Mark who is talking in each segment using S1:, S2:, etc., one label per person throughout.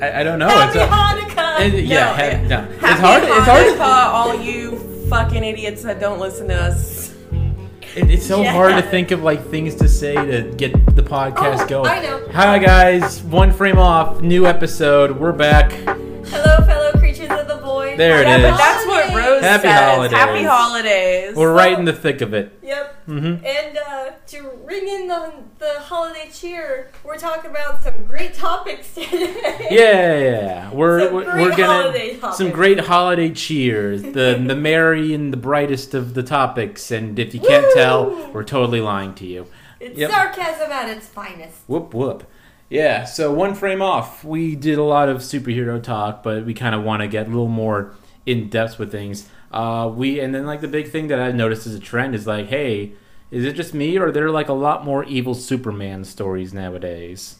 S1: I, I don't know.
S2: Happy
S1: Oh, it's a-
S2: Hanukkah!
S1: it- yeah, ha- no. It's
S2: Happy
S1: hard- it's hard-
S2: Hanukkah, all you fucking idiots that don't listen to us.
S1: It, it's so
S2: Yeah.
S1: hard to think of like things to say to get the podcast
S2: Oh,
S1: going.
S2: I know.
S1: Hi guys, one frame off, new episode. We're back.
S3: Hello, fellow creatures of the void.
S1: There it
S2: yeah,
S1: is.
S2: but that's what Rose
S1: Happy
S2: says.
S1: holidays.
S2: Happy holidays.
S1: We're right in the thick of it.
S3: Yep.
S1: hmm
S3: And uh, to ring in the, the holiday cheer, we're talking about some great topics today.
S1: Yeah, yeah. We're
S3: Some
S1: we're,
S3: great
S1: we're gonna
S3: holiday topics.
S1: some great holiday cheers. The the merry and the brightest of the topics. And if you can't tell,
S3: Woo!
S1: we're totally lying to you.
S3: It's
S1: Yep.
S3: sarcasm at its finest.
S1: Whoop whoop. Yeah, so one frame off. We did a lot of superhero talk, but we kind of want to get a little more in depth with things. Uh, we and then like the big thing that I've noticed as a trend is like, hey, is it just me or are there like a lot more evil Superman stories nowadays?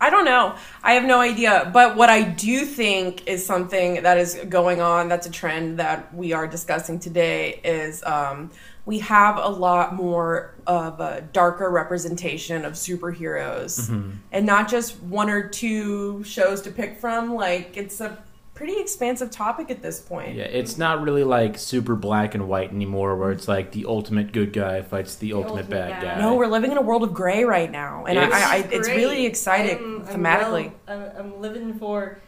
S2: I don't know. I have no idea. But what I do think is something that is going on, that's a trend that we are discussing today, is um, we have a lot more of a darker representation of superheroes.
S1: Mm-hmm.
S2: And not just one or two shows to pick from. Like, it's a pretty expansive topic at this point.
S1: Yeah, it's not really like super black and white anymore, where it's like the ultimate good guy fights the, ultimate,
S3: ultimate
S1: bad
S3: bad
S1: guy.
S3: guy.
S2: No, we're living in a world of gray right now. And
S1: It's
S2: I, I, I, it's
S3: great.
S2: really exciting
S3: I'm- I'm
S2: thematically.
S3: well- I'm, I'm living for.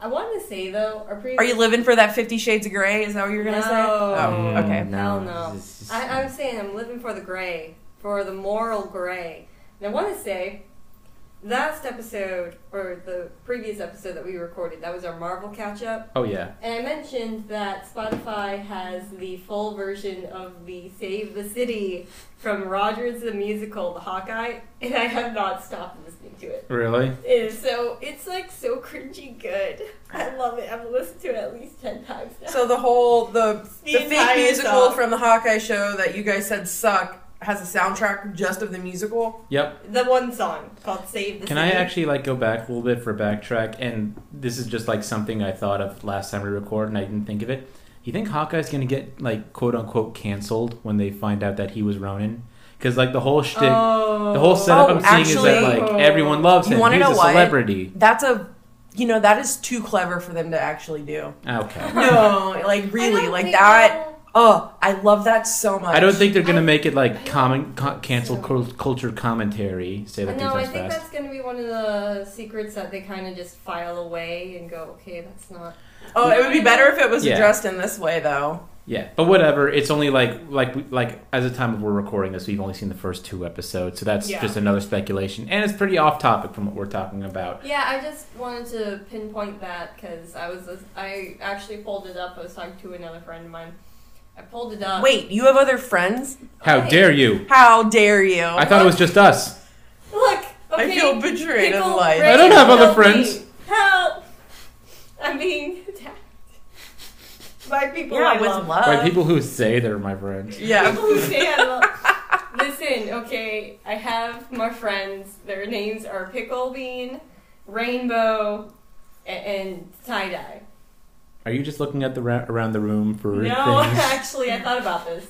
S3: I want to say though, our previous.
S2: Are you living for that Fifty Shades of Grey? Is that what you're gonna say?
S3: No.
S2: Oh, okay.
S3: Hell
S1: no.
S3: no.
S1: It's just-
S3: I, I'm saying I'm living for the gray, for the moral gray. And I want to say, last episode, or the previous episode that we recorded, that was our Marvel catch up.
S1: oh yeah.
S3: And I mentioned that Spotify has the full version of the Save the City from Rogers the Musical, The Hawkeye, and I have not stopped listening to it.
S1: Really?
S3: It is so, it's like so cringy good. I love it. I've listened to it at least 10 times now.
S2: So the whole the
S3: The
S2: the, fake
S3: entire
S2: musical
S3: song.
S2: from the Hawkeye show that you guys said suck has a soundtrack just of the musical.
S1: Yep.
S3: the one song called Save the
S1: Can I
S3: City.
S1: actually like go back a little bit for backtrack? And this is just like something I thought of last time we recorded, and I didn't think of it. You think Hawkeye's gonna get like quote unquote canceled when they find out that he was Ronin? Because like the whole shtick,
S3: Oh.
S1: the whole setup
S2: Oh,
S1: I'm seeing is that
S2: actually-
S1: like everyone loves
S2: You
S1: him.
S2: wanna
S1: He's
S2: know
S1: a
S2: what?
S1: celebrity.
S2: That's a you know that is too clever for them to actually do.
S1: Okay.
S2: No, like
S3: I
S2: really,
S3: don't
S2: like
S3: think
S2: that.
S3: I'll-
S2: Oh, I love that so much.
S1: I don't think they're gonna
S3: I-
S1: make it
S3: I
S1: like
S3: don't
S1: common co- cancel
S3: so.
S1: cul- culture commentary. Say that three
S3: No, I
S1: times
S3: think
S1: fast.
S3: that's going to be one of the secrets that they kind of just file away and go, okay, that's not.
S2: Oh, it would be better if it was
S1: Yeah.
S2: addressed in this way though.
S1: Yeah, but whatever. It's only like like we- like as the time of we're recording this, we've only seen the first two episodes, so that's
S2: Yeah.
S1: just another speculation, and it's pretty off topic from what we're talking about.
S3: Yeah, I just wanted to pinpoint that because I was I actually pulled it up. I was talking to another friend of mine. I pulled it up.
S2: Wait, you have other friends?
S1: How
S3: Okay.
S1: dare you?
S2: How dare you?
S1: I thought it was just us.
S3: Look,
S2: I
S3: okay.
S2: feel betrayed
S3: people
S2: in life.
S3: ready
S1: I don't
S3: to
S1: have other
S3: help me.
S1: friends.
S3: Help! I'm being attacked by people.
S2: yeah,
S3: I
S2: with
S3: love.
S2: love.
S1: By people who say they're my friends.
S2: Uh, yeah.
S3: People who say I love. Oh, Listen, okay, I have my friends. Their names are Pickle Bean, Rainbow, and, and Tie Dye.
S1: Are you just looking at the ra- around the room for
S3: No,
S1: things?
S3: actually, I thought about this.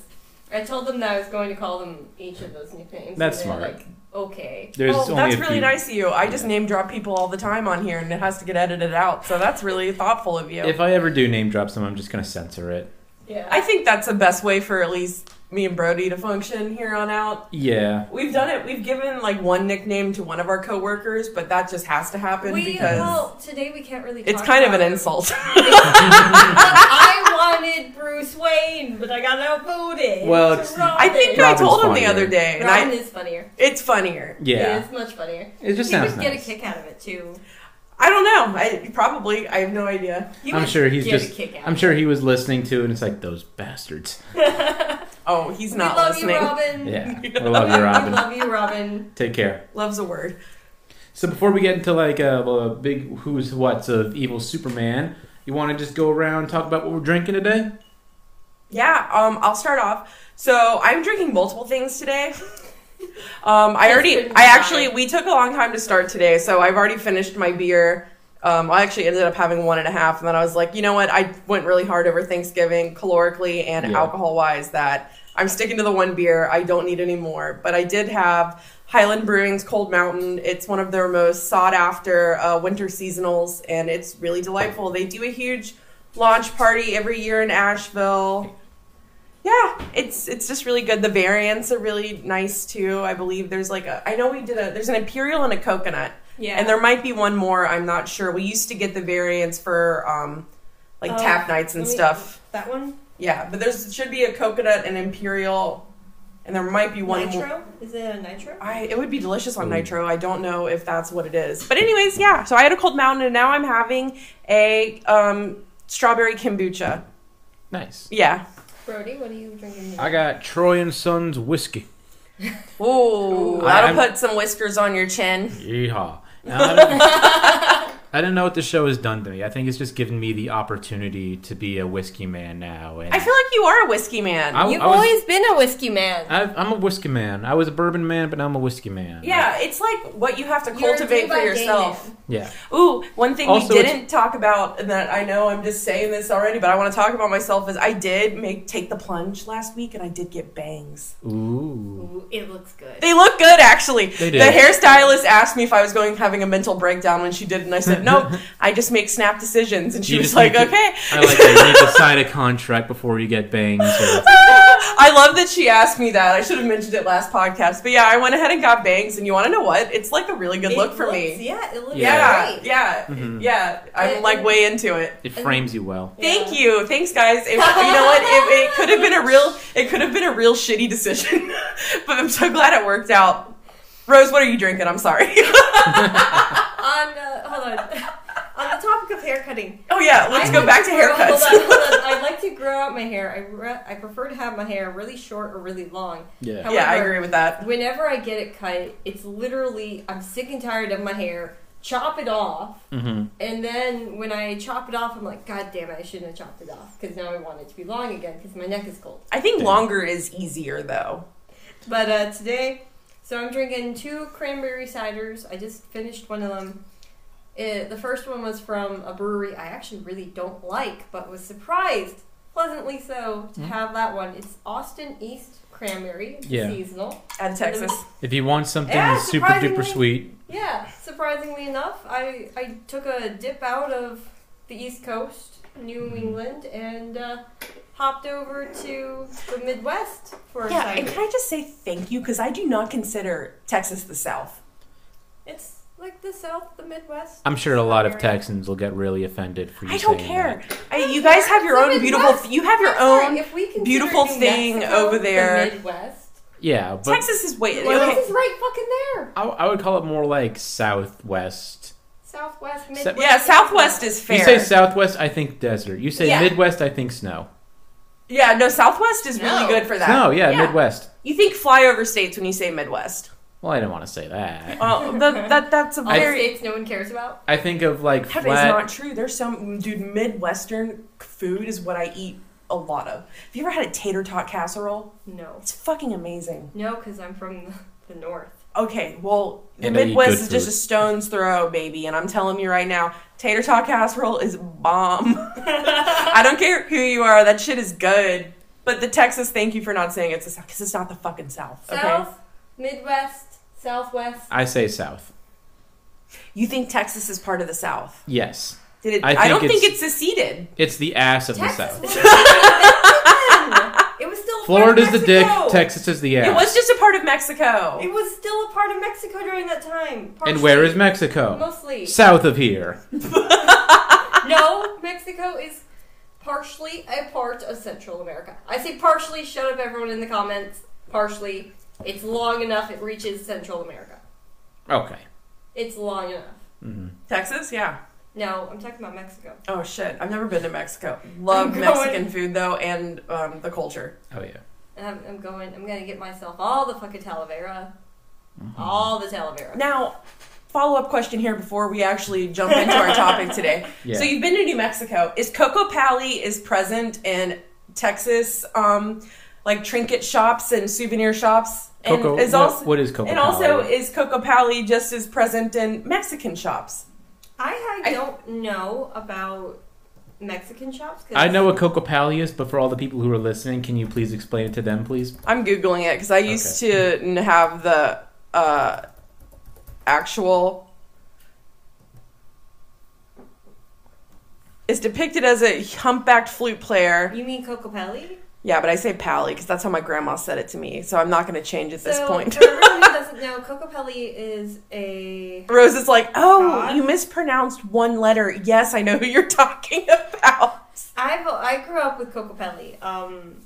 S3: I told them that I was going to call them each of those nicknames. and
S1: That's
S3: they're
S1: smart.
S3: Like, okay.
S1: There's
S2: Well,
S1: only
S2: Oh, that's
S1: a
S2: really
S1: few.
S2: nice of you. I just name drop people all the time on here, and it has to get edited out. So that's really thoughtful of you.
S1: If I ever do name drop someone, I'm just gonna censor it.
S3: Yeah.
S2: I think that's the best way for at least me and Brody to function here on out.
S1: Yeah,
S2: We've done it. We've given like one nickname to one of our coworkers, but that just has to happen
S3: we,
S2: because
S3: well, today we can't really.
S2: it's
S3: talk
S2: kind of an
S3: about it.
S2: insult.
S3: I wanted Bruce Wayne, but I got outvoted.
S1: Well,
S3: to
S1: it's-
S3: Robin.
S2: I think I
S1: Robin's
S2: told him the
S1: funnier.
S2: other day, and
S3: Robin
S2: I,
S3: is funnier.
S2: it's funnier.
S1: yeah.
S3: It is much funnier.
S1: It just
S3: he
S1: sounds
S3: would get a
S1: nice.
S3: kick out of it too.
S2: I don't know. I probably I have no idea.
S3: He
S1: I'm
S3: would
S1: sure he's
S3: get
S1: just.
S3: a kick out.
S1: I'm sure he was listening to, it and it's like those bastards.
S2: Oh, he's
S3: we
S2: not
S3: love
S2: listening.
S3: you, Robin.
S1: Yeah, we love you,
S3: We
S1: Robin.
S3: love you, Robin.
S1: Take care.
S2: Love's a word.
S1: So before we get into like a, a big who's what's of evil Superman, you want to just go around and talk about what we're drinking today?
S2: Yeah, um, I'll start off. So I'm drinking multiple things today. Um, I already, I actually, we took a long time to start today, so I've already finished my beer. Um, I actually ended up having one and a half, and then I was like, you know what? I went really hard over Thanksgiving, calorically and
S1: Yeah.
S2: alcohol wise, that I'm sticking to the one beer. I don't need any more. But I did have Highland Brewing's Cold Mountain. It's one of their most sought after uh, winter seasonals, and it's really delightful. They do a huge launch party every year in Asheville. Yeah, it's it's just really good. The variants are really nice too. I believe there's like a I know we did a there's an imperial and a coconut.
S3: Yeah.
S2: And there might be one more. I'm not sure. We used to get the variants for um, like
S3: Oh,
S2: tap nights and
S3: let me-
S2: stuff.
S3: That one?
S2: Yeah, but there's should be a coconut and imperial, and there might be one. more.
S3: Nitro? Is it a nitro?
S2: I it would be delicious on nitro. I don't know if that's what it is, but anyways, yeah. So I had a cold mountain, and now I'm having a um, strawberry kombucha.
S1: Nice.
S2: Yeah.
S3: Brody, what are you drinking?
S1: I got Troy and Sons whiskey.
S2: Ooh,
S1: I-
S2: that'll put some whiskers on your chin.
S1: Yeehaw. Now, I, don't, I don't know what the show has done to me. I think it's just given me the opportunity to be a whiskey man now. And
S2: I feel like you are a whiskey man.
S1: I-
S3: You've
S1: was-
S3: always been a whiskey man.
S1: I've, I'm a whiskey man. I was a bourbon man, but now I'm a whiskey man.
S2: yeah, it's like what you have to
S3: You're a
S2: cultivate for
S3: do-by-day
S2: yourself.
S3: man.
S1: Yeah.
S2: Ooh, one thing
S1: Also,
S2: we
S1: it's-
S2: didn't talk about, and that I know I'm just saying this already, but I want to talk about myself is I did make take the plunge last week, and I did get bangs.
S1: Ooh.
S3: Ooh, it looks good.
S2: They look good, actually.
S1: They
S2: The
S1: did.
S2: hairstylist asked me if I was going having a mental breakdown when she did, and I said no. I just make snap decisions, and she
S1: You
S2: was
S1: just
S2: like,
S1: need to-
S2: okay.
S1: I like that. You need to sign a contract before you get bangs. Or,
S2: I love that she asked me that. I should have mentioned it last podcast, but yeah, I went ahead and got bangs, and you want to know what? It's like a really good
S3: It
S2: look for
S3: looks-
S2: me.
S3: Yeah, it looks
S1: Yeah.
S2: Yeah,
S3: great.
S2: yeah,
S1: Mhm.
S2: yeah. I'm like way into it.
S1: it frames you well.
S2: Thank you. Thanks, guys. It, you know what? It, it could have been a real, it could have been a real shitty decision, but I'm so glad it worked out. Rose, what are you drinking? I'm sorry.
S3: On uh, hold on. on the topic of hair cutting.
S2: oh yeah, let's
S3: I
S2: go
S3: like
S2: back to
S3: grow-
S2: haircuts.
S3: Hold on, hold on. I like to grow out my hair. I, re- I prefer to have my hair really short or really long.
S1: Yeah.
S2: yeah, I
S3: However,
S2: agree with that.
S3: Whenever I get it cut, it's literally I'm sick and tired of my hair. Chop it off,
S1: Mm-hmm.
S3: and then when I chop it off, I'm like, God damn it! I shouldn't have chopped it off because now I want it to be long again because my neck is cold.
S2: I think
S1: Yeah.
S2: longer is easier though.
S3: But uh, today, so I'm drinking two cranberry ciders. I just finished one of them. It, the first one was from a brewery I actually really don't like, but was surprised, pleasantly so, to have that one. It's Austin East Cranberry, It's
S1: Yeah.
S3: seasonal.
S2: Out of Texas.
S1: If you want something
S2: Eh,
S3: Yeah,
S1: that's super duper
S3: surprisingly.
S1: sweet,
S3: Yeah, surprisingly enough, I, I took a dip out of the East Coast, New
S2: Mm-hmm.
S3: England, and uh, hopped over to the Midwest for
S2: Yeah,
S3: a
S2: and
S3: cider.
S2: can I just say thank you because I do not consider Texas the South.
S3: It's like the South, the Midwest.
S1: I'm sure a lot of
S3: Area.
S1: Texans will get really offended for you.
S2: I don't
S1: saying
S2: care.
S1: that.
S2: I, you guys have your
S3: It's the
S2: own beautiful.
S3: Midwest.
S2: you have your
S3: I'm sorry,
S2: own.
S3: if we consider
S2: beautiful
S3: New
S2: thing
S3: Mexico
S2: over there.
S3: The Midwest.
S1: Yeah, but
S2: Texas is way.
S3: Well,
S2: okay.
S3: This is right fucking there.
S1: I, I would call it more like Southwest.
S3: Southwest,
S1: Se-
S3: Midwest.
S2: Yeah, Southwest is fair.
S1: You say Southwest, I think desert. You say
S2: Yeah.
S1: Midwest, I think snow.
S2: yeah, no, Southwest is really
S3: No.
S2: good for that.
S1: Snow, yeah,
S2: Yeah.
S1: Midwest.
S2: You think flyover states when you say Midwest.
S1: Well, I don't want to say that.
S2: Well, that, that that's a
S3: All the
S2: very
S3: states no one cares about.
S1: I think of like
S2: that is
S1: flat.
S2: not true. There's some dude Midwestern food is what I eat a lot of. Have you ever had a tater tot casserole?
S3: No,
S2: It's fucking amazing.
S3: no, because I'm from the north.
S2: Okay, well the
S1: And I eat
S2: Midwest
S1: good
S2: is just
S1: food.
S2: a stone's throw, baby, and I'm telling you right now, tater tot casserole is bomb. I don't care who you are, that shit is good. But the Texas, thank you for not saying it's the South, because it's not the fucking South. Okay.
S3: South, Midwest, Southwest.
S1: I say South.
S2: You think Texas is part of the South?
S1: Yes,
S2: Did it?
S1: I
S2: I,
S1: think
S2: don't think
S1: it's-
S2: it's seceded.
S1: it's the ass of the
S3: Texas.
S1: South.
S3: was still Mexican. it was still. a part of
S1: Florida's the dick.
S3: Mexico.
S1: Texas is the ass.
S2: It was just a part of Mexico.
S3: It was still a part of Mexico during that time.
S1: and where is
S3: partially,
S1: Mexico?
S3: Mostly.
S1: South of here.
S3: No, Mexico is partially a part of Central America. I say partially, shut up everyone in the comments. Partially. It's long enough, it reaches Central America.
S1: Okay.
S3: It's long enough.
S2: Texas, yeah.
S3: No, I'm talking about Mexico.
S2: Oh shit, I've never been to Mexico. Love
S3: I'm going-
S2: Mexican food though, and um, the culture.
S1: Oh yeah.
S3: And I'm, I'm going, I'm gonna get myself all the fucking Talavera.
S1: Mm-hmm.
S3: All the Talavera.
S2: Now, follow up question here before we actually jump into our topic today.
S1: Yeah.
S2: So you've been to New Mexico. Is Coco Pally is present in Texas, um, like trinket shops and souvenir shops? And
S1: Coco.
S2: is
S1: what-
S2: also
S1: what is Coco?
S2: and
S1: Powell?
S2: also is Coco Pally just as present in Mexican shops?
S3: I, I
S2: I-
S3: don't know about Mexican shops. 'cause-
S1: I know what Coco Pally is, but for all the people who are listening, can you please explain it to them, please?
S2: I'm googling it because I used to n- have the uh, actual. It's depicted as a humpbacked flute player.
S3: You mean Cocopelli?
S2: Yeah, but I say pally because that's how my grandma said it to me. So I'm not going to change at this
S3: so,
S2: point.
S3: for everyone who doesn't know, Cocopelli is a.
S2: Rose is like, "Oh,
S3: God.
S2: you mispronounced one letter. Yes, I know who you're talking about."
S3: I've, I grew up with Cocopelli. Um,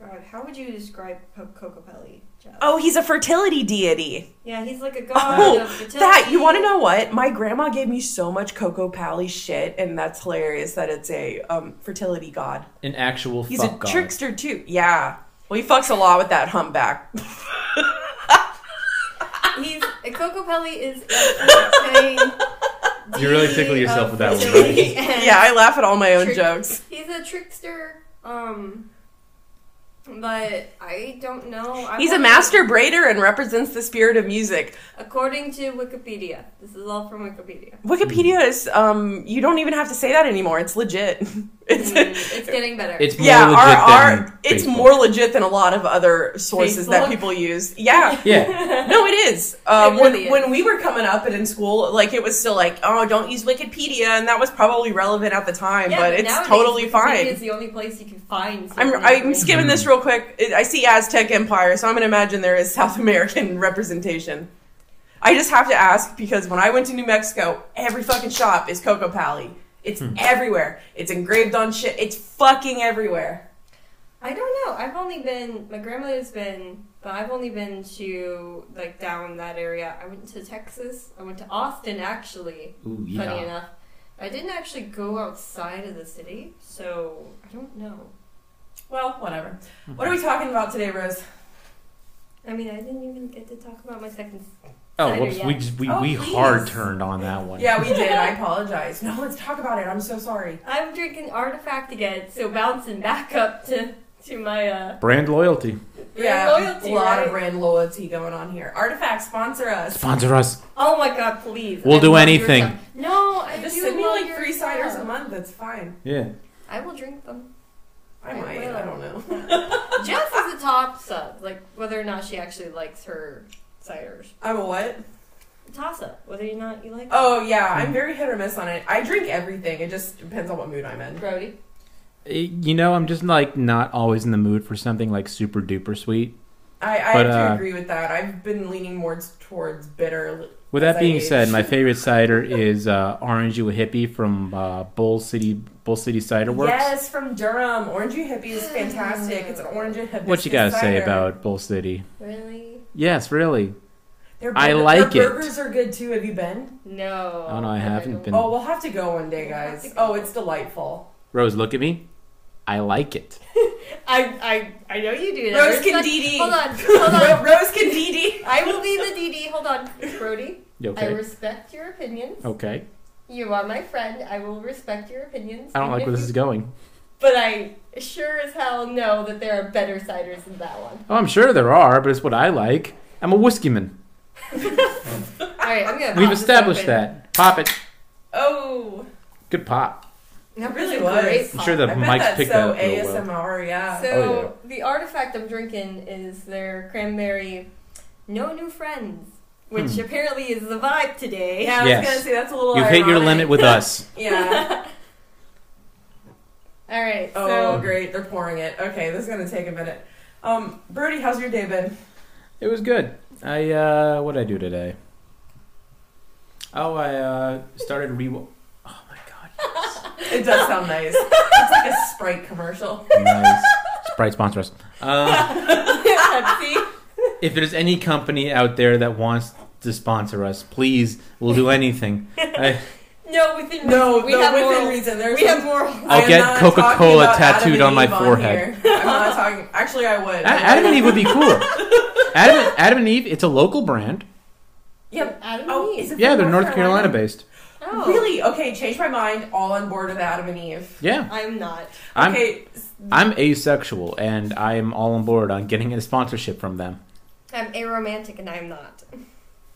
S3: God, how would you describe Co- Cocopelli? Jeff?
S2: Oh, he's a fertility deity.
S3: Yeah, he's like a god
S2: Oh,
S3: of fertility.
S2: that you want to know what? My grandma gave me so much Coco Pally shit, and that's hilarious that it's a um, fertility god.
S1: An actual
S2: He's
S1: fuck
S2: a
S1: god.
S2: trickster too. Yeah. Well, he fucks a lot with that humpback.
S3: He's Cocopelli is a
S1: You really tickle yourself with that one,
S2: yeah, I laugh at all my own
S3: Trick-
S2: jokes.
S3: He's a trickster. Um, but I don't know. I
S2: He's a
S3: wonder-
S2: master braider and represents the spirit of music.
S3: according to Wikipedia. This is all from Wikipedia.
S2: Wikipedia is um you don't even have to say that anymore. It's legit. It's
S3: Mm, it's getting better.
S1: It's more
S2: yeah,
S1: legit
S2: our,
S1: than
S2: our it's
S1: Facebook.
S2: more legit than a lot of other sources
S3: Facebook?
S2: that people use. Yeah.
S1: Yeah,
S2: No, it is. Um,
S3: It really
S2: when, when
S3: is.
S2: we were coming up and in school, like it was still like, oh, don't use Wikipedia, and that was probably relevant at the time,
S3: Yeah,
S2: but it's
S3: nowadays,
S2: totally
S3: Wikipedia
S2: fine.
S3: is the only place you can find.
S2: I'm,
S3: certain
S2: I'm
S3: information.
S2: skimming this real quick. It- I see Aztec Empire, so I'm going to imagine there is South American representation. I just have to ask because when I went to New Mexico, every fucking shop is Coco Pally. It's everywhere. It's engraved on shit. It's fucking everywhere.
S3: I don't know. I've only been. My grandmother's been, but I've only been to like down that area. I went to Texas. I went to Austin actually.
S1: Ooh,
S3: Funny
S1: yeah.
S3: enough, I didn't actually go outside of the city, so I don't know.
S2: Well, whatever. What are we talking about today, Rose?
S3: I mean, I didn't even get to talk about my second.
S1: Oh,
S3: Cider,
S1: whoops,
S3: yeah.
S1: we just, we,
S2: Oh,
S1: we
S2: please.
S1: hard turned on that one.
S2: Yeah, we did. I apologize. No, let's talk about it. I'm so sorry.
S3: I'm drinking Artifact again, so bouncing back up to to my uh.
S1: Brand loyalty.
S2: Yeah,
S3: Brand loyalty,
S2: a lot
S3: right?
S2: of brand loyalty going on here. Artifact sponsor us.
S1: Sponsor us.
S3: Oh my god, please!
S1: We'll
S3: I
S1: do
S3: love your
S1: anything.
S3: stuff. No, I
S2: Just
S3: do
S2: send me
S3: love
S2: like
S3: your
S2: three ciders a
S3: stuff.
S2: month. That's fine.
S1: Yeah.
S3: I will drink them.
S2: I
S3: I
S2: might.
S3: will.
S2: I don't know.
S3: Jess is a top sub, like whether or not she actually likes her ciders.
S2: I'm a what?
S3: Toss up, whether or not you like.
S2: Oh yeah, I'm very hit or miss on it. I drink everything. It just depends on what mood I'm in.
S3: Brody.
S1: Eh, You know, I'm just like not always in the mood for something like super duper sweet.
S2: I, I
S1: But,
S2: have
S1: uh,
S2: to agree with that. I've been leaning more towards bitter.
S1: With
S2: as
S1: that
S2: I
S1: being
S2: age.
S1: said, my favorite cider is uh, Orange You a Hippie from uh, Bull City Bull City Cider Works.
S2: yes, from Durham, Orange You Hippie is fantastic. It's an orange and hibiscus
S1: What you gotta say
S2: cider.
S1: about Bull City?
S3: Really?
S1: Yes, really.
S2: Their
S1: I
S2: burger-
S1: like
S2: their
S1: it.
S2: Burgers are good too. Have you been?
S3: No.
S1: Oh, no, I haven't
S3: don't-
S1: been-
S2: Oh, we'll have to go one day,
S3: We'll have
S2: guys.
S3: to go.
S2: Oh, it's delightful.
S1: Rose, look at me. I like it.
S3: I I I know you do.
S2: Rose
S3: There's like-
S2: Candidi.
S3: Hold on, hold on.
S2: Ro- Rose Candidi.
S3: I will be the DD. Hold on, Brody.
S1: You
S3: I
S1: okay? Oh.
S3: respect your opinions.
S1: Okay.
S3: You are my friend. I will respect your opinions.
S1: I don't like
S3: even
S1: where
S3: if
S1: this is
S3: you-
S1: going.
S3: But I sure as hell know that there are better ciders than that one.
S1: Oh, I'm sure there are, but it's what I like. I'm a whiskey man.
S3: All right, I'm gonna.
S1: We've
S3: pop this
S1: established
S3: open.
S1: that. Pop it.
S2: Oh,
S1: Good pop.
S3: That
S2: Really
S3: a
S2: was.
S3: great
S1: I'm sure
S3: pop.
S1: The
S2: I
S1: mics
S2: bet that's
S1: picked
S2: so
S1: up real well.
S2: ASMR. Yeah.
S3: So
S1: Oh,
S3: the artifact I'm drinking is their cranberry, no new friends, which
S1: Hmm.
S3: apparently is the vibe today.
S2: yeah, I was
S1: Yes.
S2: gonna say that's a little.
S1: You hit your
S2: ironic.
S1: limit with us.
S2: Yeah.
S3: All right.
S2: Oh,
S3: So
S2: great. They're pouring it. Okay, this is gonna take a minute. Um, Brody, how's your day been?
S1: It was good. I uh what did I do today? Oh, I uh started re Oh my god.
S2: It does sound nice. It's like a Sprite commercial.
S1: Nice. Sprite sponsor us. Uh,
S2: Oh.
S3: Pepsi.
S1: if there's any company out there that wants to sponsor us, please, we'll do anything. I,
S3: No, within
S2: No,
S3: reason. we
S2: no,
S3: have
S2: within
S3: morals.
S2: reason. There's
S3: we
S2: some-
S3: have morals.
S1: I'll
S2: I am
S1: get
S2: not
S1: Coca-Cola
S2: talking about Adam
S1: tattooed
S2: and
S1: on my
S2: Eve
S1: forehead.
S2: here. I'm not talking. Actually, I would.
S1: Adam and Eve would be cool. Adam, Adam and Eve, it's a local brand.
S2: Yeah.
S3: Adam
S2: Oh,
S3: and
S2: is
S3: Eve.
S2: it
S1: Yeah,
S2: from
S1: they're North Carolina based.
S3: Oh,
S2: Really? Okay, change my mind. All on board with Adam and Eve.
S1: Yeah.
S3: I'm not.
S1: I'm
S2: okay,
S1: I'm asexual and I am all on board on getting a sponsorship from them.
S3: I'm aromantic, and I'm not.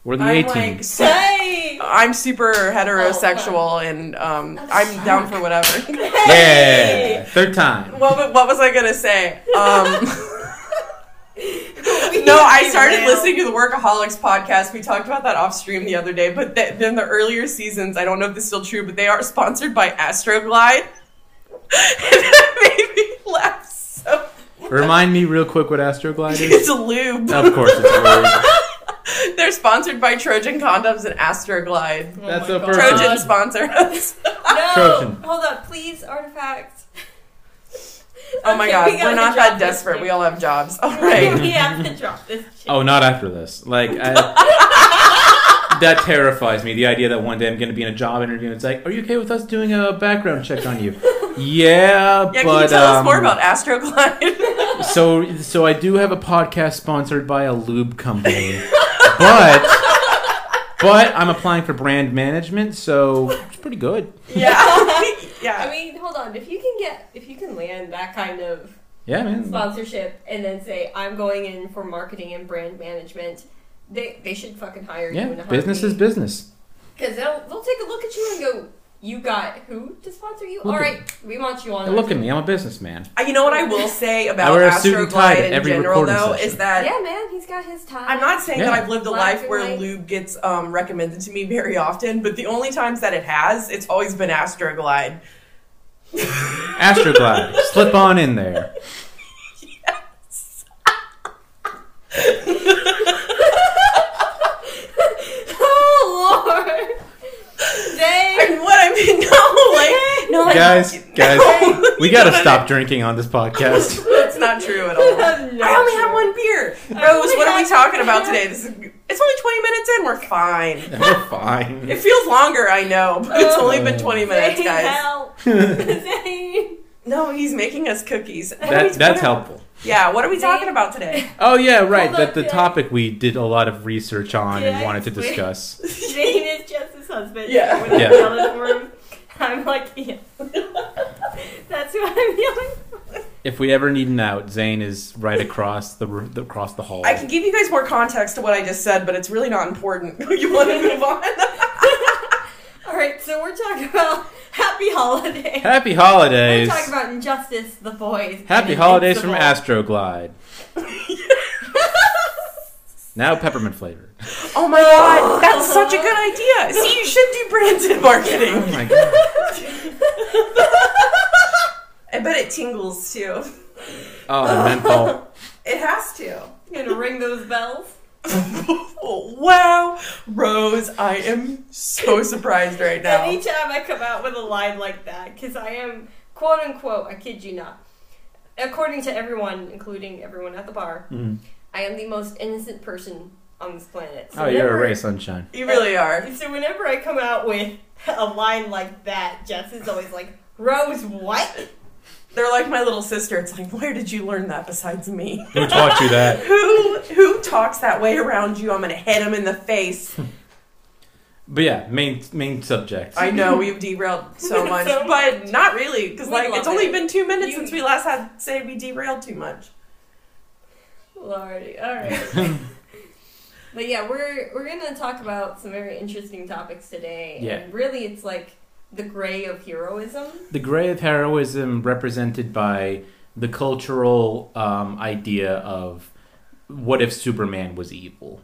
S1: We're the
S2: I'm
S1: 18s.
S2: like,
S3: Say!
S2: I'm super heterosexual, and um, I'm down for whatever.
S1: yeah, third time.
S2: What, what was I gonna say? Um, no, I started listening to the Workaholics podcast. We talked about that off stream the other day, but th- then the earlier seasons, I don't know if this is still true, but they are sponsored by Astroglide. and that made me laugh so.
S1: Remind me real quick what Astroglide is.
S2: It's a lube.
S1: of course, it's a
S2: They're sponsored by Trojan Condoms and Astroglide.
S1: That's the
S3: Oh my God.
S1: first
S2: Trojan
S1: God.
S2: sponsor us.
S3: No,
S1: Trojan.
S3: hold up, please, artifact.
S2: oh my
S3: Okay,
S2: god,
S3: we
S2: we're
S3: gotta
S2: not
S3: drop
S2: that
S3: this
S2: desperate.
S3: shit.
S2: We all have jobs. All right.
S3: we have to drop this. Shit.
S1: Oh, not after this. Like, I, that terrifies me. The idea that one day I'm going to be in a job interview and it's like, are you okay with us doing a background check on you? yeah,
S2: Yeah, can
S1: but
S2: you tell us
S1: um,
S2: more about Astroglide?
S1: so so I do have a podcast sponsored by a lube company, but but I'm applying for brand management, so it's pretty good.
S2: yeah. yeah.
S3: I mean, hold on. If you can get, if you can land that kind of
S1: Yeah, man.
S3: sponsorship and then say, "I'm going in for marketing and brand management," they they should fucking hire you. in
S1: Yeah,
S3: a
S1: business is business.
S3: because they'll they'll take a look at you and go, "You got who to sponsor you?
S1: Look
S3: All
S1: at
S3: right, we want you on." our
S1: Look at
S3: team."
S1: me, I'm a businessman.
S2: Uh, You know what I will say about
S1: wear a suit and tie to
S2: Astroglide in
S1: every
S2: general,
S1: recording
S2: though,
S1: session.
S2: is that
S3: Yeah, man, he's got his time.
S2: I'm not saying
S1: Yeah.
S2: that I've lived a
S3: Black
S2: life
S3: and
S2: where
S3: white.
S2: lube gets um, recommended to me very often, but the only times that it has, it's always been Astroglide.
S1: Astroglide, slip on in there.
S3: oh Lord, they.
S2: And what I mean, no, like, no, like,
S1: Guys, guys,
S2: No.
S1: we gotta stop drinking on this podcast.
S2: That's not true at all. I only had one beer. Rose,
S3: only
S2: what are we
S3: had
S2: talking
S3: one
S2: about
S3: beer.
S2: today? This is, it's only 20 minutes in. We're fine.
S1: And we're
S2: It
S1: fine.
S2: feels longer, I know, but it's only been
S1: Oh.
S2: 20 minutes,
S3: Zane,
S2: guys.
S3: help.
S1: that,
S3: Zane.
S2: No, he's making us cookies. What are-
S1: that's helpful.
S2: Yeah, what are we
S3: Zane.
S2: talking about today?
S1: Oh yeah, right.
S3: Hold
S1: That
S3: on,
S1: the
S3: yeah.
S1: topic we did a lot of research on
S3: Yeah,
S1: and wanted to
S3: it's weird.
S1: discuss.
S3: Zane is Jess's husband.
S2: Yeah.
S3: When I'm
S1: Yeah.
S3: yelling for him, I'm like, yeah. That's who I'm yelling for.
S1: If we ever need an out, Zane is right across the, r- the across the hall.
S2: I can give you guys more context to what I just said, but it's really not important. you want to move on?
S3: All right, so we're talking about happy holidays.
S1: Happy
S3: We're
S1: holidays.
S3: talking about Injustice, the boys.
S1: Happy
S3: and
S1: holidays from
S3: Invincible.
S1: Astroglide. now peppermint flavored.
S2: Oh my god, that's such a good idea. See, you should do branded
S1: Oh
S2: marketing.
S1: my god.
S2: I bet it tingles too.
S1: Oh, the menthol.
S2: It has to.
S3: Gonna ring those bells.
S2: Oh, wow, Rose, I am so surprised right now.
S3: Anytime I come out with a line like that, because I am quote unquote, I kid you not, according to everyone, including everyone at the bar,
S1: Mm.
S3: I am the most innocent person on this planet. So
S1: Oh, you're a
S3: whenever-
S1: ray of sunshine.
S2: You really are.
S3: So whenever I come out with a line like that, Jess is always like, "Rose, what?"
S2: They're like my little sister. It's like, where did you learn that besides me?
S1: Who taught you that?
S2: Who who talks that way around you? I'm gonna hit him in the face.
S1: But yeah, main main subject.
S2: I know we've derailed so much,
S3: So
S2: but not really because
S3: We
S2: like
S3: love
S2: it's only
S3: it.
S2: been two minutes
S3: You-
S2: since we last had say we derailed too much.
S3: Lordy, all right. but yeah, we're we're gonna talk about some very interesting topics today.
S1: Yeah.
S3: And really, it's like the gray of heroism.
S1: the gray of heroism represented by the cultural um, idea of what if Superman was evil?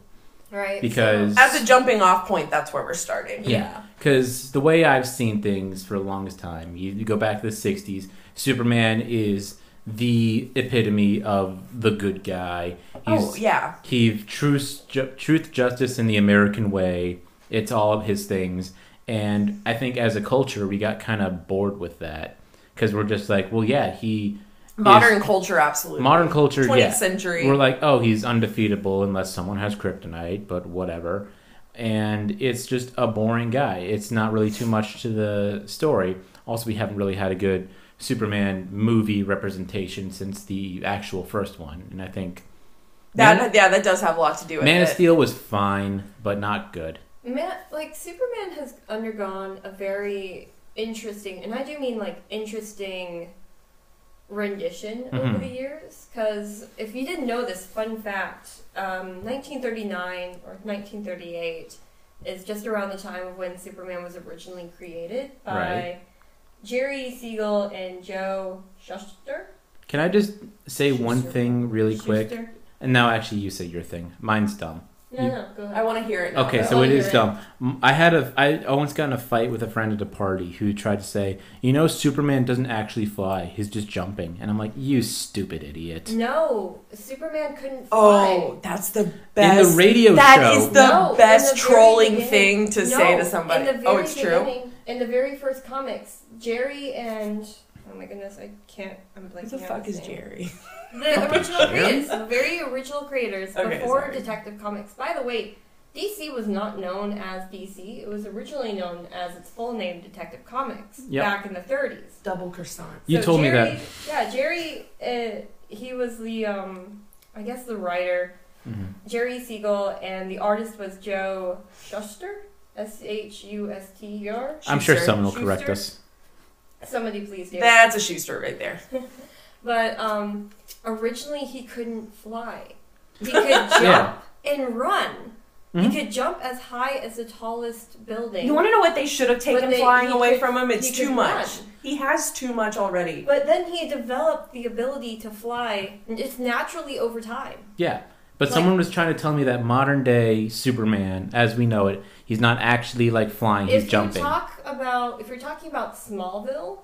S3: Right.
S1: Because
S2: As a jumping off point, that's where we're starting.
S3: so- yeah.
S1: Because the way I've seen things for the longest time, you, you go back to the 60s, Superman is the epitome of the good guy. He's,
S2: Oh yeah,
S1: He truth, ju- truth, justice in the American way. It's all of his things. And I think as a culture, we got kind of bored with that. Because we're just like, well, yeah, he.
S2: modern culture, absolutely.
S1: Modern culture,
S2: 20th
S1: yeah.
S2: century.
S1: We're like, oh, he's undefeatable unless someone has kryptonite, but whatever. And it's just a boring guy. It's not really too much to the story. Also, we haven't really had a good Superman movie representation since the actual first one. And I think
S2: that
S1: Man,
S2: yeah, that does have a lot to do with
S1: Man of
S2: it.
S1: Steel was fine, but not good.
S3: Man, like Superman has undergone a very interesting, and I do mean like interesting, rendition over
S1: Mhm.
S3: the years. Because if you didn't know this, fun fact um, 1939 or 1938 is just around the time of when Superman was originally created by
S1: Right.
S3: Jerry Siegel and Joe Shuster.
S1: Can I just say one
S3: Schuster.
S1: thing really quick?
S3: Schuster?
S1: And now, actually, you say your thing. Mine's dumb.
S3: No,
S1: You-
S3: no, go ahead.
S2: I want to hear it. Now,
S1: Okay,
S2: though.
S1: so it
S3: you're
S1: is
S3: right.
S1: dumb. M- I had a I I once got in a fight with a friend at a party who tried to say, you know, Superman doesn't actually fly; he's just jumping. And I'm like, you stupid idiot.
S3: No, Superman couldn't fly.
S2: Oh, that's the best.
S1: In the radio
S2: That
S1: show,
S2: is the
S3: No, in
S2: best
S3: the very
S2: trolling
S3: beginning-
S2: thing to
S3: No,
S2: say to somebody.
S3: in the very
S2: Oh, it's true.
S3: beginning, In the very first comics, Jerry and oh my goodness, I can't. I'm blanking.
S2: Who the
S3: out
S2: fuck
S3: his
S2: is
S3: name.
S2: Jerry?
S3: The original
S1: Jerry?
S3: creators, the very original creators
S2: Okay,
S3: before
S2: sorry.
S3: Detective Comics. By the way, DC was not known as DC. It was originally known as its full name, Detective Comics,
S1: Yep.
S3: back in the 30s.
S2: Double croissant.
S1: You told me
S3: Jerry,
S1: that.
S3: Yeah, Jerry. Uh, he was the um, I guess the writer.
S1: Mhm.
S3: Jerry Siegel, and the artist was Joe Shuster, S H U S T E R.
S1: I'm sure
S2: Schuster.
S1: someone will correct
S3: Schuster?
S1: us.
S3: Somebody please do.
S2: That's a Schuster right there.
S3: But um, originally he couldn't fly. He could jump
S1: Yeah.
S3: and run.
S1: Mhm.
S3: He could jump as high as the tallest building.
S2: You want to know what they should have taken
S3: But they-
S2: flying
S3: he
S2: away
S3: could-
S2: from him? It's
S3: he
S2: too
S3: could
S2: much.
S3: run.
S2: He has too much already.
S3: But then he developed the ability to fly just naturally over time.
S1: Yeah, but
S3: Like-
S1: someone was trying to tell me that modern day Superman, as we know it, he's not actually like flying; he's
S3: if
S1: jumping.
S3: you talk about, if you're talking about Smallville,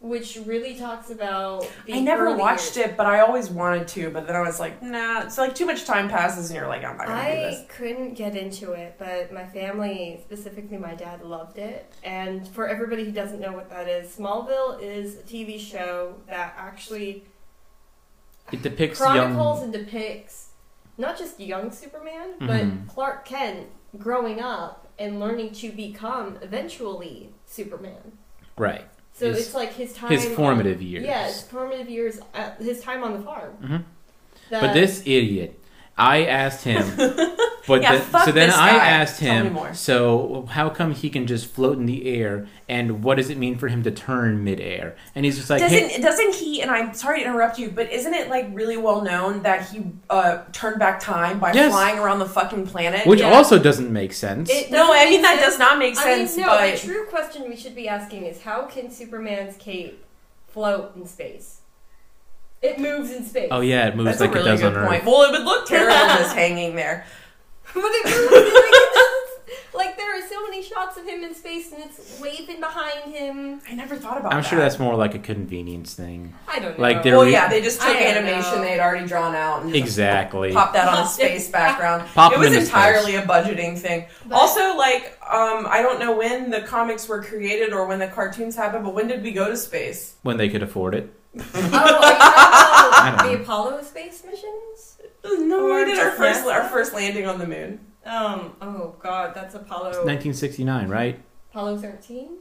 S3: which really talks about, the
S2: I never
S3: early
S2: watched
S3: years-
S2: it, but I always wanted to. But then I was like, nah, it's like too much time passes, and you're like, I'm not gonna do this.
S3: I couldn't get into it, but my family, specifically my dad, loved it. And for everybody who doesn't know what that is, Smallville is a TV show that actually
S1: It depicts
S3: chronicles
S1: young.
S3: and depicts not just young Superman,
S1: Mhm.
S3: but Clark Kent growing up and learning to become eventually Superman.
S1: Right.
S3: So
S1: His-
S3: it's like his time,
S1: his formative years.
S3: Yeah, his formative years, uh, his time on the farm.
S1: Mhm.
S3: That-
S1: But this idiot, I asked him. But
S2: Yeah,
S1: then,
S2: fuck
S1: so then
S2: this
S1: I
S2: guy.
S1: asked
S2: Tell me
S1: him.
S2: more.
S1: So how come he can just float in the air, and what does it mean for him to turn midair? And he's just like,
S2: doesn't
S1: hey,
S2: doesn't he? And I'm sorry to interrupt you, but isn't it like really well known that he uh, turned back time by
S1: Yes.
S2: flying around the fucking planet?
S1: which
S3: yeah.
S1: also doesn't make sense.
S3: It
S2: no, I
S3: doesn't
S2: mean
S3: make
S2: that does not make
S3: I mean,
S2: sense.
S3: no,
S2: but
S3: the true question we should be asking is how can Superman's cape float in space? It moves in space.
S1: oh yeah, it moves
S2: that's
S1: like
S2: a really
S1: it does
S2: good
S1: on Earth.
S2: point. Well, it would look terrible just hanging there.
S3: but it moves like, it does- like there are so many shots of him in space and it's waving behind him.
S2: I never thought about.
S1: I'm
S2: that.
S1: sure that's more like a convenience thing.
S3: I don't know.
S1: Like they're-
S2: Well, yeah, they just took
S3: I don't
S2: animation
S3: know.
S2: they had already drawn out and just
S1: Exactly.
S2: popped that on a space background.
S1: Pop
S2: it
S1: them
S2: was
S1: into
S2: entirely a budgeting thing.
S3: But-
S2: also, like, um, I don't know when the comics were created or when the cartoons happened, but when did we go to space?
S1: when they could afford it.
S3: oh, are you
S1: I
S3: talking
S1: don't
S3: about
S1: know.
S3: the Apollo space missions?
S2: No, we
S3: Or
S2: did our
S3: just
S2: first
S3: NASA?
S2: our first landing on the moon.
S3: Um. Oh God, that's
S2: Oh.
S3: Apollo.
S1: 1969, right?
S3: Apollo thirteen.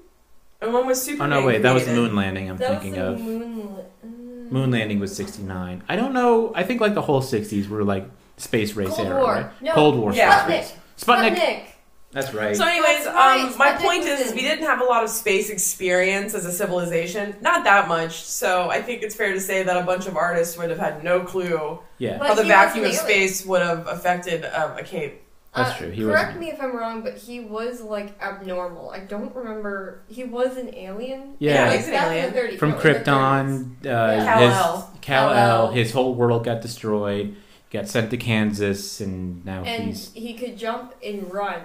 S2: And when was Super?
S1: Oh no, wait, that was the moon landing. I'm thinking
S3: that was
S1: of
S3: the moon. mm.
S1: moon landing was 69. I don't know. I think like the whole 60s were like space race
S3: Cold
S1: era,
S3: War.
S1: right?
S3: No.
S1: Cold War.
S2: Yeah.
S1: Space race.
S3: Sputnik.
S1: Sputnik. That's right.
S2: So, anyways,
S3: That's right,
S2: um, my
S3: Sputnik
S2: point
S3: was
S2: is, is
S3: in.
S2: we didn't have a lot of space experience as a civilization, not that much. So, I think it's fair to say that a bunch of artists would have had no clue
S1: yeah.
S3: But
S2: how
S3: he was
S2: the
S3: an
S2: vacuum of
S3: alien.
S2: space would have affected um, a cape.
S1: That's true, he
S3: Uh, correct
S1: wasn't-
S3: me if I'm wrong, but he was like abnormal. I don't remember. He was an alien.
S1: Yeah.
S3: Like,
S2: He's an
S3: back in
S2: alien.
S3: the Oh, 30s,
S1: from
S3: no, in the 30s.
S1: Krypton.
S3: Yeah.
S1: Uh,
S2: Kal-El.
S1: his Kal-El.
S3: Kal-El.
S1: His whole world got destroyed. He got sent to Kansas, and now
S3: And
S1: he's
S3: he could jump and run.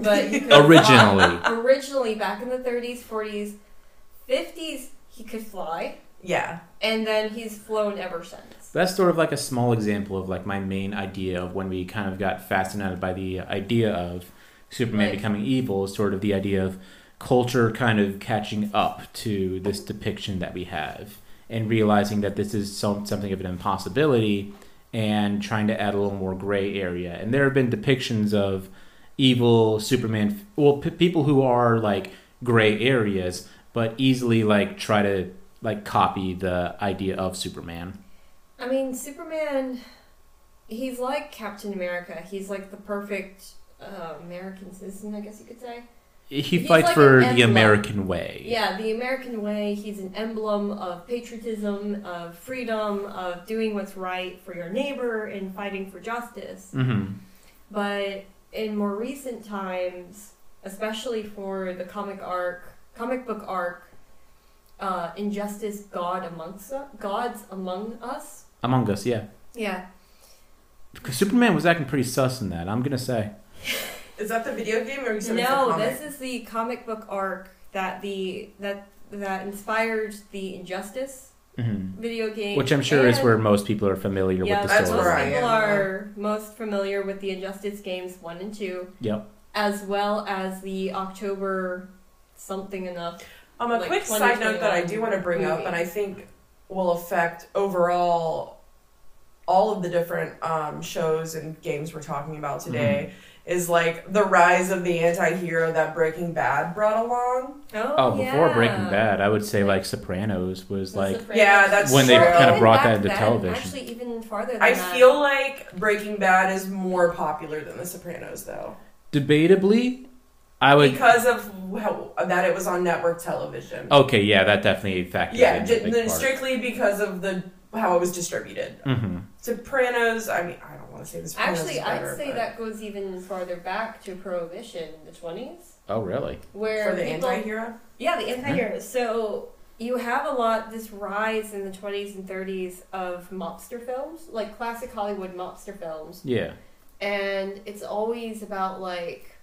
S3: But he could
S1: originally.
S3: originally back in the 30s, 40s, 50s, he could fly,
S2: Yeah.
S3: and then he's flown ever since.
S1: That's sort of like a small example of like my main idea of when we kind of got fascinated by the idea of Superman
S3: Right.
S1: becoming evil is sort of the idea of culture kind of catching up to this depiction that we have and realizing that this is some, something of an impossibility and trying to add a little more gray area. And there have been depictions of evil Superman, well, p- people who are like gray areas, but easily like try to like copy the idea of Superman.
S3: I mean, Superman, he's like Captain America. He's like the perfect uh, American citizen, I guess you could say.
S1: he
S3: He's
S1: fights
S3: like
S1: for
S3: an
S1: the
S3: emblem.
S1: American way.
S3: Yeah, the American way. He's an emblem of patriotism, of freedom, of doing what's right for your neighbor and fighting for justice.
S1: Mm-hmm.
S3: But in more recent times, especially for the comic arc, comic book arc, uh, injustice, God amongst us, gods among us.
S1: Among Us, yeah.
S3: Yeah,
S1: Because Superman was acting pretty sus in that. I'm gonna say.
S2: Is that the video game or you said it's a
S3: no,
S2: comic?
S3: this is the comic book arc that the that that inspired the injustice
S1: hmm
S3: video game,
S1: Which I'm sure is
S3: and-
S1: where most people are familiar
S3: yeah,
S1: with the
S2: that's
S1: story.
S2: where I
S3: most
S2: am.
S3: people are most familiar with the Injustice games one and two.
S1: Yep.
S3: As well as the October something enough.
S2: Um, a
S3: like,
S2: quick side note that I do want to bring up,
S3: movie.
S2: and I think will affect overall all of the different um, shows and games we're talking about today,
S1: Mm-hmm.
S2: is like the rise of the anti-hero that Breaking Bad brought along.
S1: Oh, before Breaking Bad, I would say like Sopranos was
S3: The
S1: like
S3: Sopranos.
S2: Yeah, that's When they
S3: Or
S2: kinda
S3: even
S1: brought
S3: back
S1: that into
S3: then,
S1: television.
S3: Actually, even farther. Than
S2: I
S3: that.
S2: feel like Breaking Bad is more popular than The Sopranos, though,
S1: debatably. I would.
S2: because of how, that it was on network television.
S1: Okay, Oh, yeah, that definitely factors
S2: yeah,
S1: in
S2: di-
S1: a big
S2: the-
S1: part.
S2: strictly because of the how it was distributed.
S1: hmm
S2: Sopranos. I mean, I don't want to say the Sopranos.
S3: Actually,
S2: is better,
S3: I'd say
S2: but-
S3: that goes even farther back to Prohibition, the twenties,
S1: Oh, really?
S3: where
S2: for the
S3: people
S2: anti-hero.
S3: Yeah, the empire. So you have a lot this rise in the 20s and 30s of mobster films, like classic Hollywood mobster films,
S1: Yeah.
S3: and it's always about like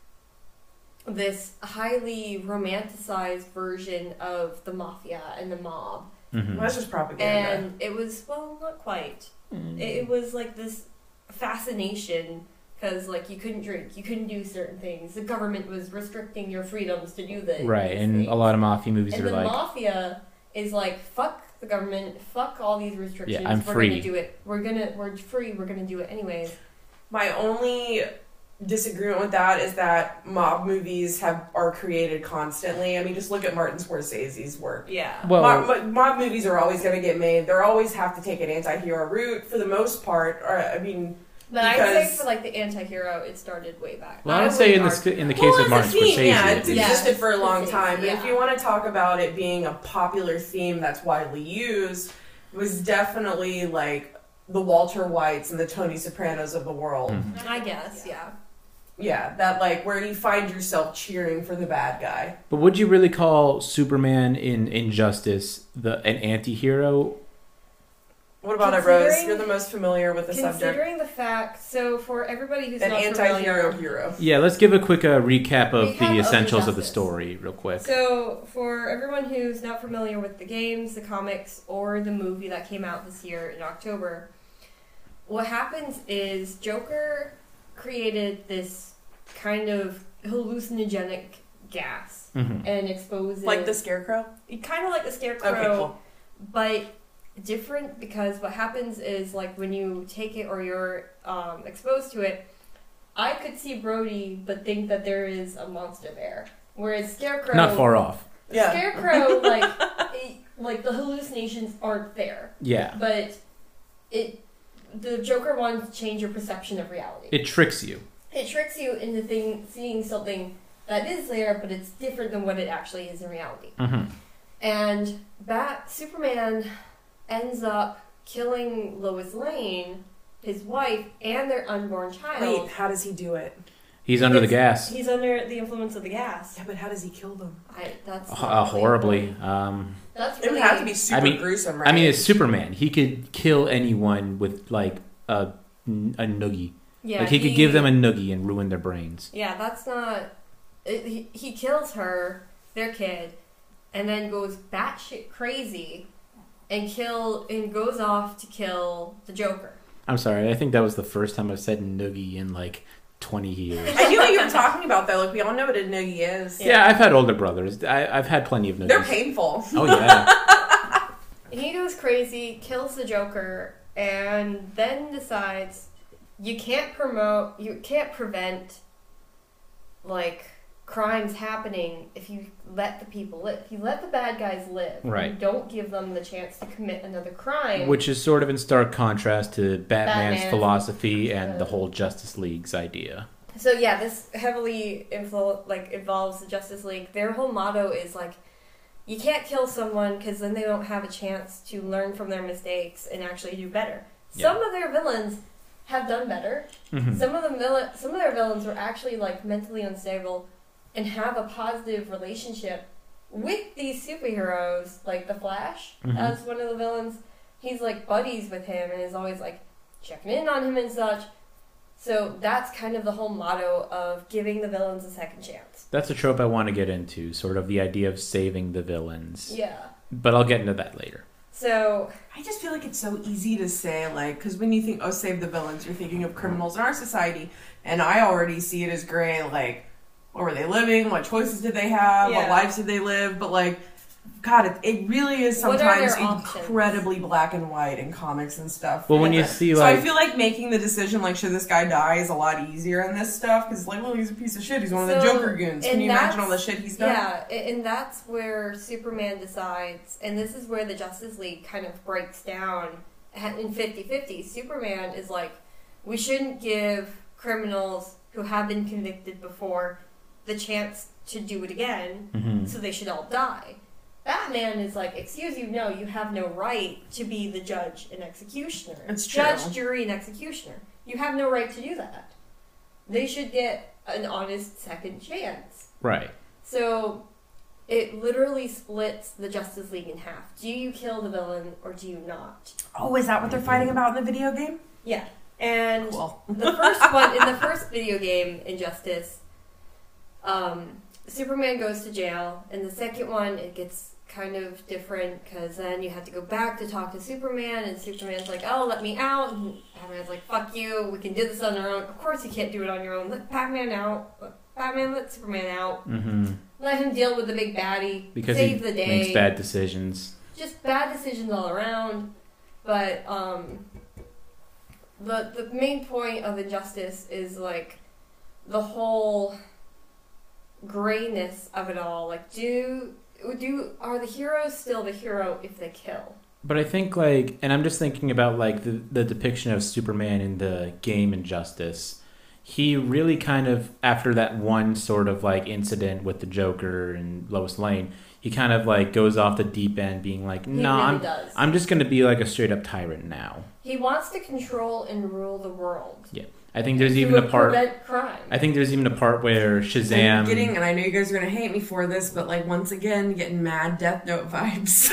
S3: this highly romanticized version of the mafia and the mob.
S2: Well,
S1: hmm
S2: that's just propaganda.
S3: And it was well, not quite. It, it was like this fascination because like you couldn't drink, you couldn't do certain things. The government was restricting your freedoms to do this.
S1: Right,
S3: these
S1: and
S3: things.
S1: a lot of mafia movies
S3: And
S1: are
S3: the
S1: like,
S3: mafia is like, fuck the government, fuck all these restrictions.
S1: I'm
S3: we're
S1: free.
S3: gonna do it. We're gonna we're free. We're gonna do it anyways.
S2: My only disagreement with that is that mob movies have are created constantly. I mean, just look at Martin Scorsese's work.
S3: Yeah.
S1: well,
S2: mob, mo- mob movies are always going to get made. They're always have to take an anti-hero route for the most part. Or I mean,
S3: But I'd say
S2: because-
S3: for like the anti-hero, it started way back.
S1: well, I
S2: I
S1: would say in
S2: would
S1: the sc- in the case
S2: well,
S1: of
S2: it's
S1: Martin
S2: a theme.
S1: Scorsese,
S2: Yeah,
S1: at
S2: it's
S1: least.
S3: Yeah.
S2: existed for a long
S3: Scorsese,
S2: time. But if
S3: yeah.
S2: you want to talk about it being a popular theme that's widely used, it was definitely like the Walter Whites and the Tony Sopranos of the world.
S1: Mhm.
S3: um, I guess. Yeah.
S2: Yeah, that like where you find yourself cheering for the bad guy.
S1: But would you really call Superman in Injustice the an anti-hero?
S2: What about it, Rose?
S3: Considering-
S2: You're the most familiar with the subject.
S3: Considering the fact, so for everybody who's
S2: An
S3: not
S2: anti-hero
S3: familiar,
S2: hero.
S1: Yeah, let's give a quick uh, recap of
S3: Recap
S1: the
S3: of
S1: essentials of, the
S3: Injustice.
S1: story, real quick.
S3: So, for everyone who's not familiar with the games, the comics, or the movie that came out this year in October, what happens is Joker created this kind of hallucinogenic gas
S1: hmm
S3: and exposes
S2: Like the scarecrow.
S3: kind of like the scarecrow,
S2: Okay, cool.
S3: but different because what happens is like when you take it or you're um, exposed to it, I could see Brody but think that there is a monster there, whereas scarecrow
S1: Not far off.
S3: the
S2: Yeah.
S3: Scarecrow, like, it, like the hallucinations aren't there,
S1: Yeah,
S3: but it, the Joker wants to change your perception of reality. It,
S1: it tricks you.
S3: tricks you into thing, seeing something that is there, but it's different than what it actually is in reality.
S1: hmm
S3: And Bat Superman ends up killing Lois Lane, his wife, and their unborn child.
S2: Wait, how does he do it?
S1: He's under the
S3: Because
S1: gas
S3: He's under the influence of the gas.
S2: Yeah, but how does he kill them?
S3: I, that's
S1: uh,
S3: not really-
S1: horribly. Um,
S3: That's
S2: It
S3: really
S2: would have to be super
S1: I mean-
S2: gruesome, right?
S1: I mean, it's Superman. He could kill anyone with like a n- a noogie.
S3: yeah.
S1: like he, could give them a noogie and ruin their brains.
S3: Yeah, that's not. It, he, he kills her, their kid, and then goes batshit crazy, and kill and goes off to kill the Joker.
S1: I'm sorry. I think that was the first time I've said noogie in like 20 years.
S2: I knew what you were talking about though. Like we all know what a noogie is.
S1: yeah. I've had older brothers. I, I've had plenty of noogies.
S2: They're painful.
S1: Oh yeah.
S3: He goes crazy, kills the Joker, and then decides you can't promote, you can't prevent, like crimes happening if you let the people live. If you let the bad guys live, You
S1: Right.
S3: don't give them the chance to commit another crime.
S1: Which is sort of in stark contrast to Batman's
S3: Batman's-
S1: philosophy and
S3: Yeah.
S1: the whole Justice League's idea.
S3: So yeah, this heavily influ- like involves the Justice League. Their whole motto is like, you can't kill someone because then they don't have a chance to learn from their mistakes and actually do better.
S1: Yeah.
S3: Some of their villains have done better.
S1: Mhm.
S3: Some of the vil- some of their villains were actually like mentally unstable and have a positive relationship with these superheroes, like the Flash
S1: Mhm.
S3: as one of the villains. He's like buddies with him and is always like checking in on him and such. So that's kind of the whole motto of giving the villains a second chance.
S1: That's a trope I want to get into, sort of the idea of saving the villains.
S3: Yeah.
S1: But I'll get into that later.
S3: So
S2: I just feel like it's so easy to say, like, because when you think, oh, save the villains, you're thinking of criminals in our society. And I already see it as gray, like, what were they living? What choices did they have? What
S3: Yeah.
S2: lives did they live? But, like, God, it, it really is
S3: What are their
S2: sometimes
S3: options?
S2: incredibly black and white in comics and stuff.
S1: Well, when you see
S2: so
S1: like
S2: I feel like making the decision, like, should this guy die, is a lot easier in this stuff because, like, well, he's a piece of shit. He's one of the
S3: So,
S2: Joker goons. Can
S3: and
S2: you
S3: that's-
S2: imagine all the shit he's done?
S3: yeah, a- and that's where Superman decides, and this is where the Justice League kind of breaks down ha- in 50-50. Superman is like, we shouldn't give criminals who have been convicted before the chance to do it again.
S1: Mhm.
S3: so they should all die. Batman is like, excuse you, no, you have no right to be the judge and executioner.
S2: That's true.
S3: Judge, jury, and executioner. You have no right to do that. They should get an honest second chance.
S1: right.
S3: So it literally splits the Justice League in half. Do you kill the villain or do you not?
S2: Oh, is that what they're fighting about in the video game?
S3: Yeah. And
S2: Cool.
S3: the first one in the first video game, Injustice, um, Superman goes to jail, and the second one it gets kind of different because then you have to go back to talk to Superman, and Superman's like, "Oh, let me out," and Batman's like, "Fuck you, we can do this on our own." Of course, you can't do it on your own. Let Batman out. Let Batman let Superman out.
S1: hmm
S3: Let him deal with the big baddie.
S1: Because he
S3: save the day
S1: makes bad decisions.
S3: just bad decisions all around. But um, the the main point of injustice is like the whole grayness of it all. Like, do do are the heroes still the hero if they kill?
S1: But I think like, and I'm just thinking about like the the depiction of Superman in the game Injustice. He really kind of after that one sort of like incident with the Joker and Lois Lane, he kind of like goes off the deep end, being like,
S3: He
S1: "No,
S3: really
S1: I'm
S3: does.
S1: I'm just gonna be like a straight up tyrant now."
S3: he wants to control and rule the world.
S1: I think there's
S3: He
S1: even a
S3: would
S1: part.
S3: prevent crime.
S1: I think there's even a part where
S2: I'm
S1: Shazam.
S2: getting, and I know you guys are gonna hate me for this, but like once again, getting mad Death Note vibes.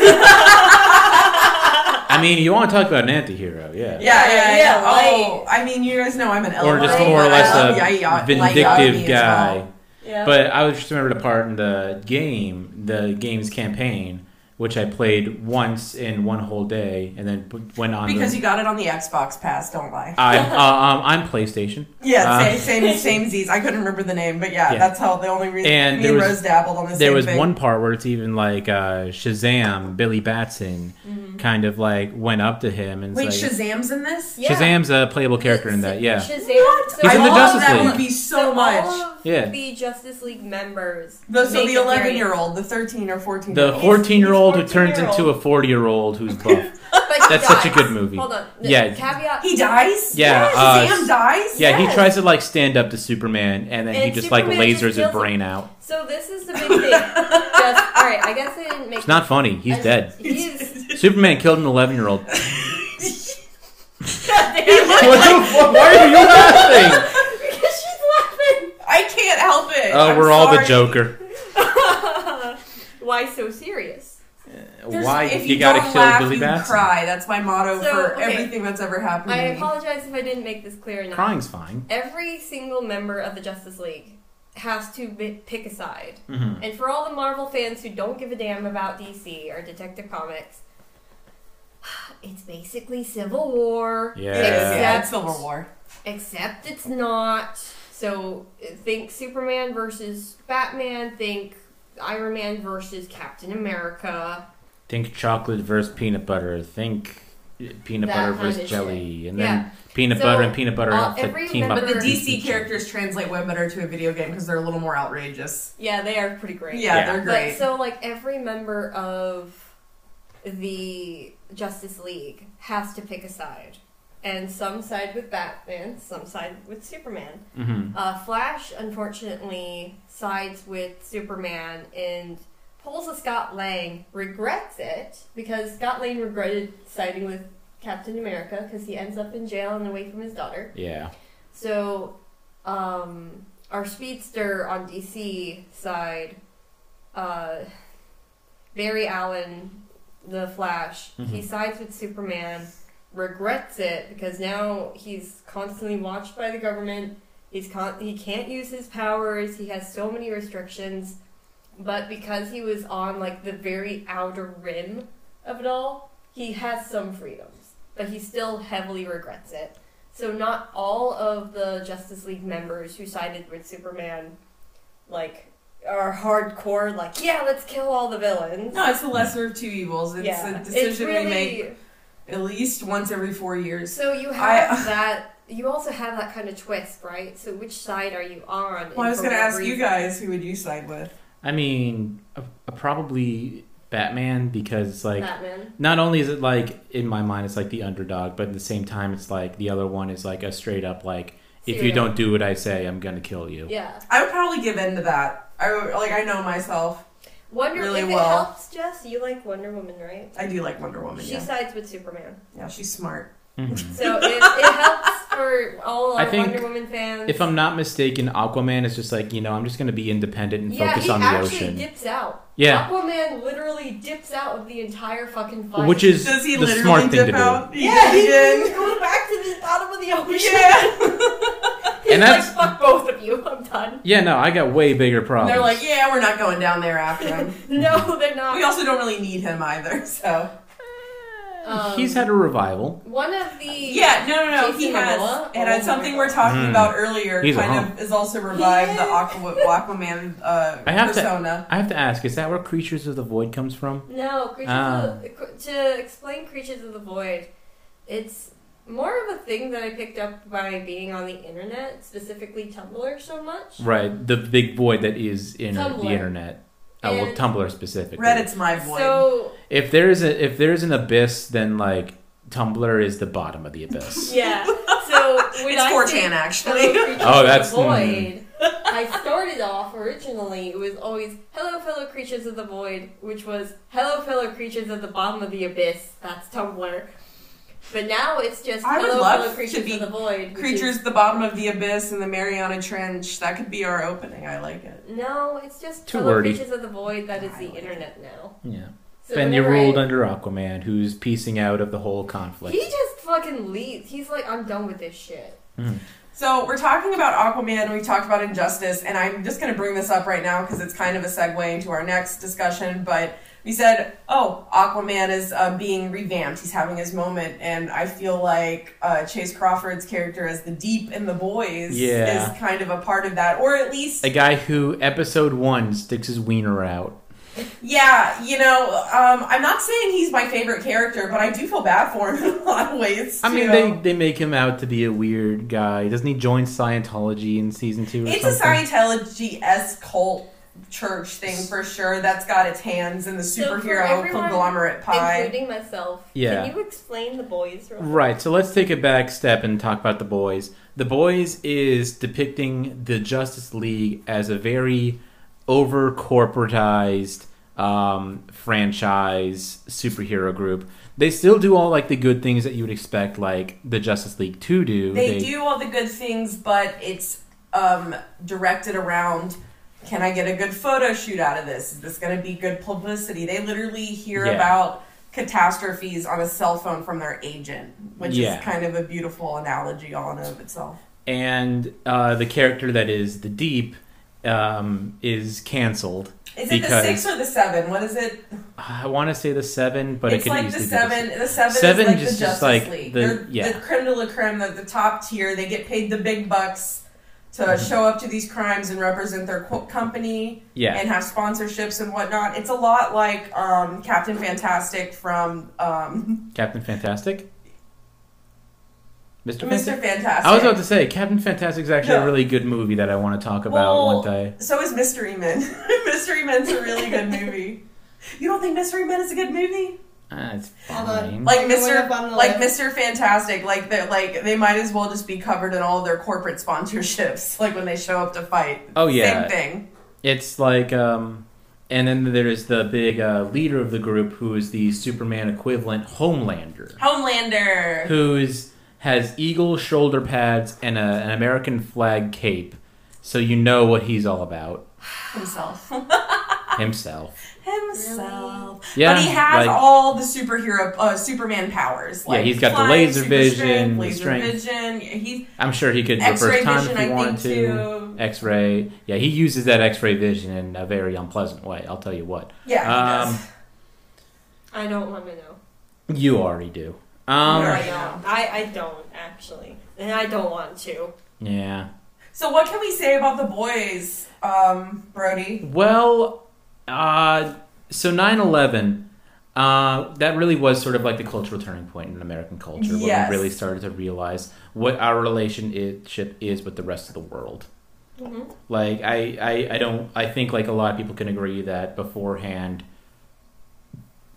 S1: I mean, you want to talk about an anti-hero, yeah.
S3: yeah, yeah,
S2: Oh, I mean, you guys know I'm an
S1: Or
S2: LMI,
S1: just more or
S3: uh,
S2: but I E,
S1: less
S2: love
S1: a
S2: Yaya- Yayabi
S1: vindictive
S2: as
S1: guy.
S2: well.
S3: yeah.
S1: But I was just remembered a part in the game, the game's campaign, which I played once in one whole day, and then p- went on.
S2: Because
S1: the,
S2: you got it on the Xbox Pass, don't lie.
S1: I, uh, um, I'm PlayStation,
S2: Yeah,
S1: Uh,
S2: same, same, same Z's. I couldn't remember the name, but yeah,
S1: Yeah.
S2: that's how the only reason
S1: And
S2: me
S1: there
S2: and
S1: was-
S2: Rose dabbled on the
S1: there
S2: same
S1: was
S2: thing.
S1: one part where it's even like uh, Shazam, Billy Batson,
S3: Mm-hmm.
S1: kind of like went up to him and
S2: Wait,
S1: like,
S2: Shazam's in this?
S3: Yeah.
S1: Shazam's a playable character in that, yeah.
S3: Shazam.
S2: What?
S1: He's
S2: I
S1: in the
S2: love
S1: Justice
S2: that
S1: League.
S2: movie so
S3: So
S2: much.
S3: All of
S1: Yeah.
S3: The Justice League members.
S2: The, so
S3: make
S2: the
S3: appearance.
S2: 11 year old, the 13 or 14 year
S1: The
S2: old.
S3: four-
S1: 14 year old who turns
S3: 14-year-old.
S1: into a 40 year old who's buff.
S3: But he
S1: That's such a
S3: dies.
S1: good movie.
S3: Hold on.
S1: Yeah.
S3: Caveat.
S2: He dies?
S1: Yeah, uh,
S2: Shazam dies?
S1: Yeah,
S3: Yes.
S1: he tries to like stand up to Superman, and then he
S3: And
S1: just like
S3: Superman just
S1: lasers his
S3: kills him.
S1: brain out.
S3: So this is the big thing. Just, all right, I guess I didn't make.
S1: It's not funny. He's
S3: I-
S1: dead.
S3: He's
S1: Superman killed an 11 year old. What
S3: because
S1: the fuck? Why are you laughing?
S3: she's laughing.
S2: I can't help it.
S1: Oh,
S2: I'm
S1: we're all the
S2: sorry.
S1: Joker.
S3: Why so serious?
S2: There's-
S1: Why
S2: if
S1: you, gotta
S2: don't
S1: kill
S2: laugh,
S1: Billy
S2: you
S1: Batson?
S2: Cry. That's my motto
S3: So,
S2: for
S3: okay.
S2: everything that's ever happened.
S3: I
S2: to me.
S3: apologize if I didn't make this clear enough.
S1: Crying's fine.
S3: Every single member of the Justice League has to bi- pick a side.
S1: hmm
S3: And for all the Marvel fans who don't give a damn about DC or Detective Comics, it's basically Civil War.
S1: Yeah.
S2: It is,
S3: Except
S2: yeah, it's Civil War.
S3: Except it's not. So think Superman versus Batman. Think Iron Man versus Captain America.
S1: Think chocolate versus peanut butter. Think peanut
S3: That
S1: butter
S3: kind
S1: versus
S3: of
S1: jelly, and
S3: Yeah.
S1: then peanut
S3: So,
S1: butter and peanut butter
S3: uh,
S1: have
S3: every
S1: to team up.
S2: But the
S3: member-
S1: to beat
S2: DC
S1: each other.
S2: characters translate way better to a video game because they're a little more outrageous.
S3: Yeah, they are pretty great.
S2: Yeah,
S1: Yeah.
S2: they're
S3: But
S2: great.
S3: so like every member of the Justice League has to pick a side. and some side with Batman, some side with Superman.
S1: hmm
S3: Uh, Flash, unfortunately, sides with Superman and pulls a Scott Lang, regrets it because Scott Lang regretted siding with Captain America because he ends up in jail and away from his daughter.
S1: Yeah.
S3: So, um, our speedster on DC side, uh, Barry Allen, the Flash, he
S1: Mhm.
S3: sides with Superman, regrets it because now he's constantly watched by the government. He's con- he can't use his powers. He has so many restrictions. But because he was on like the very outer rim of it all, he has some freedoms, but he still heavily regrets it. So not all of the Justice League members who sided with Superman, like, are hardcore. Like, yeah, let's kill all the villains.
S2: No, it's the lesser of two evils. It's
S3: yeah,
S2: a decision
S3: it's really,
S2: we make at least once every four years.
S3: So you have that. You also have that kind of twist, right? So which side are you on? and
S2: Well, I was
S3: for
S2: going to
S3: what
S2: ask you
S3: reason?
S2: guys who would you side with?
S1: I mean, uh, uh, probably Batman because it's like
S3: Batman.
S1: not only is it like in my mind it's like the underdog, but at the same time it's like the other one is like a straight up like if you
S3: Serial.
S1: don't do what I say, I'm gonna kill you.
S3: Yeah.
S2: I would probably give in to that. I would, like I know myself.
S3: Wonder
S2: Really
S3: if
S2: well.
S3: it helps, Jess. You like Wonder Woman, right?
S2: I do like Wonder Woman.
S3: She
S2: yeah.
S3: sides with Superman.
S2: yeah, she's smart.
S1: Mhm.
S3: So it, it helps for all
S1: I
S3: our
S1: think
S3: Wonder Woman fans.
S1: If I'm not mistaken, Aquaman is just like you know I'm just gonna be independent and
S3: yeah,
S1: focus
S3: he
S1: on the
S3: actually
S1: ocean.
S3: dips out.
S1: Yeah.
S3: Aquaman literally dips out of the entire fucking fight.
S1: Which is
S2: Does he
S1: the
S2: literally
S1: smart
S2: dip
S1: thing to do.
S2: out?
S3: yeah,
S2: he
S3: he
S2: did.
S3: goes back to the bottom of the ocean.
S2: Yeah.
S3: He's
S1: And that's-
S3: like, fuck both of you. I'm done.
S1: Yeah, no, I got way bigger problems.
S2: They're like, yeah, we're not going down there after him.
S3: No, they're not.
S2: we also don't really need him either. So
S3: Um,
S1: he's had a revival.
S3: one of the
S2: yeah, no, no, no. He
S3: Jason
S2: has,
S3: Momoa?
S2: and
S3: Oh
S2: it's
S3: my
S2: something
S3: God.
S2: we're talking
S1: Mm.
S2: about earlier.
S1: He's a
S2: kind
S1: hunk.
S2: of is also revived the
S3: He
S2: Aqua, Aquaman uh,
S1: I have to-
S2: persona.
S1: I have to ask, is that where Creatures of the Void comes from?
S3: No, creatures
S1: Ah.
S3: of the, to explain creatures of the void, it's more of a thing that I picked up by being on the internet, specifically Tumblr, so much.
S1: Right, the big void that is in
S3: Tumblr.
S1: the internet. Oh, well,
S3: And-
S1: Tumblr specifically.
S2: Reddit's my void.
S3: So
S1: If there is a if there is an abyss, then like Tumblr is the bottom of the abyss.
S3: yeah, so when
S2: it's
S3: I
S2: 4chan
S3: think
S2: actually.
S3: Hello, creatures
S1: Oh,
S3: of
S1: that's- mm.
S3: the void. I started off originally. It was always "Hello, fellow creatures of the void," which was "Hello, fellow creatures at the bottom of the abyss." That's Tumblr. But now it's just
S2: I would
S3: "Hello,
S2: love
S3: fellow
S2: to
S3: creatures
S2: be
S3: of the void." which is-
S2: Creatures at the bottom of the abyss and the Mariana Trench. That could be our opening. I like it.
S3: No, it's just
S1: Too
S3: Too fellow
S1: wordy.
S3: creatures of the void that is
S2: I
S3: the
S2: like it.
S3: internet now.
S1: Yeah.
S3: So
S1: then you're
S3: whenever
S1: ruled
S3: I-
S1: under Aquaman, who's piecing out of the whole conflict.
S3: He just fucking leaves. He's like, I'm done with this shit.
S2: So we're talking about Aquaman. We talked about Injustice, and I'm just going to bring this up right now because it's kind of a segue into our next discussion. But we said, oh, Aquaman is uh, being revamped. He's having his moment, and I feel like uh, Chase Crawford's character as the Deep in the Boys
S1: Yeah.
S2: is kind of a part of that, or at least
S1: a guy who episode one sticks his wiener out.
S2: Yeah, you know, um, I'm not saying he's my favorite character, but I do feel bad for him in a lot of ways.
S1: I mean,
S2: too.
S1: they, they make him out to be a weird guy. Doesn't he join Scientology in season two or
S2: it's a
S1: something?
S2: Scientology s cult church thing for sure. That's got its hands in the
S3: So for
S2: superhero
S3: everyone,
S2: conglomerate pie.
S3: Including myself.
S1: Yeah.
S3: Can you explain the boys real quick?
S1: Right, so let's take a back step and talk about The Boys. The Boys is depicting the Justice League as a very over corporatized um, franchise superhero group. They still do all like the good things that you would expect, like the Justice League to do.
S2: They do all the good things, but it's um, directed around. Can I get a good photo shoot out of this? Is this going to be good publicity? They literally hear
S1: Yeah.
S2: about catastrophes on a cell phone from their agent, which
S1: Yeah.
S2: is kind of a beautiful analogy all in and of itself.
S1: and uh, the character that is the Deep um, is canceled.
S2: Is it the
S1: Because-
S2: six or the seven? What is it?
S1: I want to say the seven, but
S2: it's
S1: it could
S2: like the
S1: easily
S2: seven.
S1: Be
S2: The seven,
S1: Seven
S2: is like
S1: just-
S2: the Justice
S1: just like
S2: League.
S1: the-
S2: They're
S1: yeah.
S2: the creme de la creme, the, the top tier. They get paid the big bucks to
S1: Mm-hmm.
S2: show up to these crimes and represent their co- company
S1: the yeah.
S2: and have sponsorships and whatnot. It's a lot like um, Captain Fantastic from um,
S1: Captain Fantastic, Mister
S2: Mr.
S1: Fantastic.
S2: Fantastic.
S1: I was about to say Captain Fantastic's actually
S2: No.
S1: a really good movie that I want to talk about
S2: Well,
S1: one day.
S2: So is Mystery Men. Mystery Men's a really good movie. You don't think Mystery Men is a good movie?
S1: Uh, it's
S3: Hold on.
S1: fine.
S2: Like
S3: I'm gonna
S2: Mr.
S3: up on the
S2: Like
S3: list.
S2: Mr. Fantastic, like they like they might as well just be covered in all their corporate sponsorships. Like when they show up to fight,
S1: oh yeah,
S2: same thing.
S1: It's like, um, and then there's the big uh, leader of the group who is the Superman equivalent, Homelander,
S2: Homelander.
S1: who is has eagle shoulder pads and a, an American flag cape, so you know what he's all about
S2: himself.
S1: himself.
S2: himself.
S1: Yeah,
S2: but he has
S1: like-
S2: all the superhero, uh, Superman powers.
S1: Yeah, he's got the laser
S2: super
S1: vision,
S2: strength,
S1: the
S2: laser
S1: strength.
S2: vision. He's
S1: I'm sure he could
S2: X-ray
S1: reverse time
S2: vision.
S1: if
S2: I
S1: he wanted
S2: think
S1: to.
S2: too.
S1: X-ray, yeah, he uses that X-ray vision in a very unpleasant way. I'll tell you what.
S2: Yeah, he
S1: Um,
S2: does.
S3: I don't want to know.
S1: You already do.
S2: All
S1: Um,
S2: right.
S3: I don't. I, I don't actually, and I don't want to.
S1: yeah.
S2: So what can we say about the boys, um, Brody?
S1: Well, uh, so 9-11, uh, that really was sort of like the cultural turning point in American culture where
S2: Yes.
S1: we really started to realize what our relationship is with the rest of the world.
S3: Mhm.
S1: Like, I, I, I don't, I think like a lot of people can agree that beforehand,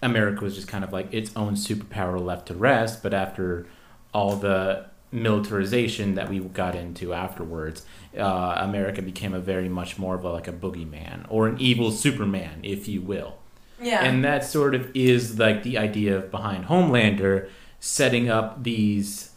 S1: America was just kind of like its own superpower left to rest, but after all the militarization that we got into afterwards, uh, America became a very much more of a, like a boogeyman or an evil Superman, if you will.
S2: Yeah,
S1: And that sort of is like the idea of behind Homelander setting up these,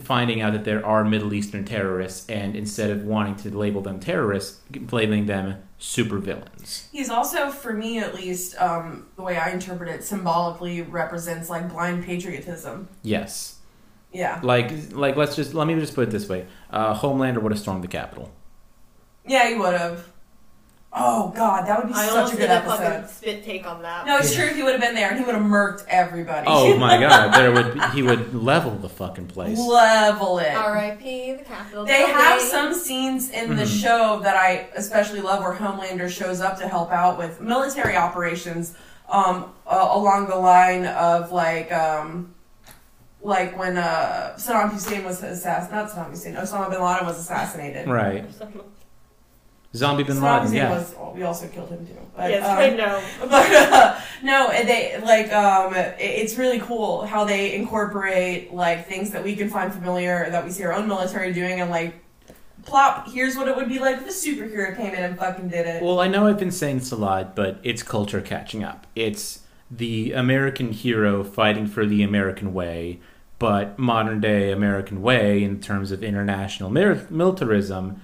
S1: finding out that there are Middle Eastern terrorists, and instead of wanting to label them terrorists, labeling them supervillains.
S2: he's also, for me at least, um, the way I interpret it, symbolically represents like blind patriotism.
S1: Yes.
S2: Yeah,
S1: Like, like let's just let me just put it this way: uh, Homelander would have stormed the Capitol.
S2: yeah, he would have. Oh God, that would be
S3: I
S2: such
S3: almost
S2: a good
S3: did a fucking
S2: episode.
S3: spit take on that.
S2: No, it's true. He would have been there, and he would have murked everybody.
S1: Oh my God! There would be, he would level the fucking place.
S2: level it.
S3: R.I.P. The Capitol.
S2: They have
S3: building.
S2: some scenes in the
S1: Mhm.
S2: show that I especially love where Homelander shows up to help out with military operations um, uh, along the line of like um, like when uh, Saddam Hussein was assassinated, not Saddam Hussein, Osama bin Laden was assassinated.
S1: Right. Zombie Bin
S2: Saddam
S1: Laden.
S2: Hussein
S1: Yeah.
S2: was, we also killed him too. But,
S3: Yes,
S2: um,
S3: I know.
S2: but uh, no, and they like um, it, it's really cool how they incorporate like things that we can find familiar that we see our own military doing, and like plop. Here's what it would be like if a superhero came in and fucking did it.
S1: Well, I know I've been saying this a lot, but it's culture catching up. It's the American hero fighting for the American way, but modern day American way in terms of international mir- militarism.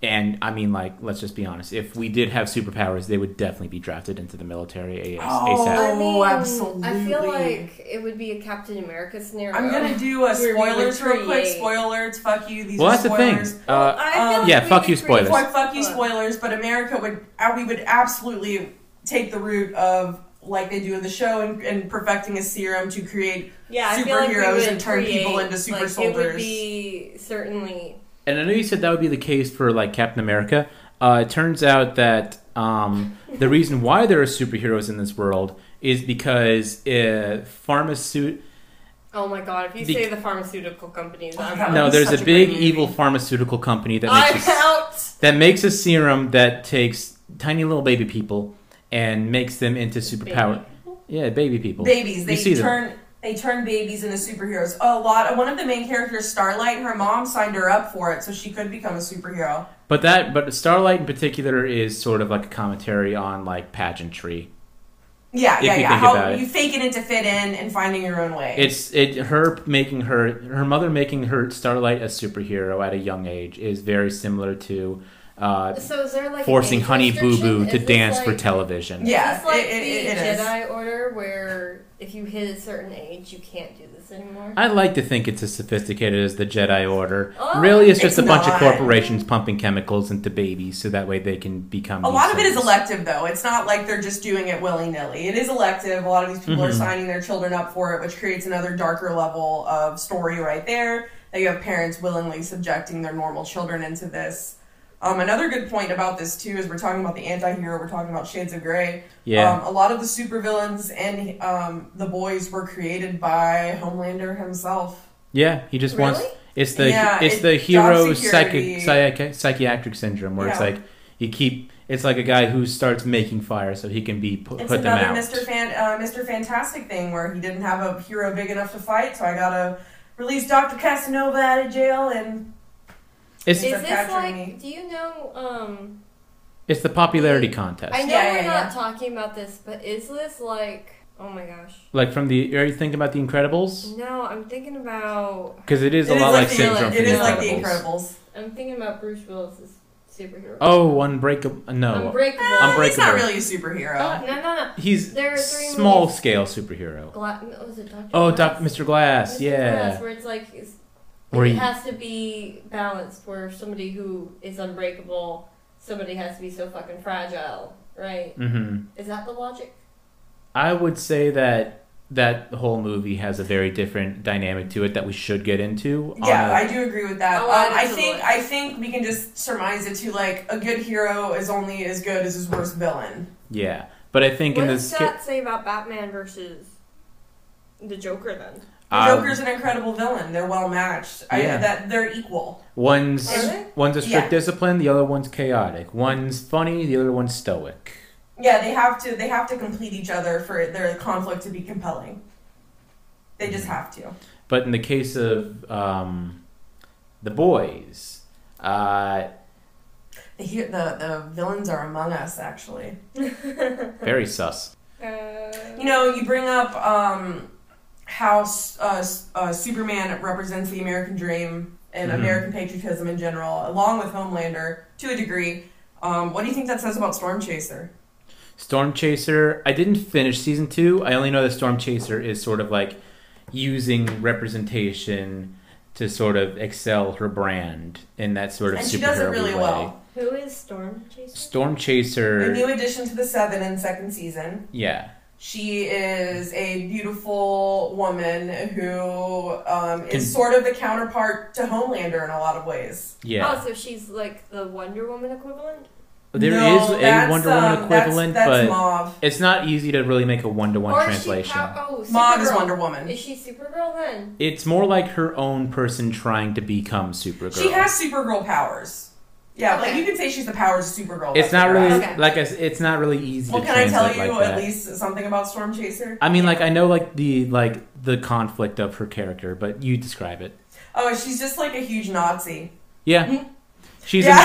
S1: And I mean, like, let's just be honest. If we did have superpowers, they would definitely be drafted into the military AS-
S2: Oh.
S1: ASAP.
S3: I mean, I
S2: absolutely.
S3: feel like it would be a Captain America scenario.
S2: I'm gonna do a
S3: Where we would
S2: spoilers real quick.
S3: create-
S2: Spoilers, fuck you. These
S1: Well,
S2: are
S1: that's the thing.
S2: spoilers.
S1: Uh,
S3: I feel
S2: um,
S3: like
S1: yeah,
S3: we
S1: fuck
S3: could
S1: you,
S3: create-
S1: spoilers.
S2: Fuck, fuck you, spoilers. But America would, uh, we would absolutely take the route of like they do in the show and, and perfecting a serum to create
S3: Yeah, I feel like we
S2: superheroes
S3: would
S2: and turn people
S3: create-
S2: into super
S3: like, It
S2: soldiers.
S3: would be certainly.
S1: And I know you said that would be the case for like Captain America. Uh, it turns out that um, the reason why there are superheroes in this world is because uh, pharmaceut
S3: Oh my god! If you
S1: Be-
S3: say the pharmaceutical companies,
S2: Oh,
S3: I'm
S2: that
S3: out.
S1: no,
S2: was
S1: there's
S2: such
S1: a
S2: a great
S1: big
S2: movie.
S1: evil pharmaceutical company that
S3: I'm
S1: makes a,
S3: out.
S1: that makes a serum that takes tiny little baby people and makes them into superpower. Yeah, baby people.
S2: babies. They
S1: see them.
S2: turn they turn babies into superheroes. A lot. One of the main characters, Starlight, her mom signed her up for it, so she could become a superhero.
S1: But that, but Starlight in particular is sort of like a commentary on like pageantry.
S2: Yeah,
S1: If
S2: yeah,
S1: you
S2: yeah.
S1: think
S2: How
S1: about it.
S2: you fake it in to fit in and finding your own way.
S1: It's it her making her her mother making her Starlight a superhero at a young age is very similar to uh,
S3: So is there like an
S1: forcing
S3: age
S1: Honey Boo Boo to
S3: restriction? Is this
S1: dance for
S3: like-
S1: television.
S2: Yeah,
S3: Is this like
S2: it- it-
S3: the
S2: it is.
S3: Jedi Order where if you hit a certain age, you can't do this anymore?
S1: I like to think it's as sophisticated as the Jedi Order.
S3: Oh,
S1: really, it's just
S2: it's
S1: a bunch
S2: not.
S1: of corporations pumping chemicals into babies so that way they can become.
S2: a
S1: these
S2: lot of it is
S1: things.
S2: elective, though. It's not like they're just doing it willy nilly. It is elective. A lot of these people are
S1: Mhm.
S2: signing their children up for it, which creates another darker level of story right there. That you have parents willingly subjecting their normal children into this. Um, another good point about this too is we're talking about the anti-hero, we're talking about Shades of Grey.
S1: Yeah,
S2: Um, a lot of the supervillains and um, the boys were created by Homelander himself.
S1: yeah. He just wants.
S3: Really?
S1: It's the
S2: Yeah,
S1: it's
S2: it-
S1: the
S2: job
S1: hero psychic
S2: security.
S1: psychi- psychiatric syndrome where it's
S2: Yeah.
S1: like you keep It's like a guy who starts making fire so he can be put,
S2: It's
S1: put them
S2: another
S1: out.
S2: Mr. Fan, uh, Mr. Fantastic thing where he didn't have a hero big enough to fight, so I gotta release Dr. Casanova out of jail and
S1: It's
S3: Is
S2: It's
S3: this
S2: Patrick
S3: like?
S2: Meade.
S3: Do you know? Um,
S1: it's the popularity contest.
S3: I know
S2: Yeah,
S3: we're
S2: yeah,
S3: not
S2: yeah.
S3: talking about this, but is this like? Oh my gosh.
S1: like from the are you thinking about the Incredibles?
S3: No, I'm thinking about.
S1: Because it is
S2: It
S1: a
S2: is
S1: lot like,
S2: the-
S1: Syndrome.
S2: It
S1: from
S2: is
S1: the
S2: like the
S1: Incredibles.
S2: Incredibles.
S3: I'm thinking about Bruce Willis's superhero.
S1: Oh, Unbreakable. No,
S3: Unbreakable.
S1: I'm
S2: Eh, he's not
S1: Unbreakable.
S2: really a superhero.
S3: Oh, no, no, no.
S1: he's
S3: There are three
S1: small
S3: movies.
S1: scale superhero.
S3: Gla- no, was it Doctor?
S1: Oh, Doc, Mr. Glass.
S3: Mr.
S1: yeah.
S3: Glass, where it's like it's,
S1: Where
S3: it
S1: he-
S3: has to be balanced. Where somebody who is unbreakable, somebody has to be so fucking fragile, right?
S1: Mm-hmm.
S3: Is that the logic?
S1: I would say that that whole movie has a very different dynamic to it that we should get into. on
S2: Yeah,
S1: a-
S2: I do agree with that.
S3: I'll
S2: Um,
S3: add it
S2: I
S3: to the
S2: think
S3: list.
S2: I think we can just surmise it to like a good hero is only as good as his worst villain.
S1: yeah. But I think
S3: what
S1: in
S3: does
S1: this,
S3: that say about Batman versus the Joker then?
S2: The
S1: ca- um,
S2: Joker's an incredible villain. They're well matched.
S1: Yeah.
S2: I, that they're equal.
S1: one's
S3: Are they?
S1: one's a strict
S2: Yeah.
S1: discipline, the other one's chaotic. One's funny, the other one's stoic.
S2: Yeah, they have to they have to complete each other for their conflict to be compelling. They
S1: Mm-hmm.
S2: just have to.
S1: But in the case of um, the boys, uh,
S2: The, he- the the villains are among us actually.
S1: very sus.
S3: Uh,
S2: You know, you bring up um, how uh, uh, Superman represents the American dream and
S1: Mhm.
S2: American patriotism in general, along with Homelander to a degree. Um, what do you think that says about Storm Chaser?
S1: Storm Chaser. I didn't finish season two. I only know that Storm Chaser is sort of like using representation to sort of excel her brand in that sort of
S2: and
S1: superhero
S2: she does it really
S1: way.
S2: well.
S3: Who is Storm Chaser?
S1: Storm
S2: A new
S1: Chaser.
S2: addition to the Seven in second season.
S1: Yeah,
S2: She is a beautiful woman who um,
S1: Can-
S2: is sort of the counterpart to Homelander in a lot of ways.
S1: yeah.
S3: Oh, so she's like the Wonder Woman equivalent?
S1: There is
S2: Oh, No,
S1: a
S2: that's,
S1: Wonder Woman
S2: um, that's-
S1: equivalent,
S2: that's,
S1: but
S2: Mauve.
S1: it's not easy to really make a one-to-one
S3: is she
S1: translation.
S3: pow- oh,
S2: Mauve is
S3: Supergirl.
S2: Wonder Woman.
S3: Is she Supergirl then?
S1: It's more like her own person trying to become Supergirl.
S2: She has Supergirl powers. Yeah, like
S3: Okay.
S2: you can say she's the powers of Supergirl.
S1: It's
S2: that's
S1: not
S2: what
S1: really
S2: you're
S3: Okay.
S1: like I s it's not really easy.
S2: asking. Well,
S1: to
S2: can I tell
S1: translate
S2: you
S1: like
S2: at
S1: that.
S2: least something about Storm Chaser?
S1: I mean, like I know like the like the conflict of her character, but you describe it.
S2: Oh, she's just like a huge Nazi.
S1: Yeah, she's
S2: Mm-hmm.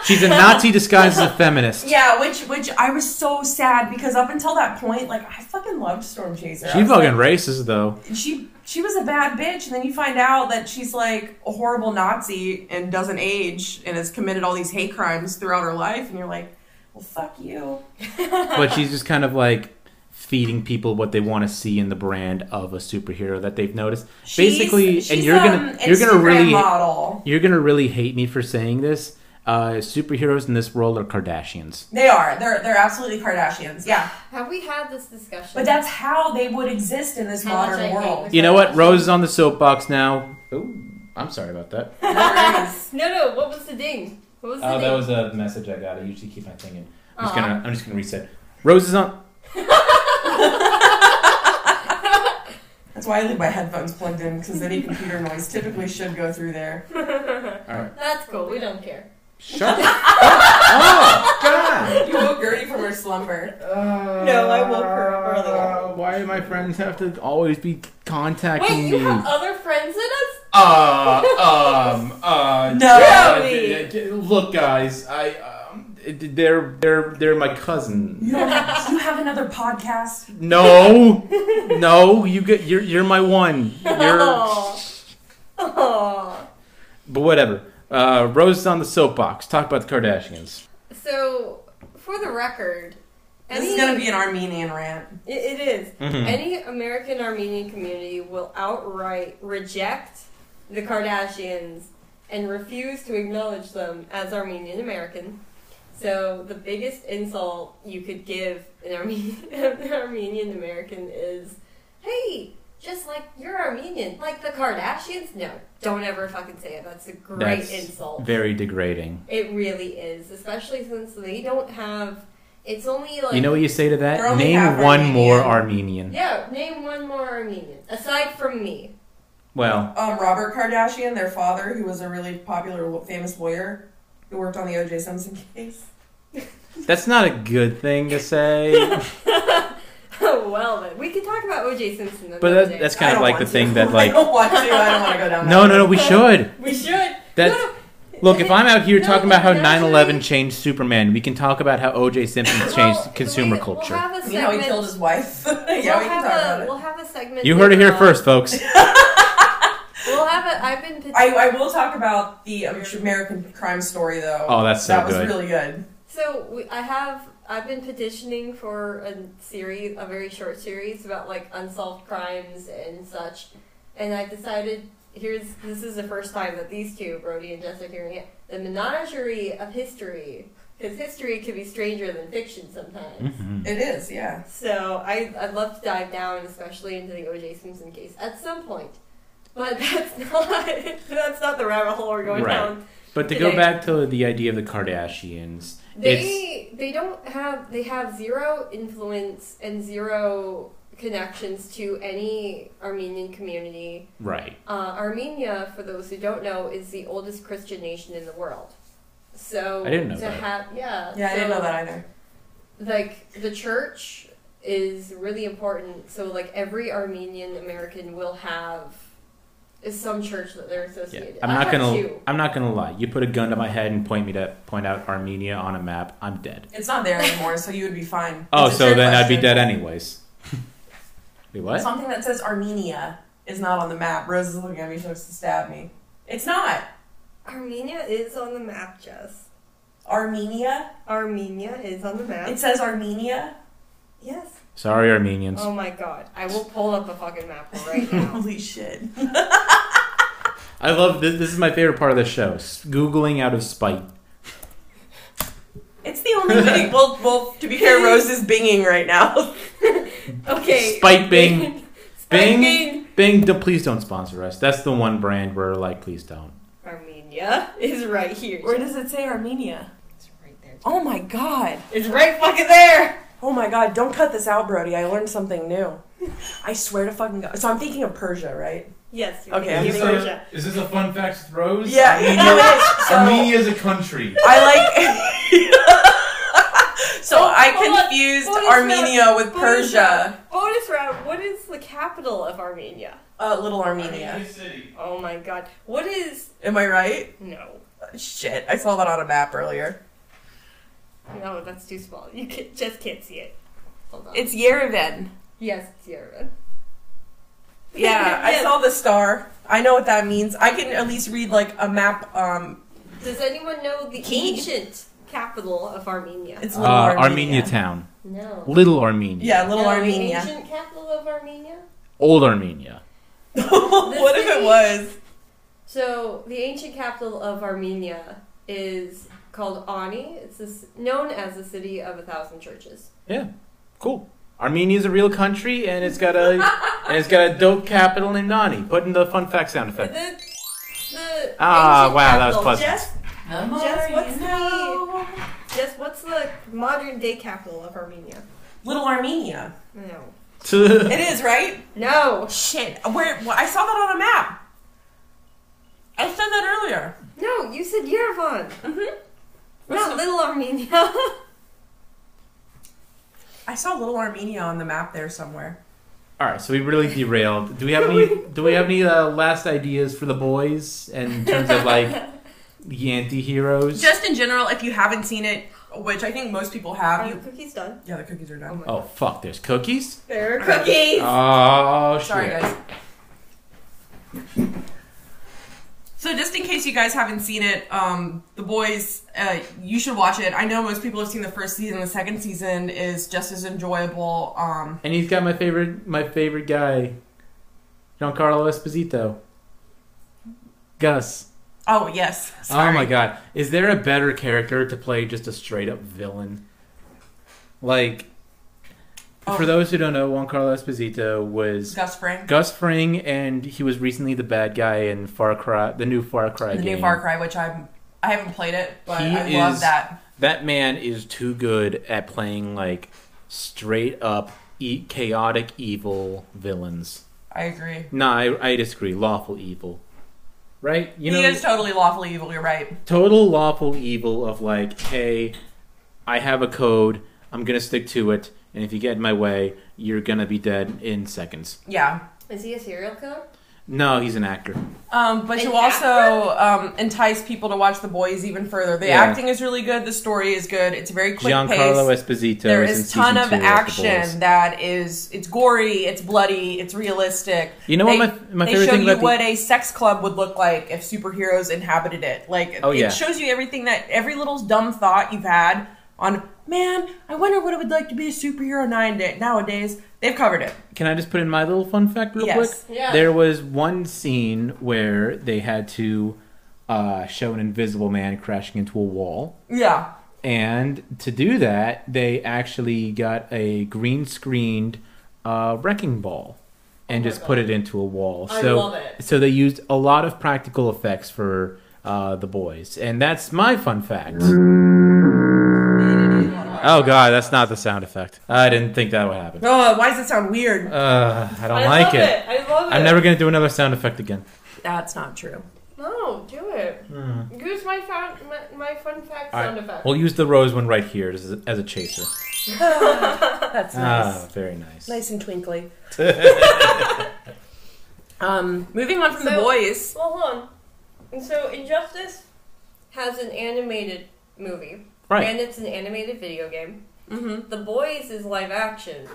S2: yeah,
S1: A, she's a Nazi disguised as a feminist.
S2: yeah. Which which I was so sad because up until that point, like I fucking loved Storm Chaser. I
S1: She
S2: was
S1: fucking racist though.
S2: like- she she was a bad bitch, and then you find out that she's like a horrible Nazi and doesn't age and has committed all these hate crimes throughout her life, and you're like, well, fuck you.
S1: But she's just kind of like feeding people what they want to see in the brand of a superhero that they've noticed. Basically,
S2: She's-
S1: and
S2: she's,
S1: you're
S2: um,
S1: gonna you're gonna
S2: Instagram
S1: really
S2: model.
S1: you're gonna really hate me for saying this. Uh, superheroes in this world are Kardashians.
S2: They are. They're they're absolutely Kardashians. Yeah,
S3: Have we had this discussion?
S2: but that's how they would exist in this
S3: How much I
S2: modern
S3: hate
S2: world.
S3: the
S1: You know what? Rose is on the soapbox now. Ooh, I'm sorry about that.
S3: No, no. What was the ding? What was the
S1: Oh,
S3: ding?
S1: that was a message I got. I usually keep my thing in. I'm just
S3: Aw.
S1: gonna, I'm just gonna reset. Rose is on.
S2: That's why I leave my headphones plugged in because any computer noise typically should go through there.
S1: All right.
S3: That's cool. We don't care.
S1: Shut up. oh God.
S2: You woke Gertie from her slumber.
S1: no,
S2: I woke her up earlier.
S1: Uh, Why do my friends have to always be contacting
S3: Wait,
S1: me?
S3: you have other friends in us?
S1: uh, um, uh.
S2: No.
S1: uh,
S3: Really?
S1: d- d- look, guys, I, um, it- they're, they're, they're my cousin.
S2: You don't have, you have another podcast.
S1: No, no, you get, you're, you're my one. You're.
S3: Oh. Oh.
S1: But whatever. Uh, Rose is on the soapbox. Talk about the Kardashians.
S3: So, for the record,
S2: This
S3: any,
S2: is gonna be an Armenian rant.
S3: It, it is.
S1: Mhm.
S3: Any American Armenian community will outright reject the Kardashians and refuse to acknowledge them as Armenian American. So the biggest insult you could give an, Arme- an Armenian American is, "Hey, just like you're Armenian, like the Kardashians." No, don't ever fucking say it. That's a great
S1: That's
S3: insult.
S1: Very degrading.
S3: it really is, especially since they don't have. It's only like
S1: You know what you say to
S2: They're
S1: that?
S2: only
S1: Name
S2: half
S1: one
S2: Armenian.
S1: more Armenian.
S3: Yeah, name one more Armenian aside from me.
S1: Well,
S2: Um, Robert Kardashian, their father, who was a really popular, famous lawyer, who worked on the O.J. Simpson case.
S1: That's not a good thing to say.
S3: Oh, well, then we can talk about O.J. Simpson.
S1: But
S3: another
S1: that-
S3: day.
S1: that's kind
S2: I
S1: of
S2: don't
S1: like the
S2: want
S1: thing
S2: to.
S1: that
S2: I
S1: like.
S2: don't want to. I don't want to go down.
S1: No,
S2: that
S1: no, no.
S2: road.
S1: We should.
S3: we should.
S1: That's-
S3: No, no.
S1: Look, if I'm out here
S3: No,
S1: talking about how
S3: no,
S1: 9/11
S3: actually-
S1: changed Superman, we can talk about how O.J. Simpson changed
S3: Well,
S1: consumer
S3: we-
S1: culture.
S3: We'll have a segment.
S2: You know, he killed his wife. yeah, we
S3: we'll,
S2: can
S3: have
S2: talk about
S3: a,
S2: it.
S3: we'll have a segment.
S1: you heard it
S3: with,
S1: here
S3: uh,
S1: first, folks.
S3: We'll have a. I've been. pitching-
S2: I, I will talk about the American crime story though.
S1: Oh, that's so
S2: that was
S1: good.
S2: really good.
S3: So we, I have I've been petitioning for a series, a very short series about like unsolved crimes and such, and I decided here's this is the first time that these two Brody and Jess are hearing it. The menagerie of history, because history can be stranger than fiction sometimes.
S1: Mhm.
S2: It is, yeah.
S3: So I I'd love to dive down, especially into the O.J. Simpson case at some point. But that's not that's not the rabbit hole we're going
S1: Right.
S3: down.
S1: But to go
S3: Today.
S1: back to the idea of the Kardashians, it's
S3: They they don't have they have zero influence and zero connections to any Armenian community.
S1: right.
S3: Uh, Armenia, for those who don't know, is the oldest Christian nation in the world. So
S1: I didn't know
S3: to
S1: that.
S3: have yeah
S2: Yeah, I
S3: so,
S2: didn't know that either.
S3: Like the church is really important. So like every Armenian American will have is some church that they're
S1: Yeah.
S3: associated.
S1: I'm
S3: I
S1: not
S3: have
S1: gonna.
S3: two.
S1: I'm not gonna lie. You put a gun to my head and point me to point out Armenia on a map. I'm dead.
S2: It's not there anymore, so you would be fine.
S1: Oh,
S2: It's a
S1: so
S2: trick
S1: then I'd be
S2: question.
S1: dead anyways. Wait, what?
S2: Something that says Armenia is not on the map. Rose is looking at me, she wants to stab me. It's not
S3: Armenia is on the map, Jess.
S2: Armenia.
S3: Armenia is on the map.
S2: It says Armenia.
S3: yes.
S1: Sorry, Armenians.
S3: Oh my god. I will pull up a fucking map right now.
S2: Holy shit!
S1: I love this. This is my favorite part of the show. s- Googling out of spite.
S2: It's the only way. well, well. To be fair, Rose is binging right now.
S3: okay.
S1: Spike Bing.
S3: Spike
S1: Bing.
S3: Bing.
S1: Bing, d- please don't sponsor us. That's the one brand where like, please don't.
S3: Armenia is right here.
S2: does it say Armenia?
S3: It's right there.
S2: Oh my god!
S3: It's right fucking there.
S2: Oh my god! Don't cut this out, Brody. I learned something new. I swear to fucking god. So I'm thinking of Persia, right?
S3: Yes. we
S2: Okay,
S3: can
S2: I'm
S3: use
S2: Is
S1: this
S3: Persia.
S1: a, fun fact, Rose?
S2: Yeah, you know it. So- Armenia
S1: is a country.
S2: I like. so I
S3: Hold on.
S2: confused
S3: Bonus round.
S2: Armenia with
S3: Bonus
S2: Persia.
S3: round. Bonus round. What is the capital of Armenia?
S2: Uh, little Armenia.
S1: city.
S3: Oh my god. What is.
S2: Am I right?
S3: No.
S2: Shit, I saw that on a map earlier.
S3: No, that's too small. You can, just can't see it. Hold on.
S2: It's Yerevan.
S3: yes, it's Yerevan.
S2: Yeah, I
S3: Yes.
S2: saw the star. I know what that means. I can at least read like a map. Um,
S3: Does anyone know the
S2: Key.
S3: ancient capital of Armenia?
S2: it's
S1: Uh,
S2: little
S1: Armenia.
S2: Armenia.
S1: Town.
S3: no.
S1: Little Armenia.
S2: Yeah, little
S3: No, the
S2: Armenia.
S3: ancient capital of Armenia?
S1: Old Armenia.
S2: what if it
S3: city-
S2: was?
S3: So the ancient capital of Armenia is called Ani. It's this, known as the city of a thousand churches.
S1: Yeah, cool. Armenia's a real country, and it's got a and it's got a dope capital named Nani. Put in the fun fact sound
S3: The,
S1: effect.
S3: the
S1: Ah,
S3: ancient
S1: wow, that was
S3: capital-
S1: pleasant.
S3: Jess, Jess, what's the Jess, what's the modern day capital of Armenia?
S2: Little Armenia.
S3: No,
S2: It is right.
S3: no,
S2: Shit, where? wh- I saw that on a map. I said that earlier.
S3: no. You said Yerevan,
S2: Mm-hmm.
S3: not Little Armenia.
S2: I saw Little Armenia on the map there somewhere.
S1: All right, so we really derailed. Do we have any? Do we have any uh, last ideas for the boys in terms of like the anti-heroes?
S2: Just in general, if you haven't seen it, which I think most people have,
S3: Are the
S2: you.
S3: cookies done?
S2: Yeah, the cookies are
S3: Um, Oh
S2: done.
S3: my.
S1: oh fuck! There's cookies.
S3: There are cookies.
S1: Oh shit!
S2: Sorry, guys. So, just in case you guys haven't seen it, um, the boys, uh, you should watch it. I know most people have seen the first season. The second season is just as enjoyable. Um,
S1: And he's got my favorite, my favorite guy, Giancarlo Esposito. Gus.
S2: oh yes. Sorry.
S1: Oh my god. Is there a better character to play just a straight up villain? Like
S2: Oh.
S1: for those who don't know, Juan Carlos Esposito was
S2: Gus Fring,
S1: Gus Fring and he was recently the bad guy in Far Cry the new Far Cry
S2: the
S1: game.
S2: new Far Cry, which I'm. I haven't played it, but
S1: He
S2: I love
S1: is-
S2: that.
S1: That man is too good at playing like straight up e- chaotic evil villains.
S2: I agree.
S1: No, I, I disagree. Lawful evil. Right? You know
S2: he is totally lawfully evil. You're right.
S1: total lawful evil of like, hey, I have a code. I'm gonna stick to it. And if you get in my way, you're gonna be dead in seconds.
S2: Yeah.
S3: Is he a serial killer?
S1: No, he's an actor.
S2: Um, but
S3: An
S2: you also um, entice people to watch the boys even further. The
S1: Yeah.
S2: acting is really good. The story is good. It's a very quick
S1: Giancarlo
S2: pace.
S1: Esposito.
S2: There
S1: in
S2: is
S1: season
S2: ton of
S1: two The Boys.
S2: action that is. It's gory. It's bloody. It's realistic.
S1: You know
S2: they,
S1: what my- my
S2: they
S1: favorite
S2: show
S1: thing
S2: you
S1: about the-
S2: what a sex club would look like if superheroes inhabited it. Like
S1: Oh,
S2: it
S1: yeah.
S2: shows you everything that every little dumb thought you've had on. Man, I wonder what it would like to be a superhero nine day, nowadays. They've covered it.
S1: Can I just put in my little fun fact real
S2: Yes.
S1: quick?
S3: Yeah.
S1: There was one scene where they had to uh, show an invisible man crashing into a wall.
S2: Yeah.
S1: And to do that, they actually got a green screened uh, wrecking ball and
S3: Oh my
S1: just put it into a wall.
S3: I
S1: so,
S3: love it.
S1: So they used a lot of practical effects for uh, the boys. And that's my fun fact. Oh, God, that's not the sound effect. I didn't think that would happen.
S2: Oh, why does it sound weird?
S1: Uh, I don't like
S3: love
S1: it.
S3: I love it.
S1: I'm never going to do another sound effect again.
S2: That's not true.
S3: No, do it. Use my, fa- my my fun fact
S1: Hmm. All right.
S3: sound effect.
S1: We'll use the rose one right here as a, as a chaser.
S2: That's nice.
S1: Ah, very nice.
S2: Nice and twinkly. um, moving on from the
S3: So-
S2: boys.
S3: Well, hold on. And so Injustice has an animated movie,
S1: Right.
S3: and it's an animated video game.
S2: Mm-hmm.
S3: The Boys is live action.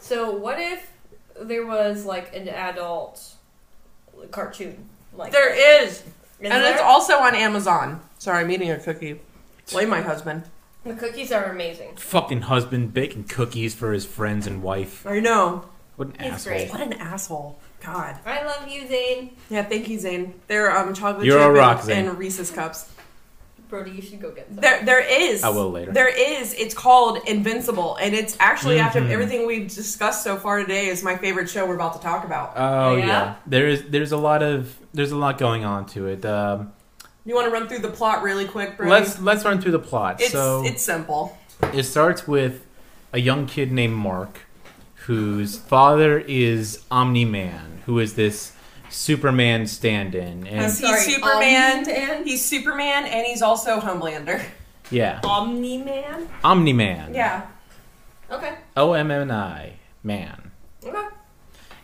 S3: So what if there was like an adult cartoon? Like
S2: There is,
S3: Is
S2: and it's
S3: there?
S2: also on Amazon. Sorry, I'm eating a cookie. Blame my husband.
S3: the cookies are amazing.
S1: Fucking husband baking cookies for his friends and wife.
S2: I know.
S1: What an
S3: He's
S1: asshole.
S3: great.
S2: What an asshole. God.
S3: I love you, Zane.
S2: Yeah, thank you, Zane. They're um, chocolate
S1: You're a
S2: chip
S1: rock,
S2: and,
S1: Zane.
S2: and Reese's cups.
S3: Brody, you should go get some.
S2: There, there is.
S1: I will later.
S2: There is. It's called Invincible, and it's actually after
S1: Mhm.
S2: everything we've discussed so far today is my favorite show we're about to talk about.
S1: Oh yeah.
S3: Yeah?
S1: There is there's a lot of there's a lot going on to it. Um,
S2: You want to run through the plot really quick, Brody?
S1: let's let's run through the plot.
S2: It's
S1: so
S2: it's simple.
S1: it starts with a young kid named Mark, whose father is Omni Man, who is this Superman stand-in, and
S2: Has He's Superman.
S3: Omni-Man?
S2: He's Superman and he's also Homelander.
S1: yeah,
S3: Omni-Man?
S1: Omni Man.
S2: Yeah.
S3: Okay.
S1: O M N I man.
S3: Okay.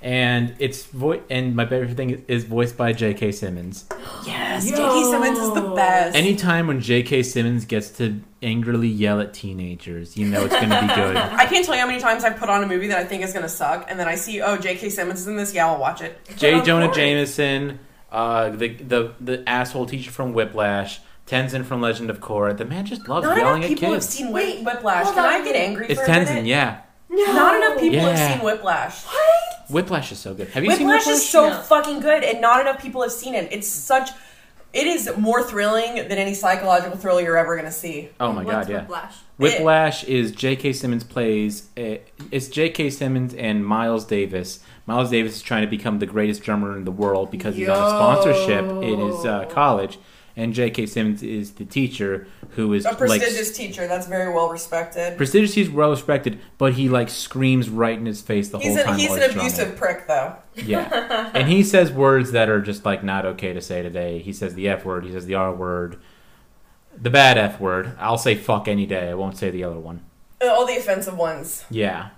S1: And it's voice, and my favorite thing is voiced by J.K. Simmons.
S2: Yes,
S3: Yo.
S2: J.K. Simmons is the best.
S1: Anytime when J.K. Simmons gets to angrily yell at teenagers, you know it's going to be good.
S2: I can't tell you how many times I've put on a movie that I think is gonna suck, and then I see, oh, J.K. Simmons is in this. Yeah, I'll watch it.
S1: J.
S3: Of
S1: Jonah
S3: course.
S1: Jameson, uh, the, the the asshole teacher from Whiplash, Tenzin from Legend of Korra. The man just loves
S2: Not
S1: yelling
S2: enough
S1: at
S2: people have
S1: kids.
S2: seen
S3: Wait,
S2: Whip- Whiplash.
S3: hold
S2: Can I
S3: on.
S2: get angry
S1: It's
S2: for a
S1: Tenzin,
S2: minute?
S1: yeah.
S3: No.
S2: Not enough people have
S1: Yeah.
S2: seen Whiplash.
S1: Whiplash is so good. Have you seen
S2: Whiplash
S1: Whiplash?
S2: is so
S3: No.
S2: fucking good, and not enough people have seen it. It's such. It is more thrilling than any psychological thriller you're ever gonna see.
S1: Oh my
S3: What's
S1: god, yeah.
S3: Whiplash?
S1: Whiplash is J.K. Simmons plays. uh, It's J.K. Simmons and Miles Davis. Miles Davis is trying to become the greatest drummer in the world because he's on a sponsorship in his uh,
S3: Yo.
S1: college, and J.K. Simmons is the teacher who is
S2: A
S1: like
S2: prestigious teacher that's very well respected.
S1: prestigious. He's well respected, but he like screams right in his face the
S2: He's,
S1: whole
S2: a,
S1: time.
S2: he's
S1: while
S2: an
S1: drumming.
S2: abusive prick, though.
S1: Yeah, and he says words that are just like not okay to say today. He says the f word. He says the r word, the bad f word. I'll say fuck any day. I won't say the other one.
S2: Uh, All the offensive ones.
S1: Yeah.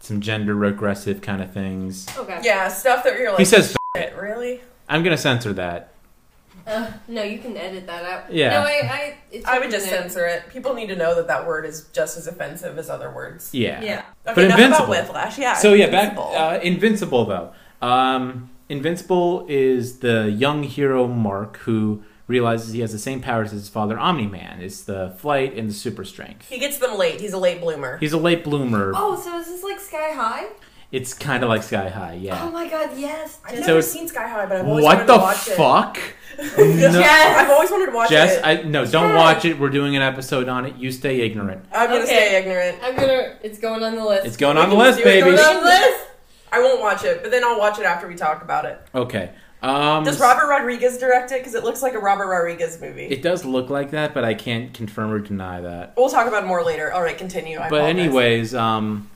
S1: Some gender regressive kind of things.
S3: Okay.
S2: Yeah, stuff that you're like.
S1: He says, "F-
S2: "Shit, really?
S1: I'm going to censor that.
S3: Uh, no, you can edit that out.
S1: Yeah.
S3: No, I. I, it's
S2: I would just
S3: internet.
S2: censor it. People need to know that that word is just as offensive as other words.
S1: Yeah.
S3: Yeah.
S2: Okay,
S1: But
S2: enough
S1: Invincible.
S2: about Whiplash. Yeah.
S1: So, yeah, back.
S2: Invincible.
S1: Uh, Invincible, though. Um, Invincible is the young hero Mark who realizes he has the same powers as his father, Omni Man. It's the flight and the super strength.
S2: he gets them late. He's a late bloomer.
S1: He's a late bloomer.
S3: Oh, so is this like Sky High?
S1: It's kind of like Sky High,
S3: Oh
S1: yeah.
S3: my god, yes.
S2: I've
S3: Just-
S1: So-
S2: never seen Sky High, but I've always
S1: What
S2: wanted to
S1: the
S2: watch it.
S1: fuck? No.
S2: Yes, I've always wanted to watch
S1: Jess,
S2: it.
S1: I, no, don't
S3: Yes.
S1: watch it. We're doing an episode on it. You stay ignorant.
S2: I'm gonna
S3: Okay.
S2: stay ignorant.
S3: I'm gonna. It's going on the list.
S1: It's going
S2: We
S1: on the
S2: can
S1: list,
S2: do it.
S1: baby.
S2: Go
S3: on the list.
S2: I won't watch it, but then I'll watch it after we talk about it.
S1: Okay. Um,
S2: Does Robert Rodriguez direct it? Because it looks like a Robert Rodriguez movie.
S1: It does look like that, but I can't confirm or deny that.
S2: we'll talk about it more later. All right, continue. I
S1: but
S2: apologize.
S1: anyways, um,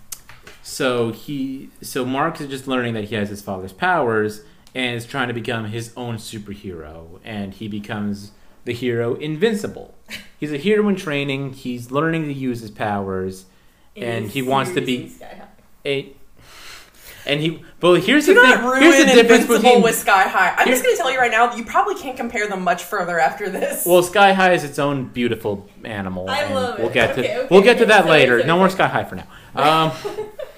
S1: so he, so Mark is just learning that he has his father's powers and is trying to become his own superhero, and he becomes the hero Invincible. he's a hero in training. He's learning to use his powers, and he wants to be a. And he well here's
S2: Do
S1: the
S2: not
S1: thing.
S2: ruin
S1: Here's the difference
S2: Invincible
S1: between
S2: with Sky High. I'm
S1: Here-
S2: just going to tell you right now, you probably can't compare them much further after this.
S1: well Sky High is its own beautiful animal.
S3: I
S1: and
S3: love it.
S1: We'll get to
S3: Okay, okay,
S1: we'll get to
S3: okay,
S1: that
S3: sorry,
S1: later.
S3: sorry,
S1: no more Sky
S3: sorry.
S1: High for now. Um,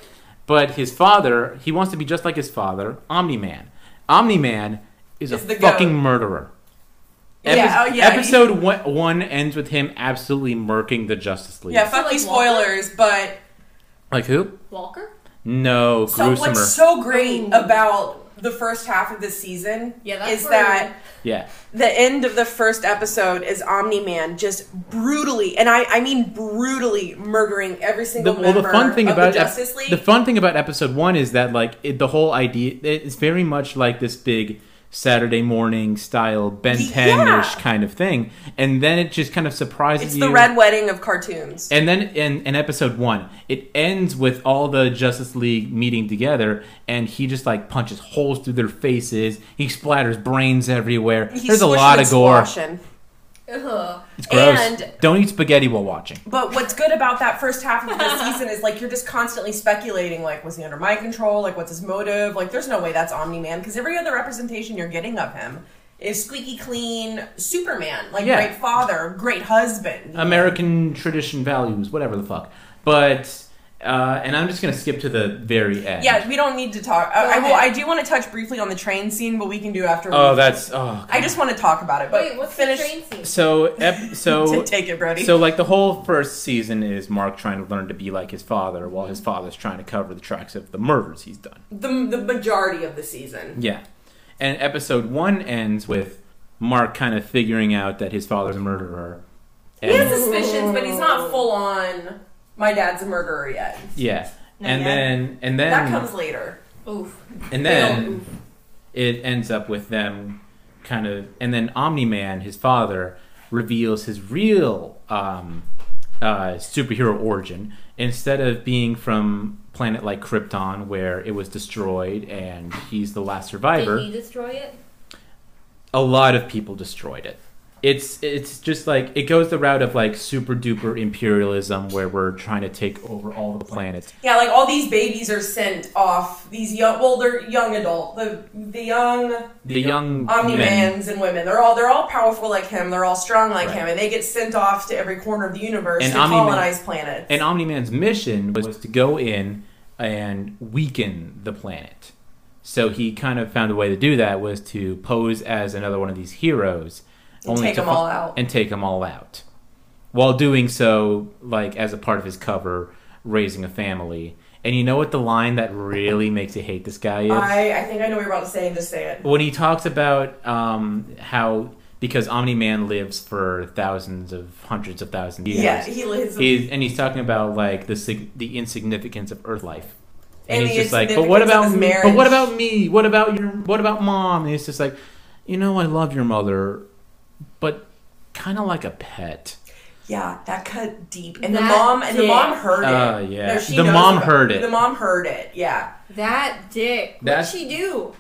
S1: but his father, he wants to be just like his father, Omni Man. Omni Man is a
S2: Is the
S1: fucking
S2: goat.
S1: murderer.
S2: Yeah, oh, yeah.
S1: Episode one, one ends with him absolutely murking the Justice League.
S2: yeah, fuck
S3: like
S2: these
S3: Walker?
S2: spoilers, but
S1: Like who?
S3: Walker?
S1: No,
S2: so
S1: gruesomer.
S2: what's so great
S3: Oh.
S2: about the first half of this season
S3: Yeah, that's
S2: is
S3: where-
S2: that
S1: yeah,
S2: the end of the first episode is Omni Man just brutally, and I, I mean brutally murdering every single
S1: The- well, the
S2: member
S1: fun thing
S2: of
S1: about
S2: the
S1: ep-
S2: Justice League.
S1: the fun thing about episode one is that like it, the whole idea it's very much like this big Saturday morning style Ben
S2: Yeah.
S1: Ten ish kind of thing, and then it just kind of surprises
S2: it's
S1: you.
S2: the red wedding of cartoons.
S1: and then in, in episode one, it ends with all the Justice League meeting together, and he just like punches holes through their faces. He splatters brains everywhere.
S2: He's
S1: There's a
S2: swishing
S1: lot
S2: and
S1: of gore.
S2: squashing.
S3: Ugh.
S1: It's gross.
S2: And-
S1: Don't eat spaghetti while watching.
S2: But what's good about that first half of the season is like you're just constantly speculating, like was he under my control? Like what's his motive? Like there's no way that's Omni Man because every other representation you're getting of him is squeaky clean Superman, like
S1: Yeah.
S2: great father, great husband.
S1: Um, American tradition values, whatever the fuck. But uh, and I'm just gonna skip to the very end.
S2: yeah, we don't need to talk.
S3: Go
S2: I, I, well, I
S3: ahead.
S2: do want to touch briefly on the train scene, but we can do after.
S1: Oh,
S2: we-
S1: that's oh.
S2: I just want to talk about it, but
S3: Wait, what's
S2: finish.
S3: the train scene?
S1: so ep- so
S2: take it, Brody.
S1: so like the whole first season is Mark trying to learn to be like his father, while his father's trying to cover the tracks of the murders he's done.
S2: the the majority of the season.
S1: Yeah, and episode one ends with Mark kind of figuring out that his father's a murderer.
S2: He has
S1: And-
S2: suspicions, but he's not full on. My dad's a murderer yet.
S1: yeah,
S3: Not
S1: and
S3: yet.
S1: then and then
S2: That comes later.
S3: Oof.
S1: And then it ends up with them kind of, and then Omni Man, his father, reveals his real um, uh, superhero origin. Instead of being from planet like Krypton, where it was destroyed and he's the last survivor,
S3: Did he destroy it?
S1: a lot of people destroyed it. It's it's just like it goes the route of like super duper imperialism, where we're trying to take over all the planets.
S2: Yeah, like all these babies are sent off. These young, well, they're young adult, the the young
S1: The young
S2: Omni
S1: men-
S2: Mans and women. They're all they're all powerful like him. They're all strong like
S1: Right.
S2: him, and they get sent off to every corner of the universe
S1: And
S2: to
S1: Omni-Man-
S2: colonize planets.
S1: And Omni Man's mission was to go in and weaken the planet. So he kind of found a way to do that was to pose as another one of these heroes,
S2: And take
S1: to
S2: them
S1: fi-
S2: all out.
S1: and take them all out. While doing so, like as a part of his cover, raising a family. And you know what the line that really makes you hate this guy is?
S2: I I think I know what you're about to say, and just say it.
S1: when he talks about um, how because Omni Man lives for thousands of hundreds of thousands of years.
S2: Yeah, he lives.
S1: He's, and he's talking about like the sig- the insignificance of Earth life, and,
S2: And
S1: he's
S2: the
S1: just like, but what about
S2: insignificance of his
S1: me? But
S2: marriage."
S1: what about me? What about your? What about mom? And it's just like, you know, I love your mother, but kind of like a pet.
S2: yeah, that cut deep, and the
S3: That
S2: mom and the
S3: did.
S2: mom heard it.
S1: Oh, yeah.
S2: No, she
S1: The
S2: knows
S1: mom
S2: about-
S1: heard it.
S2: The mom heard it. Yeah.
S3: That dick. What'd
S1: That's-
S3: she do?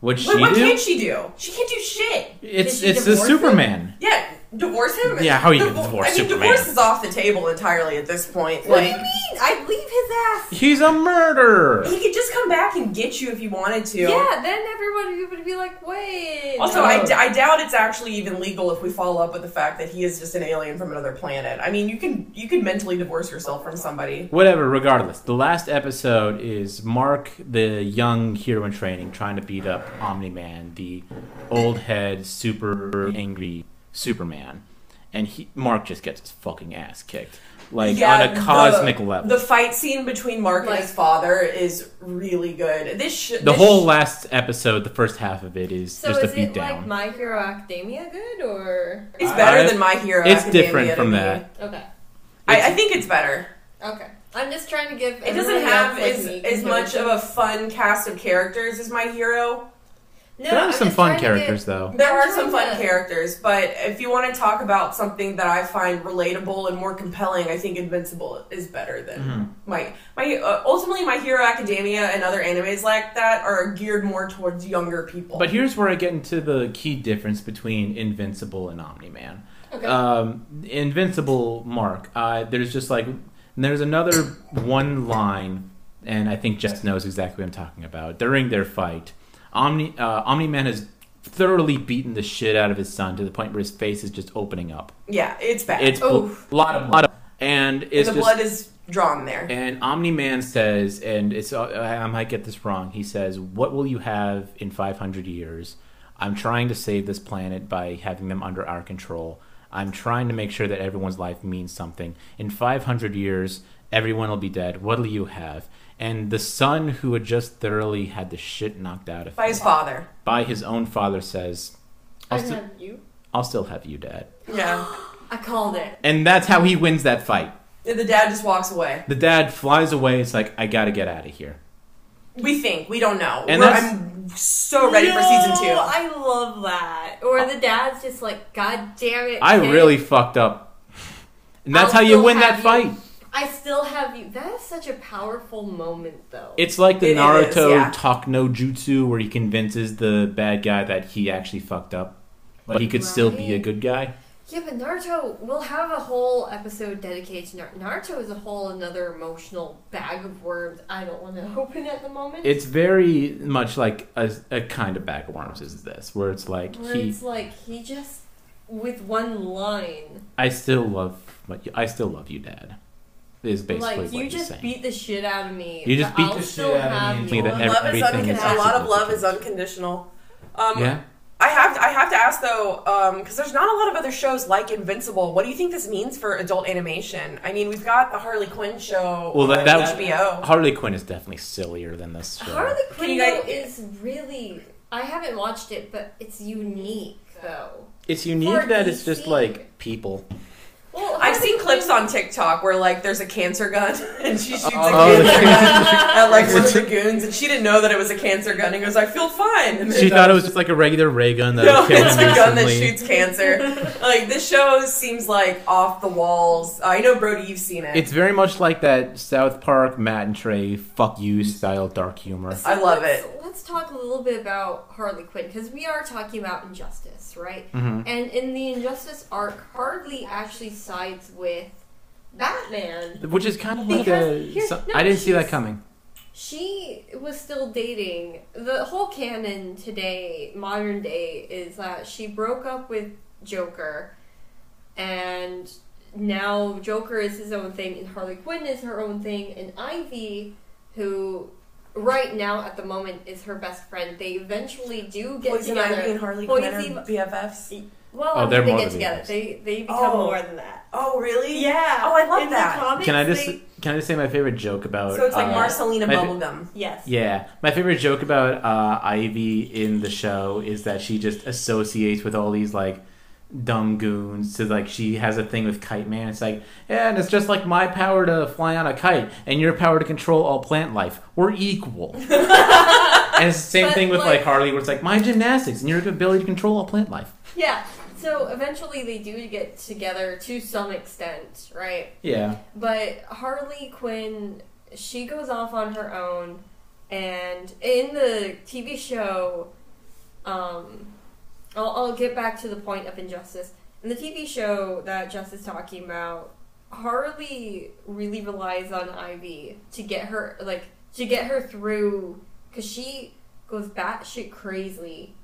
S1: Would she
S2: What, what
S1: do?
S2: can she do? She can't do shit.
S1: It's
S3: Did she
S1: it's the
S3: divorce him?
S1: Superman.
S2: Yeah, divorce him.
S1: Yeah, how are you gonna
S2: Divor-
S1: divorce
S2: I mean,
S1: Superman?
S2: divorce is off the table entirely at this point.
S3: What do you
S2: Like,
S3: mean? I leave his ass.
S1: He's a murderer.
S2: he could just come back and get you if he wanted to.
S3: Yeah, then everybody would be like, wait.
S2: Also,
S3: no.
S2: I, d- I doubt it's actually even legal if we follow up with the fact that he is just an alien from another planet. I mean, you can you can mentally divorce yourself from somebody.
S1: Whatever, regardless. The last episode is Mark, the young hero in training, trying to beat up Omni Man, the old head, super angry Superman. And he, Mark just gets his fucking ass kicked. Like,
S2: Yeah,
S1: on a cosmic level.
S2: The
S1: The,
S2: fight scene between Mark
S3: Like-
S2: and his father is really good. This sh- this
S1: whole
S2: sh-
S1: last episode, the first half of it, is
S3: So
S1: just a
S3: is it like
S1: beatdown.
S3: My Hero Academia good or
S2: is better
S1: I-
S2: than My Hero.
S1: it's
S2: Academia
S1: different
S2: to
S1: from
S2: me.
S1: that.
S3: okay?
S2: I, I think it's better.
S3: Okay, I'm just trying to give.
S2: It doesn't
S3: everyone
S2: have
S3: else,
S2: as,
S3: like, me
S2: as much of
S3: comparison.
S2: a fun cast of characters as My Hero.
S3: No,
S1: There
S3: I'm
S1: are some
S3: just
S1: fun
S3: trying to
S1: characters, though.
S2: There
S3: I'm
S2: are some
S3: trying
S2: fun
S3: to-
S2: characters, but if you want to talk about something that I find relatable and more compelling, I think Invincible is better than
S1: Mm-hmm.
S2: my my. Uh, ultimately, My Hero Academia and other animes like that are geared more towards younger people.
S1: But here's where I get into the key difference between Invincible and Omni Man.
S3: Okay.
S1: um, Invincible Mark. Uh, there's just like there's another one line, and I think Jess knows exactly what I'm talking about. During their fight, Omni uh, Omni Man has thoroughly beaten the shit out of his son to the point where his face is just opening up.
S2: Yeah, it's bad.
S1: It's a
S3: Oof.
S1: lot of blood, and
S2: And
S1: it's
S2: the
S1: just
S2: blood is drawn there.
S1: and Omni Man says, and it's uh, I might get this wrong. He says, "What will you have in 500 years? I'm trying to save this planet by having them under our control. I'm trying to make sure that everyone's life means something. In 500 years, everyone will be dead. What'll you have?" And the son, who had just thoroughly had the shit knocked out of
S2: by
S1: him
S2: his father.
S1: by his own father, says,
S3: I
S1: "I'll, sti-
S3: have you.
S1: I'll still have you, Dad."
S2: Yeah.
S3: I called it.
S1: And that's how he wins that fight.
S2: And the dad just walks away.
S1: The dad flies away. It's like, "I gotta get out of here."
S2: We think. We don't know.
S1: And
S2: We're,
S1: that's-
S2: I'm so ready for season
S3: No,
S2: two.
S3: I love that. Or the dad's just like, God damn it.
S1: I
S3: kid.
S1: really fucked up. And that's
S3: I'll
S1: how you
S3: still
S1: win
S3: have
S1: that fight.
S3: you. I still have you. That is such a powerful moment, though.
S1: It's like the
S2: It- it
S1: Naruto
S2: is, yeah.
S1: talk no jutsu where he convinces the bad guy that he actually fucked up, but he could still be a
S3: Right.
S1: good guy.
S3: yeah, but Naruto, we'll have a whole episode dedicated to Naruto. Naruto is a whole another emotional bag of worms I don't want to open at the moment.
S1: It's very much like a, a kind of bag of worms is this, where it's like
S3: where
S1: he,
S3: it's like he just, with one line,
S1: I still love, what you- I still love you, Dad. Is basically
S3: like
S1: what
S3: you
S1: he's
S3: just
S1: saying.
S3: beat the shit out of me.
S1: You just
S3: but
S1: beat
S3: I'll
S1: the
S3: still
S1: shit out of
S3: have
S1: me and think
S3: you.
S1: that
S2: love is
S1: everything is
S2: unconditional. A lot of love is
S1: significant.
S2: unconditional. Um,
S1: yeah,
S2: I have I have to ask though, because there's not a lot of other shows like Invincible. What do you think this means for adult animation? I mean, we've got the Harley Quinn show
S1: Well, that-
S2: on
S1: that-
S2: HBO.
S1: Harley Quinn is definitely sillier than this. Show.
S3: Harley Quinn
S2: you
S3: though,
S2: guys-
S3: is really. I haven't watched it, but it's unique though.
S1: it's unique
S3: For
S1: that it's just
S3: DC.
S1: like people.
S3: Well,
S2: I've
S3: Harley
S2: seen clips
S3: Quinn-
S2: on TikTok where like there's a cancer gun and she shoots
S1: Oh,
S2: a
S1: the
S2: cancer
S1: cancer
S2: gun at like one of the goons, and she didn't know that it was a cancer gun. And goes, I feel fine. And
S1: She
S2: they
S1: thought it was just like a regular ray gun that
S2: no,
S1: was killed
S2: it's a gun that
S1: recently.
S2: shoots cancer. Like this show seems like off the walls. I know Brody, you've seen it.
S1: It's very much like that South Park Matt and Trey "fuck you" style dark humor.
S2: I love
S3: let's, it. Let's talk a little bit about Harley Quinn because we are talking about injustice, right?
S1: Mhm.
S3: And in the injustice arc, Harley actually sides with Batman.
S1: Which is kind of like a.
S3: Because here-
S1: so-
S3: no,
S1: I didn't see that
S3: she's-
S1: coming.
S3: She was still dating. The whole canon today, modern day, is that she broke up with Joker, and now Joker is his own thing, and Harley Quinn is her own thing, and Ivy, who right now at the moment is her best friend, they eventually do get
S2: Poison
S3: together.
S2: Ivy and Harley
S3: Well,
S2: Quinn
S3: you see-
S2: are BFFs.
S3: Well,
S1: Oh,
S3: I mean,
S1: they're
S3: they
S1: more
S3: get
S1: than
S3: together.
S1: BFFs.
S3: They they become
S2: Oh.
S3: more than that.
S2: Oh, really?
S3: Yeah.
S2: Oh, I love
S3: In
S2: that.
S3: The comics,
S1: Can I just
S3: they-
S1: can I just say my favorite joke about?
S2: So it's like
S1: uh,
S2: Marcelina
S1: my fa-
S2: Bubblegum.
S3: yes.
S1: Yeah, my favorite joke about uh, Ivy in the show is that she just associates with all these like dumb goons. So like she has a thing with Kite Man. It's like, yeah, and it's just like my power to fly on a kite and your power to control all plant life. We're equal. and it's the same
S3: But,
S1: thing with like,
S3: like-
S1: Harley, where it's like my gymnastics and your ability to control all plant life.
S3: Yeah. So eventually they do get together to some extent, right?
S1: Yeah,
S3: But Harley Quinn, she goes off on her own, and in the TV show, um, I'll, I'll get back to the point of injustice. In the TV show that Jess is talking about, Harley really relies on Ivy to get her like to get her through because she goes batshit crazy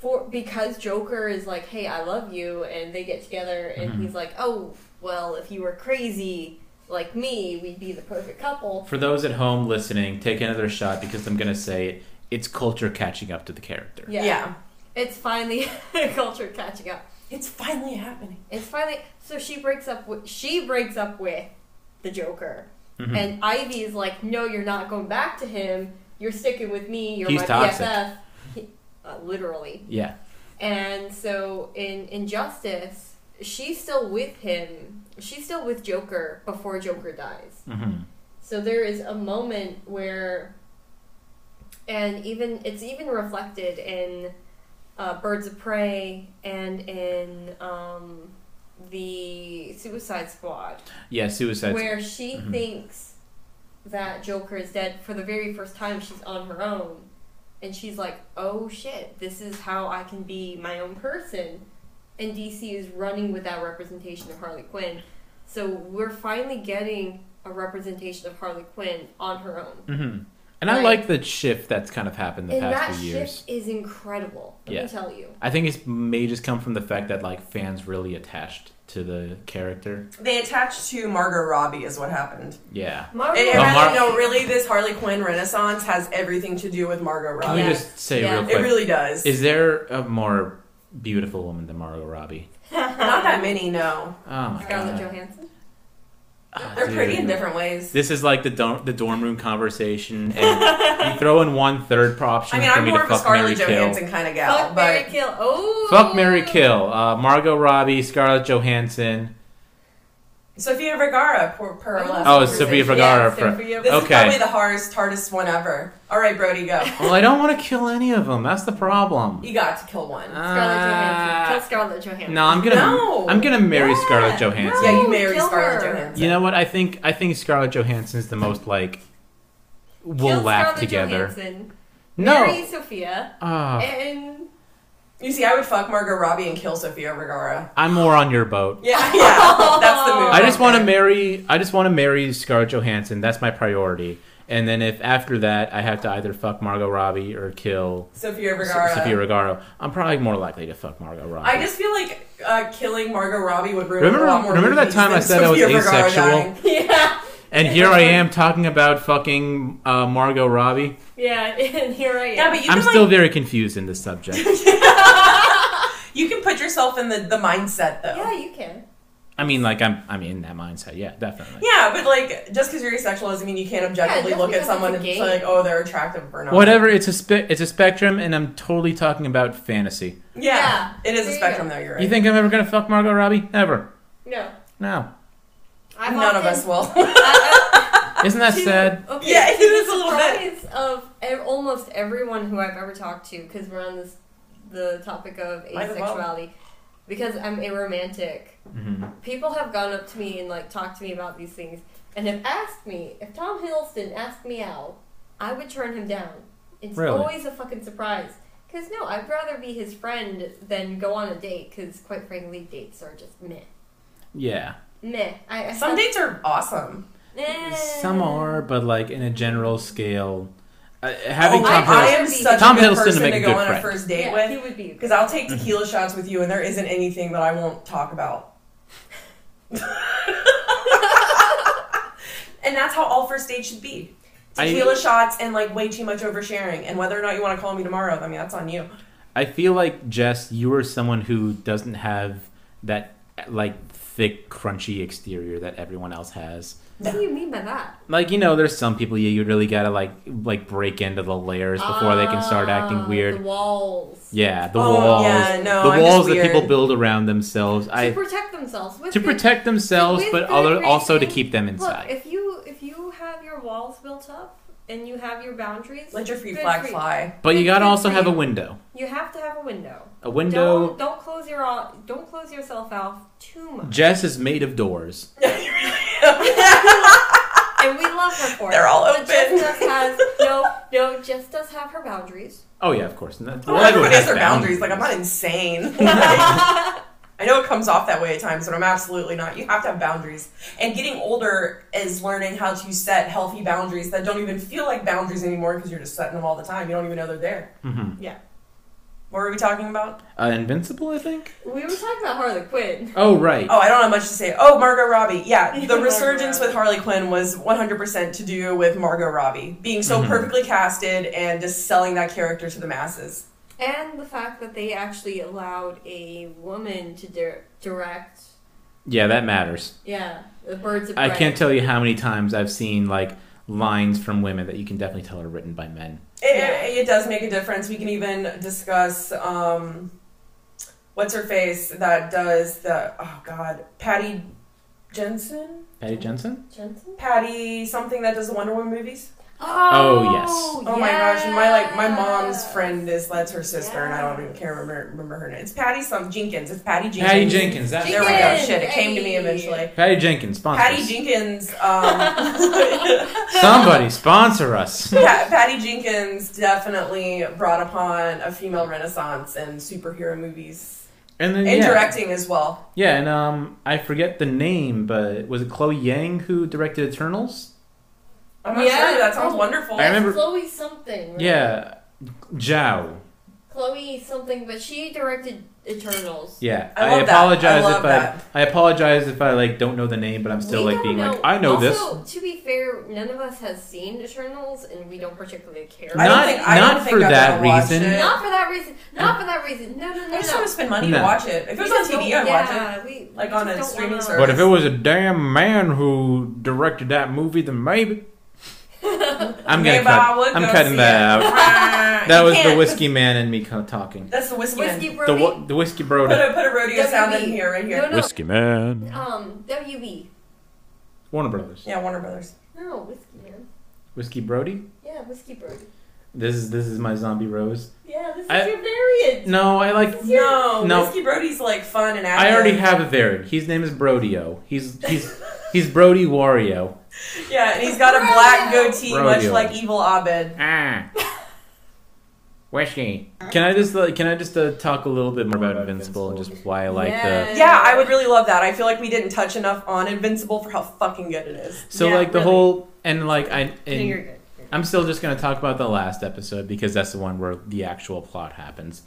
S3: for because Joker is like, "Hey, I love you," and they get together, and
S1: Mhm.
S3: he's like, "Oh, well, if you were crazy like me, we'd be the perfect couple."
S1: for those at home listening, take another shot because I'm gonna say it. It's culture catching up to the character.
S3: Yeah, it's finally culture catching up.
S2: It's finally happening.
S3: It's finally so she breaks up. With, she breaks up with the Joker,
S1: Mhm.
S3: and Ivy is like, "No, you're not going back to him. You're sticking with me. You're
S1: He's
S3: my
S1: toxic.
S3: BFF." He- uh, literally.
S1: yeah.
S3: And so in Injustice, she's still with him. She's still with Joker before Joker dies.
S1: hmm
S3: So there is a moment where, and even it's even reflected in uh, Birds of Prey and in um, the Suicide Squad,
S1: Yeah, suicide.
S3: where she
S1: Mhm.
S3: thinks that Joker is dead for the very first time. She's on her own, and she's like, "Oh shit! This is how I can be my own person." and DC is running with that representation of Harley Quinn. So we're finally getting a representation of Harley Quinn on her own.
S1: hmm And I
S3: Like-
S1: like the shift that's kind of happened the
S3: and that
S1: past few years.
S3: shift is incredible. Let
S1: Yeah.
S3: me tell you.
S1: I think it may just come from the fact that like fans really attached to the character.
S2: They attached to Margot Robbie is what happened.
S1: Yeah.
S3: Marvel
S2: It
S1: Oh,
S2: has,
S1: Mar-
S2: no, really, this Harley Quinn renaissance has everything to do with Margot
S1: Can
S2: Robbie.
S1: we
S3: Yeah.
S1: just say
S3: Yeah.
S1: real
S2: It
S1: quick?
S2: really does.
S1: is there a more beautiful woman than Margot Robbie?
S2: Not that many, no.
S1: Oh my
S3: Scarlett
S1: god.
S3: Johansson.
S1: Ah,
S2: They're pretty
S1: dude.
S2: in different ways.
S1: This is like the dorm, the dorm room conversation, and you throw in one third pro option
S2: I mean,
S1: for
S2: I'm
S1: me
S2: more
S1: to
S2: of a
S1: fuck
S2: Scarlett
S1: Mary kill.
S2: Johansson kind of gal,
S3: Fuck
S2: but
S3: Mary Kill. Oh.
S1: Fuck Mary Kill. Uh, Margot Robbie, Scarlett Johansson.
S2: Sophia Vergara, per, per our last
S1: Oh,
S2: conversation.
S1: Sophia Vergara.
S3: Yeah,
S1: for-
S3: Sophia
S2: This
S1: Okay.
S2: is probably the hardest, hardest one ever. All right, Brody, go.
S1: Well, I don't want to kill any of them. That's the problem.
S2: You got to kill one.
S3: Scarlett Johansson. Kill
S1: Uh,
S3: Scarlett Johansson.
S1: No, I'm gonna
S2: No.
S1: I'm gonna marry
S3: Yeah.
S1: Scarlett Johansson.
S2: yeah, you
S3: No,
S2: marry
S3: kill
S2: Scarlett
S3: her.
S2: Johansson.
S1: You know what? I think I think Scarlett Johansson is the most like we'll
S3: Kill
S1: laugh
S3: Scarlett
S1: together.
S3: Johansson,
S1: No.
S3: Marry Sophia.
S1: Ah,
S3: And
S2: You see, I would fuck Margot Robbie and kill Sophia Vergara.
S1: I'm more on your boat.
S2: Yeah, yeah, that's the move.
S1: I just want to
S2: to.
S1: marry I just want to marry Scarlett Johansson. That's my priority. And then if after that I have to either fuck Margot Robbie or kill
S2: Sophia
S1: S-
S2: Vergara.
S1: Sophia Vergara, I'm probably more likely to fuck Margot Robbie.
S2: I just feel like uh, killing Margot Robbie would ruin
S1: Remember-
S2: a lot more
S1: remember that
S2: movies
S1: time I
S2: than
S1: said I was
S2: Sofia Vergara
S1: asexual?
S2: dying.
S3: yeah,
S1: and here I am talking about fucking uh, Margot Robbie.
S3: yeah. And here I am.
S2: Yeah, but you
S1: I'm
S2: can
S1: still
S2: like,
S1: very confused in this subject.
S2: you can put yourself in the, the mindset though.
S3: yeah, you can.
S1: I mean, like I'm I'm in that mindset. Yeah, definitely.
S2: Yeah, but like just because you're asexual doesn't mean you can't objectively
S3: Yeah, just
S2: look at
S3: because
S2: someone and
S3: it's a
S2: say
S3: game.
S2: like, oh, they're attractive or not.
S1: Whatever. It's a spe- it's a spectrum, and I'm totally talking about fantasy.
S2: Yeah, it is
S3: There
S2: a
S3: you
S2: spectrum
S3: go.
S2: though. You're right.
S1: You think I'm ever gonna fuck Margot Robbie? Never.
S3: No,
S1: No.
S3: I'm
S2: None of
S3: often-
S2: us will.
S1: Isn't that
S3: to-
S1: sad?
S3: Okay,
S2: Yeah,
S3: to
S2: it is
S3: the
S2: a little bit.
S3: surprise Of ev- almost everyone who I've ever talked to, because we're on this the topic of
S2: Might as well.
S3: asexuality, because I'm aromantic.
S1: Mm-hmm.
S3: People have gone up to me and like talked to me about these things, and have asked me if Tom Hiddleston asked me out, I would turn him down. It's
S1: Really?
S3: always a fucking surprise. Cause no, I'd rather be his friend than go on a date. Cause quite frankly, dates are just meh,
S1: Yeah.
S3: meh. I, I
S2: Some dates are awesome.
S3: Eh.
S1: Some are, but like in a general scale, uh, having
S2: oh,
S1: Tom
S2: I, I
S1: Hiddleston.
S2: am such
S1: Tom
S2: a good
S1: Hiddleston to
S2: person
S1: make a
S2: go
S1: good
S2: on
S1: friend.
S2: a first date
S3: Yeah, he
S2: with
S3: would be a
S2: because I'll take tequila shots with you, and there isn't anything that I won't talk about. and that's how all first dates should be.
S1: I-
S2: Tequila shots and like way too much oversharing. And whether or not you want to call me tomorrow, I mean that's on you.
S1: I feel like Jess, you are someone who doesn't have that like thick, crunchy exterior that everyone else has.
S3: What do you mean by that?
S1: Like you know, there's some people you, you really gotta like like break into the layers before they can start acting
S3: Ah,
S1: weird.
S3: The walls.
S1: Yeah, the
S2: Oh,
S1: walls,
S2: yeah, no,
S1: the
S2: I'm just
S1: walls that people
S2: weird.
S1: build around themselves. I
S3: to protect themselves. With
S1: to
S3: good-
S1: protect themselves,
S3: with
S1: but
S3: good
S1: other, also to
S3: reasoning.
S1: keep them
S3: Look,
S1: inside.
S3: if you if you have your walls built up and you have your boundaries,
S2: Let your free
S3: good
S2: flag
S3: for you.
S2: fly.
S1: But you
S3: if
S1: gotta
S3: you
S1: also have a
S3: think-
S1: window.
S3: You have to have a window.
S1: A window.
S3: Don't don't close your all- don't close yourself off too much.
S1: Jess is made of doors.
S3: and we love her for
S2: They're
S3: it.
S2: all
S3: But uh, Jess
S2: open.
S3: does has no no. Jess does have her boundaries.
S1: Oh yeah, of course. And that-
S2: Well,
S1: well, everyone
S2: everybody has
S1: has
S2: their boundaries. Like I'm not insane. I know it comes off that way at times, but I'm absolutely not. You have to have boundaries. And getting older is learning how to set healthy boundaries that don't even feel like boundaries anymore because you're just setting them all the time. You don't even know they're there.
S1: Mhm.
S2: What were we talking about?
S1: Uh, Invincible, I think.
S3: We were talking about Harley Quinn.
S1: Oh right.
S2: Oh, I don't have much to say. Oh, Margot Robbie. Yeah, the
S3: Margot
S2: resurgence
S3: Robbie.
S2: with Harley Quinn was 100% to do with Margot Robbie being so
S1: Mhm.
S2: perfectly casted and just selling that character to the masses.
S3: And the fact that they actually allowed a woman to dir- direct,
S1: Yeah, that matters.
S3: yeah, the Birds of
S1: I
S3: Prey.
S1: can't tell you how many times I've seen like lines from women that you can definitely tell are written by men.
S2: It,
S3: Yeah.
S2: it, it does make a difference. We can even discuss um, what's her face that does the oh god Patty Jensen,
S1: Patty Jensen.
S3: Jensen?
S2: Patty something that does the Wonder Woman movies.
S1: Oh, yes.
S2: Oh my gosh! And my like my mom's
S3: yes.
S2: friend is that's her sister, and I don't even care remember remember her name. It's Patty some Jenkins. It's Patty Jenkins.
S1: Patty Jenkins. That's
S2: There we go.
S1: right.
S3: Jenkins.
S2: Shit, it came to me
S3: Hey.
S2: eventually.
S1: Patty Jenkins. Sponsor.
S2: Patty
S1: us.
S2: Jenkins. Um,
S1: Somebody sponsor us.
S2: Pa- Patty Jenkins definitely brought upon a female renaissance in superhero movies.
S1: And then
S2: and
S1: yeah,
S2: directing as well.
S1: yeah, and um, I forget the name, but was it Chloe Yang who directed Eternals?
S2: I'm not
S3: Yeah.
S2: sure. That sounds wonderful.
S1: I remember-
S3: Chloe something. right?
S1: Yeah, Zhao.
S3: Chloe something, but she directed Eternals.
S1: Yeah,
S2: I love that. I
S1: apologize
S2: love
S1: if
S2: that.
S1: I I apologize if I like don't know the name, but I'm still
S3: We
S1: like
S3: don't
S1: being like I know
S3: also,
S1: this.
S3: To be fair, none of us has seen Eternals, and we don't particularly care.
S2: I
S1: Not-
S2: don't think, I
S1: not
S2: don't think
S1: for
S2: I've
S1: that
S2: ever watched
S1: reason.
S2: it.
S3: Not for that reason. Not for that reason. No, no, no.
S2: I just
S3: no.
S2: want to spend money
S1: No.
S2: to watch it. If it's on TV, I watch it.
S3: yeah, We,
S2: Like
S3: we
S2: on
S3: just
S2: a
S3: don't
S2: streaming
S3: wanna-
S2: service. But if it
S1: was a damn man who directed that movie, then maybe I'm gonna
S2: Maybe I would
S1: cut.
S2: go
S1: I'm cutting
S2: see
S1: that
S2: it.
S1: out. That was the whiskey man and me kind of talking.
S2: That's the whiskey. man.
S3: Whiskey
S1: The
S3: Brody.
S1: whi- the whiskey bro.
S2: Put a put a rodeo sound in
S3: WB.
S2: here, right here.
S3: No, no.
S1: Whiskey man.
S3: Um, WB.
S1: Warner Brothers.
S2: Yeah, Warner Brothers.
S3: No, Whiskey Man.
S1: Whiskey Brody.
S3: Yeah, Whiskey Brody.
S1: This is this is my zombie rose.
S3: Yeah, this is
S1: I-
S3: your variant.
S1: No, I like.
S2: No,
S1: No.
S2: Whiskey Brody's like fun and active.
S1: I already have a variant. His name is Brodeo. He's he's he's Brody Wario.
S2: Yeah, and he's got a black
S3: Rodeo.
S2: goatee, much
S1: Rodeo.
S2: like Evil Abed.
S1: Ah. Whiskey. Can I just uh, can I just uh, talk a little bit more about Invincible and just why I like the
S2: Yeah, I would really love that. I feel like we didn't touch enough on Invincible for how fucking good it is.
S1: so
S3: Yeah,
S1: like the
S3: really.
S1: whole and like I
S3: No,
S1: and
S3: you're good. You're good.
S1: I'm still just gonna talk about the last episode because that's the one where the actual plot happens,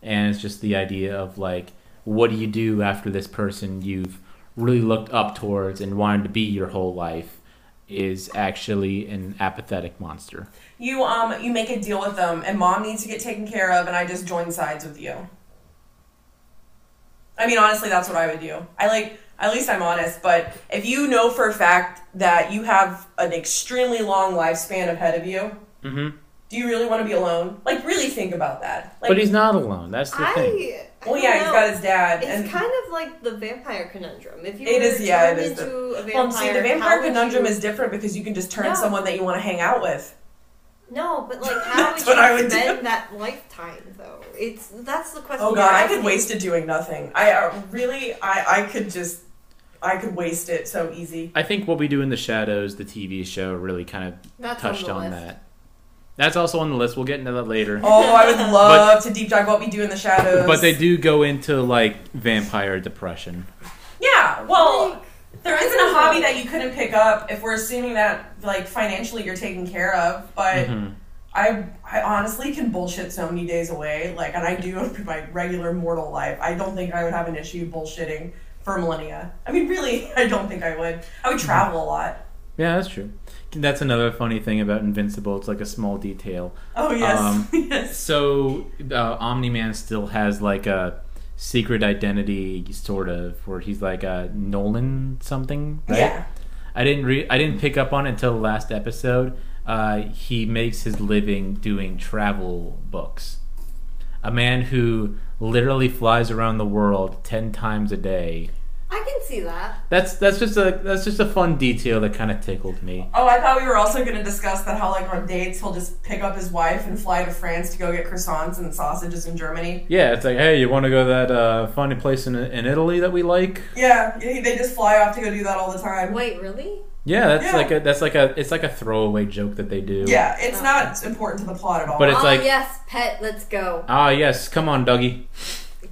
S1: and it's just the idea of like what do you do after this person you've really looked up towards and wanted to be your whole life is actually an apathetic monster.
S2: You um you make a deal with them, and mom needs to get taken care of, and I just join sides with you. I mean, honestly, that's what I would do. I like at least I'm honest. But if you know for a fact that you have an extremely long lifespan ahead of you,
S1: Mm-hmm.
S2: do you really want to be alone? Like, really think about that. Like,
S1: but he's not alone. That's the thing.
S3: I. I
S2: well,
S3: don't
S2: yeah, he's
S3: know.
S2: got his dad. and
S3: It's kind of like the vampire conundrum. If you
S2: It
S3: were
S2: is- yeah, it
S3: turned
S2: is the-
S3: into a vampire,
S2: well, see, the
S3: how
S2: vampire
S3: would
S2: conundrum
S3: you-
S2: is different because you can just turn
S3: No.
S2: someone that you want to hang out with.
S3: no, but like how
S2: That's
S3: would
S2: what
S3: you
S2: I would do.
S3: spend that lifetime though? It's that's the question.
S2: Oh god,
S3: you're
S2: I could
S3: asking.
S2: waste it doing nothing. I uh, really, I, I could just, I could waste it so easy.
S1: I think what we do in the shadows, the TV show, really kind of
S3: That's on
S1: touched
S3: the
S1: on,
S3: list.
S1: that. That's also on the list. We'll get into that later.
S2: Oh, I would love to deep dive what we do in the shadows.
S1: But they do go into like vampire depression.
S2: Yeah, well,
S3: Like,
S2: there isn't a hobby that you couldn't pick up if we're assuming that like financially you're taken care of. But
S1: Mhm.
S2: I, I honestly can bullshit so many days away. Like, and I do in my regular mortal life. I don't think I would have an issue bullshitting for millennia. I mean, really, I don't think I would. I would travel a lot.
S1: Yeah, that's true. That's another funny thing about Invincible. It's like a small detail.
S2: Oh yes,
S1: Um,
S2: yes.
S1: So uh, Omni Man still has like a secret identity, sort of, where he's like a Nolan something, right?
S2: Yeah.
S1: I didn't re- I didn't pick up on it until the last episode. Uh, he makes his living doing travel books. A man who literally flies around the world ten times a day.
S3: I can see that.
S1: That's that's just a that's just a fun detail that kind of tickled me.
S2: Oh, I thought we were also going to discuss that how like on dates he'll just pick up his wife and fly to France to go get croissants and sausages in Germany.
S1: Yeah, it's like hey, you want to go to that uh, funny place in in Italy that we like?
S2: Yeah, he- they just fly off to go do that all the time.
S3: Wait, really?
S1: Yeah, that's
S2: Yeah.
S1: like a that's like a it's like a throwaway joke that they do.
S2: Yeah,
S3: Oh.
S2: it's not important to the plot at all.
S1: But it- It's
S3: Ah,
S1: like-
S3: yes, pet. Let's go.
S1: Ah yes, come on, Dougie.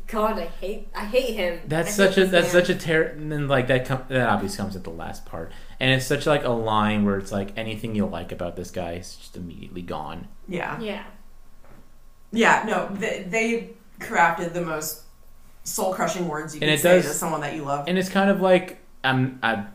S3: God, I hate. I hate him.
S1: That's
S3: I hate
S1: such a
S3: this
S1: that's
S3: man.
S1: such a ter and then like that com- that obviously comes at the last part, and it's such like a line where it's like anything you like about this guy is just immediately gone.
S2: yeah,
S3: Yeah.
S2: yeah, no, they, they crafted the most soul crushing words you
S1: And
S2: can
S1: it
S2: say
S1: does-
S2: to someone that you love.
S1: And it's kind of like I'm I,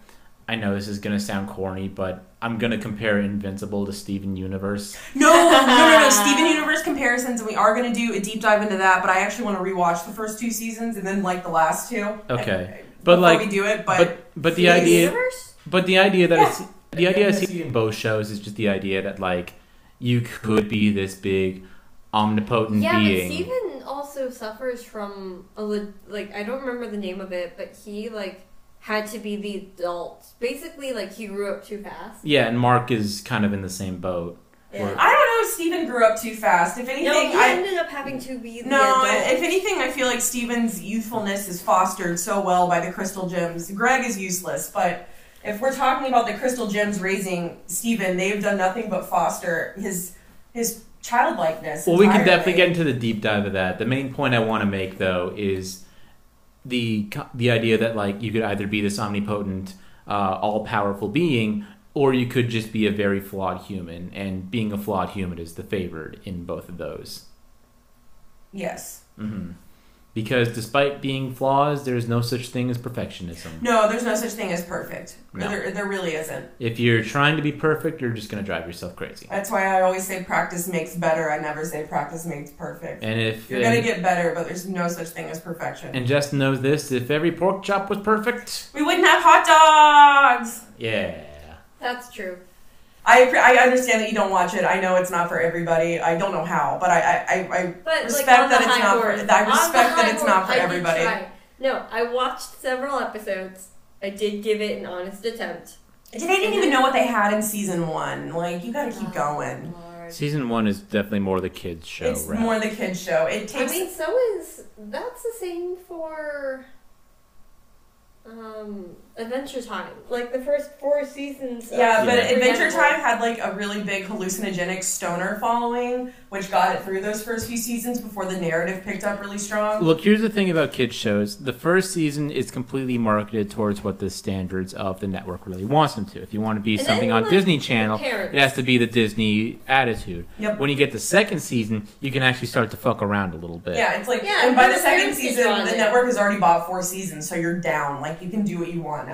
S1: I know this is gonna sound corny, but I'm gonna compare Invincible to Steven Universe.
S2: No, no, no, no, Steven Universe comparisons, and we are going to do a deep dive into that. But I actually want to rewatch the first two seasons and then like the last two.
S1: Okay.
S2: before
S1: But, like-
S2: we do it,
S1: But but the
S3: Steven
S1: idea
S3: Universe?
S1: but the idea that
S2: Yeah.
S1: it's the idea I see in both shows is just the idea that like you could be this big omnipotent
S3: Yeah,
S1: being.
S3: but Steven also suffers from a le- like I don't remember the name of it, but he like had to be the adult. Basically, like he grew up too fast.
S1: yeah, and Mark is kind of in the same boat. where-
S2: I don't know if Steven grew up too fast. If anything,
S3: No, he
S2: I
S3: ended up having to be the
S2: no.
S3: adult.
S2: If anything, I feel like Steven's youthfulness is fostered so well by the crystal gems. Greg is useless, but if we're talking about the crystal gems raising Steven, they've done nothing but foster his his childlikeness.
S1: Well, we can
S2: entirely.
S1: definitely get into the deep dive of that. The main point I want to make, though, is the co- the idea that like you could either be this omnipotent, uh, all powerful being, or you could just be a very flawed human. And being a flawed human is the favored in both of those.
S2: Yes.
S1: hmm Because despite being flaws, there is no such thing as perfectionism.
S2: No, there's no such thing as perfect.
S1: No.
S2: There, there really isn't.
S1: If you're trying to be perfect, you're just going to drive yourself crazy.
S2: That's why I always say practice makes better. I never say practice makes perfect.
S1: And if
S2: You're
S1: and,
S2: gonna get better, but there's no such thing as perfection.
S1: and Justin knows this, if every pork chop was perfect,
S2: we wouldn't have hot dogs.
S1: yeah.
S3: That's true.
S2: I appre- I understand that you don't watch it. I know it's not for everybody. I don't know how, but I I, I, I
S3: But
S2: Respect
S3: like on
S2: that
S3: the
S2: it's
S3: high
S2: not for-
S3: horse.
S2: I
S3: On the
S2: respect that
S3: high
S2: it's not for
S3: horse, I did
S2: everybody.
S3: try. No, I watched several episodes. I did give it an honest attempt.
S2: they didn't even know what they had in season one. Like you gotta keep going.
S3: Lord.
S1: Season one is definitely more the kids' show,
S2: It's
S1: right?
S2: more the kids show. It
S3: I
S2: takes
S3: mean, so is that's the same for um Adventure Time. Like the first four seasons. of
S2: Yeah, but
S1: Yeah.
S2: Adventure
S3: Forgettable.
S2: Time had like a really big hallucinogenic stoner following, which got it through those first few seasons before the narrative picked up really strong.
S1: Look, here's the thing about kids shows. The first season is completely marketed towards what the standards of the network really wants them to. If you want to be
S3: And
S1: something
S3: then,
S1: on
S3: like,
S1: Disney Channel,
S3: parents.
S1: it has to be the Disney attitude.
S2: Yep.
S1: When you get the second season, you can actually start to fuck around a little bit.
S2: Yeah, it's like,
S3: Yeah,
S2: and by
S3: and
S2: the
S3: the
S2: second
S3: parents get
S2: season,
S3: drawn
S2: the
S3: in.
S2: network has already bought four seasons, so you're down. Like, you can do what you want now.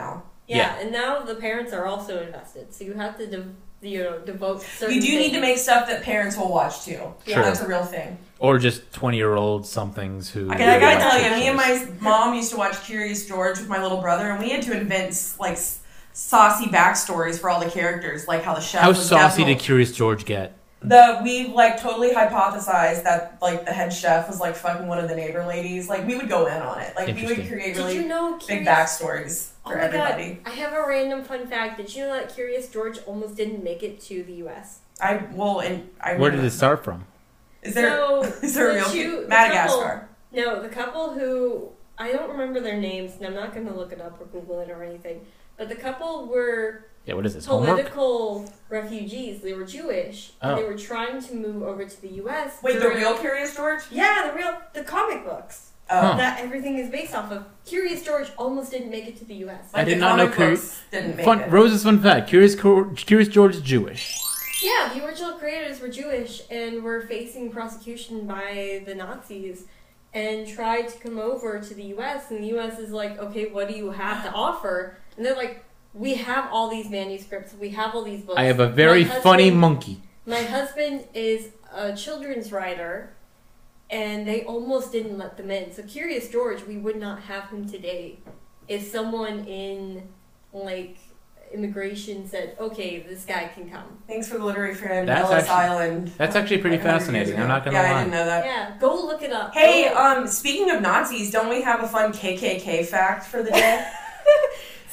S3: Yeah,
S1: Yeah.
S3: and now the parents are also invested, so you have to de- you know devote. Certain
S2: You do need to
S3: things.
S2: make stuff that parents will watch too.
S1: Sure.
S2: That's a real thing.
S1: Or just 20 year old somethings who.
S2: Okay, I gotta
S1: watch
S2: tell
S1: kids
S2: you, me and
S1: shows.
S2: my mom used to watch Curious George with my little brother, and we had to invent like s- saucy backstories for all the characters, like how the chef.
S1: How
S2: was
S1: saucy
S2: definitely-
S1: did Curious George get?
S2: The we like totally hypothesized that like the head chef was like fucking one of the neighbor ladies. Like we would go in on it. Like we would
S1: Interesting.
S2: create
S3: Did
S2: really
S3: you know
S2: big
S3: Curious
S2: backstories
S3: Oh
S2: for
S3: my
S2: everybody.
S3: god! I have a random fun fact. Did you know that Curious George almost didn't make it to the U.S.?
S2: I will and I
S1: Where did
S2: remember-
S1: it start from?
S2: is there
S3: so
S2: is there a
S3: the
S2: real
S3: two- the
S2: Madagascar?
S3: couple- no, the couple who I don't remember their names, and I'm not going to look it up or Google it or anything. But the couple were
S1: Yeah, what is this? Homework?
S3: political refugees. They were Jewish, and
S1: Oh.
S3: they were trying to move over to the U.S.
S2: Wait, the
S3: during-
S2: real Curious George?
S3: Yeah, the real the comic books
S2: Oh.
S1: Huh.
S3: that everything is based off of. Curious George almost didn't make it to the U.S.
S1: I
S2: Like,
S1: did
S2: the
S1: not know
S2: comic
S1: Curi-
S2: books didn't make
S1: Fun,
S2: it.
S1: Rose's fun fact Curious, Cor- Curious George is Jewish.
S3: Yeah, the original creators were Jewish and were facing prosecution by the Nazis and tried to come over to the US and the US is like, "Okay, what do you have to offer?" And they're like, "We have all these manuscripts. We have all these books."
S1: I have a very
S3: My
S1: funny
S3: husband-
S1: monkey.
S3: My husband is a children's writer and they almost didn't let them in. So Curious George, we would not have him today if someone in like immigration said, "Okay, this guy can come."
S2: Thanks for the literary friend,
S1: That's
S2: Ellis
S1: actually-
S2: Island.
S1: That's actually pretty
S2: like, 100 years
S1: fascinating.
S2: ago.
S1: I'm not gonna
S2: yeah,
S1: lie.
S2: I didn't know that.
S3: Yeah, go look it up.
S2: Hey,
S3: Go-
S2: um, speaking of Nazis, don't we have a fun KKK fact for the day?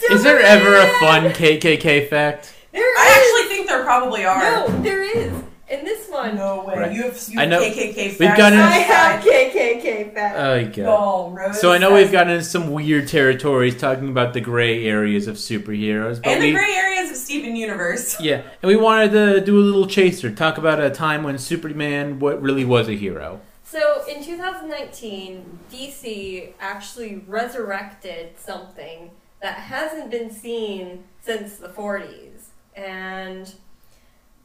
S1: Is there ever a fun KKK fact?
S3: There
S2: I
S3: is.
S2: actually think there probably are.
S3: no, there is. In this one,
S2: No way.
S1: Right.
S2: You have, you
S1: I
S2: have
S1: know-
S2: KKK facts.
S1: we've gotten-
S3: I have KKK facts.
S1: Oh, yeah.
S2: Y'all, Rose
S1: So I know we've
S2: says-
S1: gotten into some weird territories talking about the gray areas of superheroes, but
S2: And
S1: we
S2: the gray areas of Steven Universe.
S1: yeah, and we wanted to do a little chaser, talk about a time when Superman what really was a hero.
S3: so in 2019, DC actually resurrected something that hasn't been seen since the 40s, and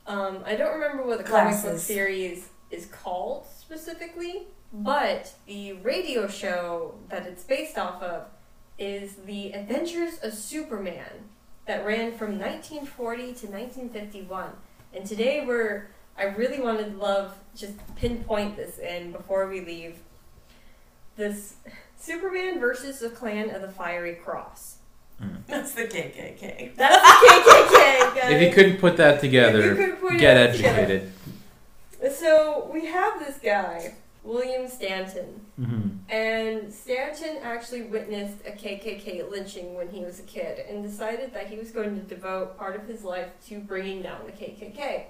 S3: um, I don't remember what the comic book
S2: Glasses.
S3: series is called specifically, but the radio show that it's based off of is The Adventures of Superman that ran from 1940 to 1951. And today we're, I really wanted to love, just pinpoint this in before we leave. This Superman versus the Clan of the Fiery Cross.
S2: That's the KKK.
S3: That's the KKK, guys.
S1: If you couldn't put that together,
S3: If you could put
S1: get
S3: it together.
S1: educated.
S3: So we have this guy, William Stanton,
S1: Mhm.
S3: and Stanton actually witnessed a KKK lynching when he was a kid and decided that he was going to devote part of his life to bringing down the KKK.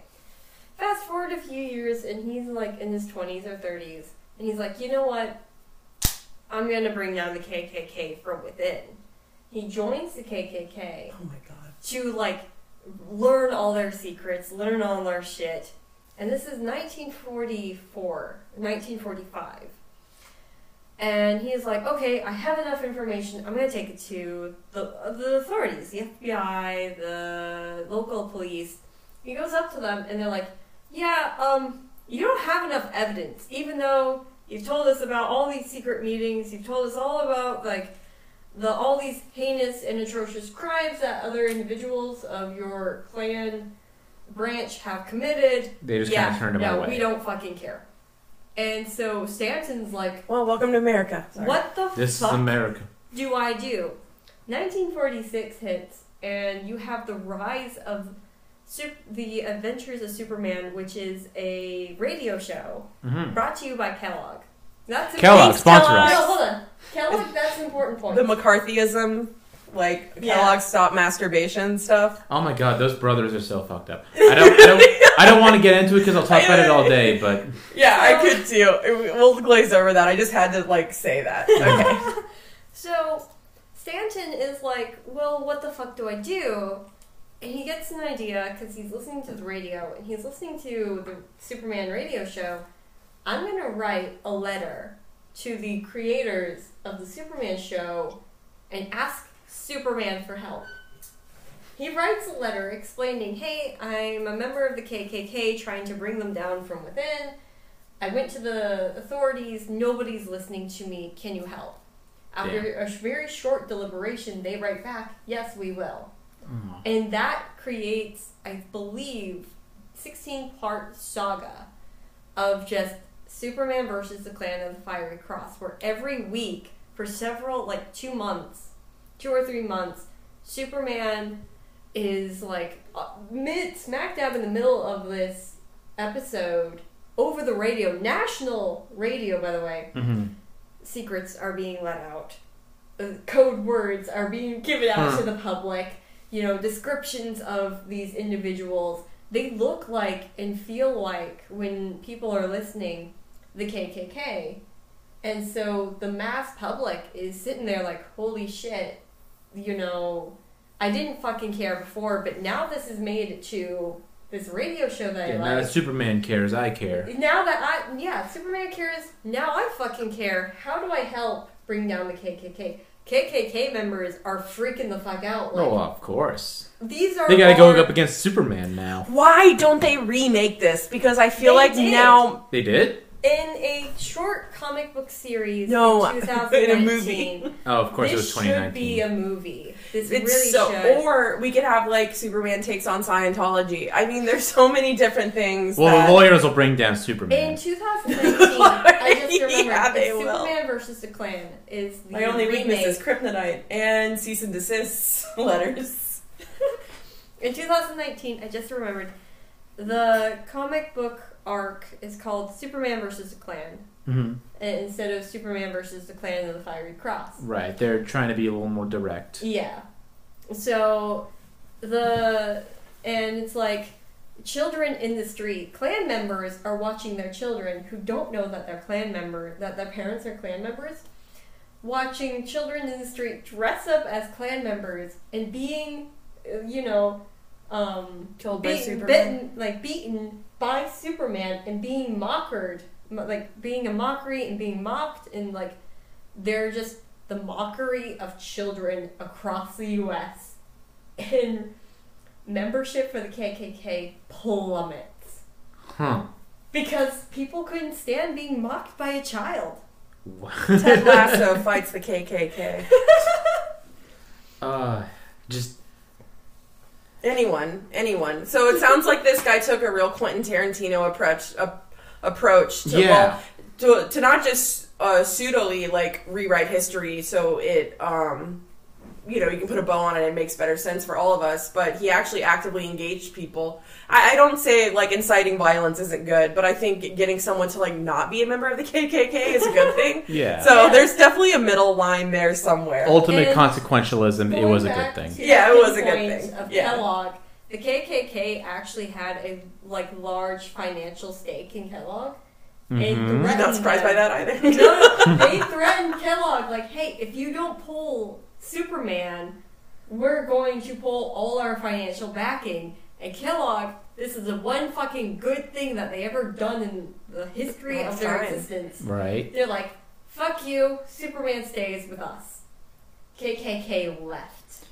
S3: Fast forward a few years, and he's like in his 20s or 30s, and he's like, you know what? I'm going to bring down the KKK from within. He joins the KKK
S2: Oh my god.
S3: to like learn all their secrets, learn all their shit. And this is 1944, 1945. And he's like, okay, I have enough information. I'm gonna take it to the the authorities, the FBI, the local police. He goes up to them, and they're like, yeah, um, you don't have enough evidence, even though you've told us about all these secret meetings. You've told us all about like the all these heinous and atrocious crimes that other individuals of your clan branch have committed.
S1: They just kind
S3: yeah,
S1: of turned him
S3: no,
S1: away.
S3: we don't fucking care. And so Stanton's like,
S2: Well, welcome to America. Sorry.
S3: what the
S1: This
S3: fuck
S1: is America.
S3: do I do? 1946 hits, and you have the rise of Sup- the Adventures of Superman, which is a radio show
S1: hmm
S3: brought to you by Kellogg. That's
S1: Kellogg,
S2: Thanks,
S1: sponsor
S3: No,
S1: us.
S2: Kellogg.
S3: hold on. Kellogg, that's an important point.
S2: The McCarthyism, like
S3: Yeah.
S2: Kellogg stop masturbation stuff.
S1: Oh my god, those brothers are so fucked up. I don't, I don't, I don't want to get into it because I'll talk about it all day, but
S2: Yeah, I could too. It- We'll glaze over that. I just had to like say that. Okay.
S3: So Stanton is like, well, what the fuck do I do? And he gets an idea because he's listening to the radio and he's listening to the Superman radio show. I'm going to write a letter to the creators of the Superman show and ask Superman for help. He writes a letter explaining, hey, I'm a member of the KKK trying to bring them down from within. I went to the authorities. Nobody's listening to me. Can you help? After a very short deliberation, they write back, yes, we will.
S1: Mm.
S3: And that creates, I believe, 16 part saga of just Superman versus the Clan of the Fiery Cross, where every week for several, like two months, two or three months, Superman is like uh, mid smack dab in the middle of this episode over the radio, national radio, by the way
S1: mhm.
S3: secrets are being let out, uh, code words are being given out
S1: Huh.
S3: to the public, you know, descriptions of these individuals. They look like and feel like when people are listening, the KKK. And so the mass public is sitting there like, holy shit, you know, I didn't fucking care before, but now this is made to this radio show that
S1: yeah,
S3: I
S1: now
S3: like.
S1: that Superman cares, I care.
S3: Now that I yeah, Superman cares. Now I fucking care. How do I help bring down the KKK? KKK members are freaking the fuck out. Like
S1: Oh, of course.
S3: these are
S1: uh, They gotta go
S3: our-
S1: up against Superman now.
S2: Why don't they remake this? Because I feel
S3: They
S2: like
S3: did.
S2: now
S1: They did?
S3: in a short comic book series.
S2: No,
S3: in,
S2: in a
S3: 2019,
S2: movie.
S1: Oh, of course
S3: this
S1: it was
S3: should be
S1: 2019.
S3: a movie. This
S2: it's
S3: really
S2: so.
S3: should.
S2: Or we could have like Superman takes on Scientology. I mean, there's so many different things.
S1: well,
S2: that-
S1: the lawyers will bring down
S3: in
S1: Superman.
S3: 2019, I just remembered
S2: Yeah, they
S3: it's
S2: will.
S3: Superman versus the Klan is the
S2: My only weakness
S3: remake.
S2: is kryptonite and cease and desist letters.
S3: In 2019, I just remembered, the comic book arc is called Superman versus the Klan
S1: hmm
S3: i- instead of Superman versus the Klan of the Fiery Cross.
S1: Right, they're trying to be a little more direct.
S3: Yeah. So the and it's like children in the street, Klan members are watching their children who don't know that they're Klan member that their parents are Klan members, watching children in the street dress up as Klan members and being, uh, you know, um,
S2: Killed by
S3: beaten,
S2: Superman.
S3: bitten, like beaten by Superman and being mockered, mo- like being a mockery and being mocked, and like they're just the mockery of children across the U.S. And membership for the KKK plummets
S1: Huh.
S3: because people couldn't stand being mocked by a child.
S2: Ted Lasso fights the KKK.
S1: uh, just
S2: Anyone, anyone. So it sounds like this guy took a real Quentin Tarantino approach. A, approach to
S1: Yeah.
S2: well, to to not just uh, pseudoly like rewrite history, so it um, you know you can put a bow on it. and It makes better sense for all of us. But he actually actively engaged people. I, I don't say like inciting violence isn't good, but I think getting someone to like not be a member of the KKK is a good thing.
S1: yeah.
S2: So
S3: Yeah.
S2: there's definitely a middle line there somewhere.
S1: Ultimate
S3: And
S1: consequentialism. It
S3: Going
S1: was a
S3: back
S1: good thing.
S3: to
S2: Yeah, it
S3: the
S2: was a good
S3: point
S2: thing.
S3: Of
S2: Yeah.
S3: Kellogg, the KKK actually had a like large financial stake in Kellogg.
S1: Mhm.
S2: I'm not surprised by that either.
S3: No, they threatened Kellogg like, "Hey, if you don't pull Superman, we're going to pull all our financial backing." And Kellogg, this is the one fucking good thing that they ever done in the history
S2: All
S3: of their
S2: time.
S3: existence.
S1: Right.
S3: They're like, Fuck you. Superman stays with us. KKK left.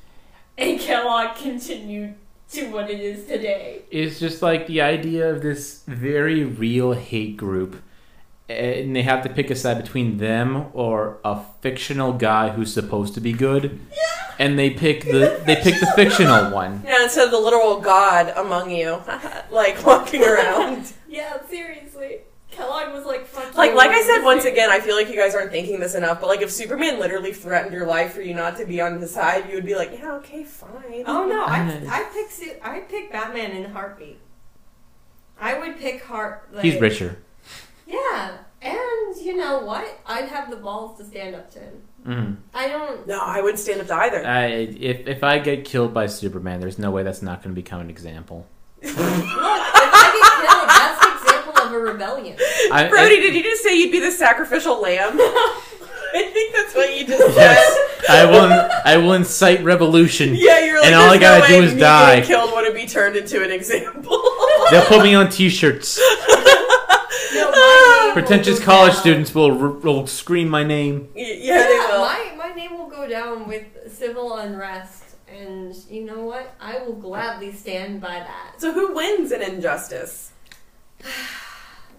S3: And Kellogg continued to what it is today.
S1: It's just like the idea of this very real hate group, and they have to pick a side between them or a fictional guy who's supposed to be good, and they pick the they pick the fictional one.
S2: Yeah, instead of the literal god among you, like walking around.
S3: Yeah, seriously. Kellogg was like, fuck
S2: Like,
S3: you,
S2: like I
S3: we're
S2: said once
S3: staying.
S2: again, I feel like you guys aren't thinking this enough. But like, if Superman literally threatened your life for you not to be on his side, you would be like, yeah, okay, fine.
S3: Oh no, I
S1: Uh,
S3: I pick Su- I pick Batman in a heartbeat. I would pick Heart. Like,
S1: He's richer.
S3: Yeah, and you know what? I'd have the balls to stand up to him.
S1: Mm.
S3: I don't.
S2: No, I wouldn't stand up to either.
S1: I, if if I get killed by Superman, there's no way that's not going to become an example.
S3: Look, if I get killed, that's an example of a rebellion.
S1: I,
S2: Brody, did you just say you'd be the sacrificial lamb? I think that's what you just said.
S1: Yes, I will. I will incite revolution.
S2: Yeah, you're like,
S1: And all I
S2: "There's no
S1: gotta do
S2: way
S1: is
S2: me
S1: die."
S2: getting Killed would be turned into an example.
S1: They'll put me on T-shirts.
S3: No, my name will
S1: Pretentious
S3: go
S1: college
S3: down.
S1: students will, will scream my name.
S2: Y-
S3: Yeah,
S2: yeah, they will.
S3: my my name will go down with civil unrest, and you know what? I will gladly stand by that.
S2: So who wins in Injustice?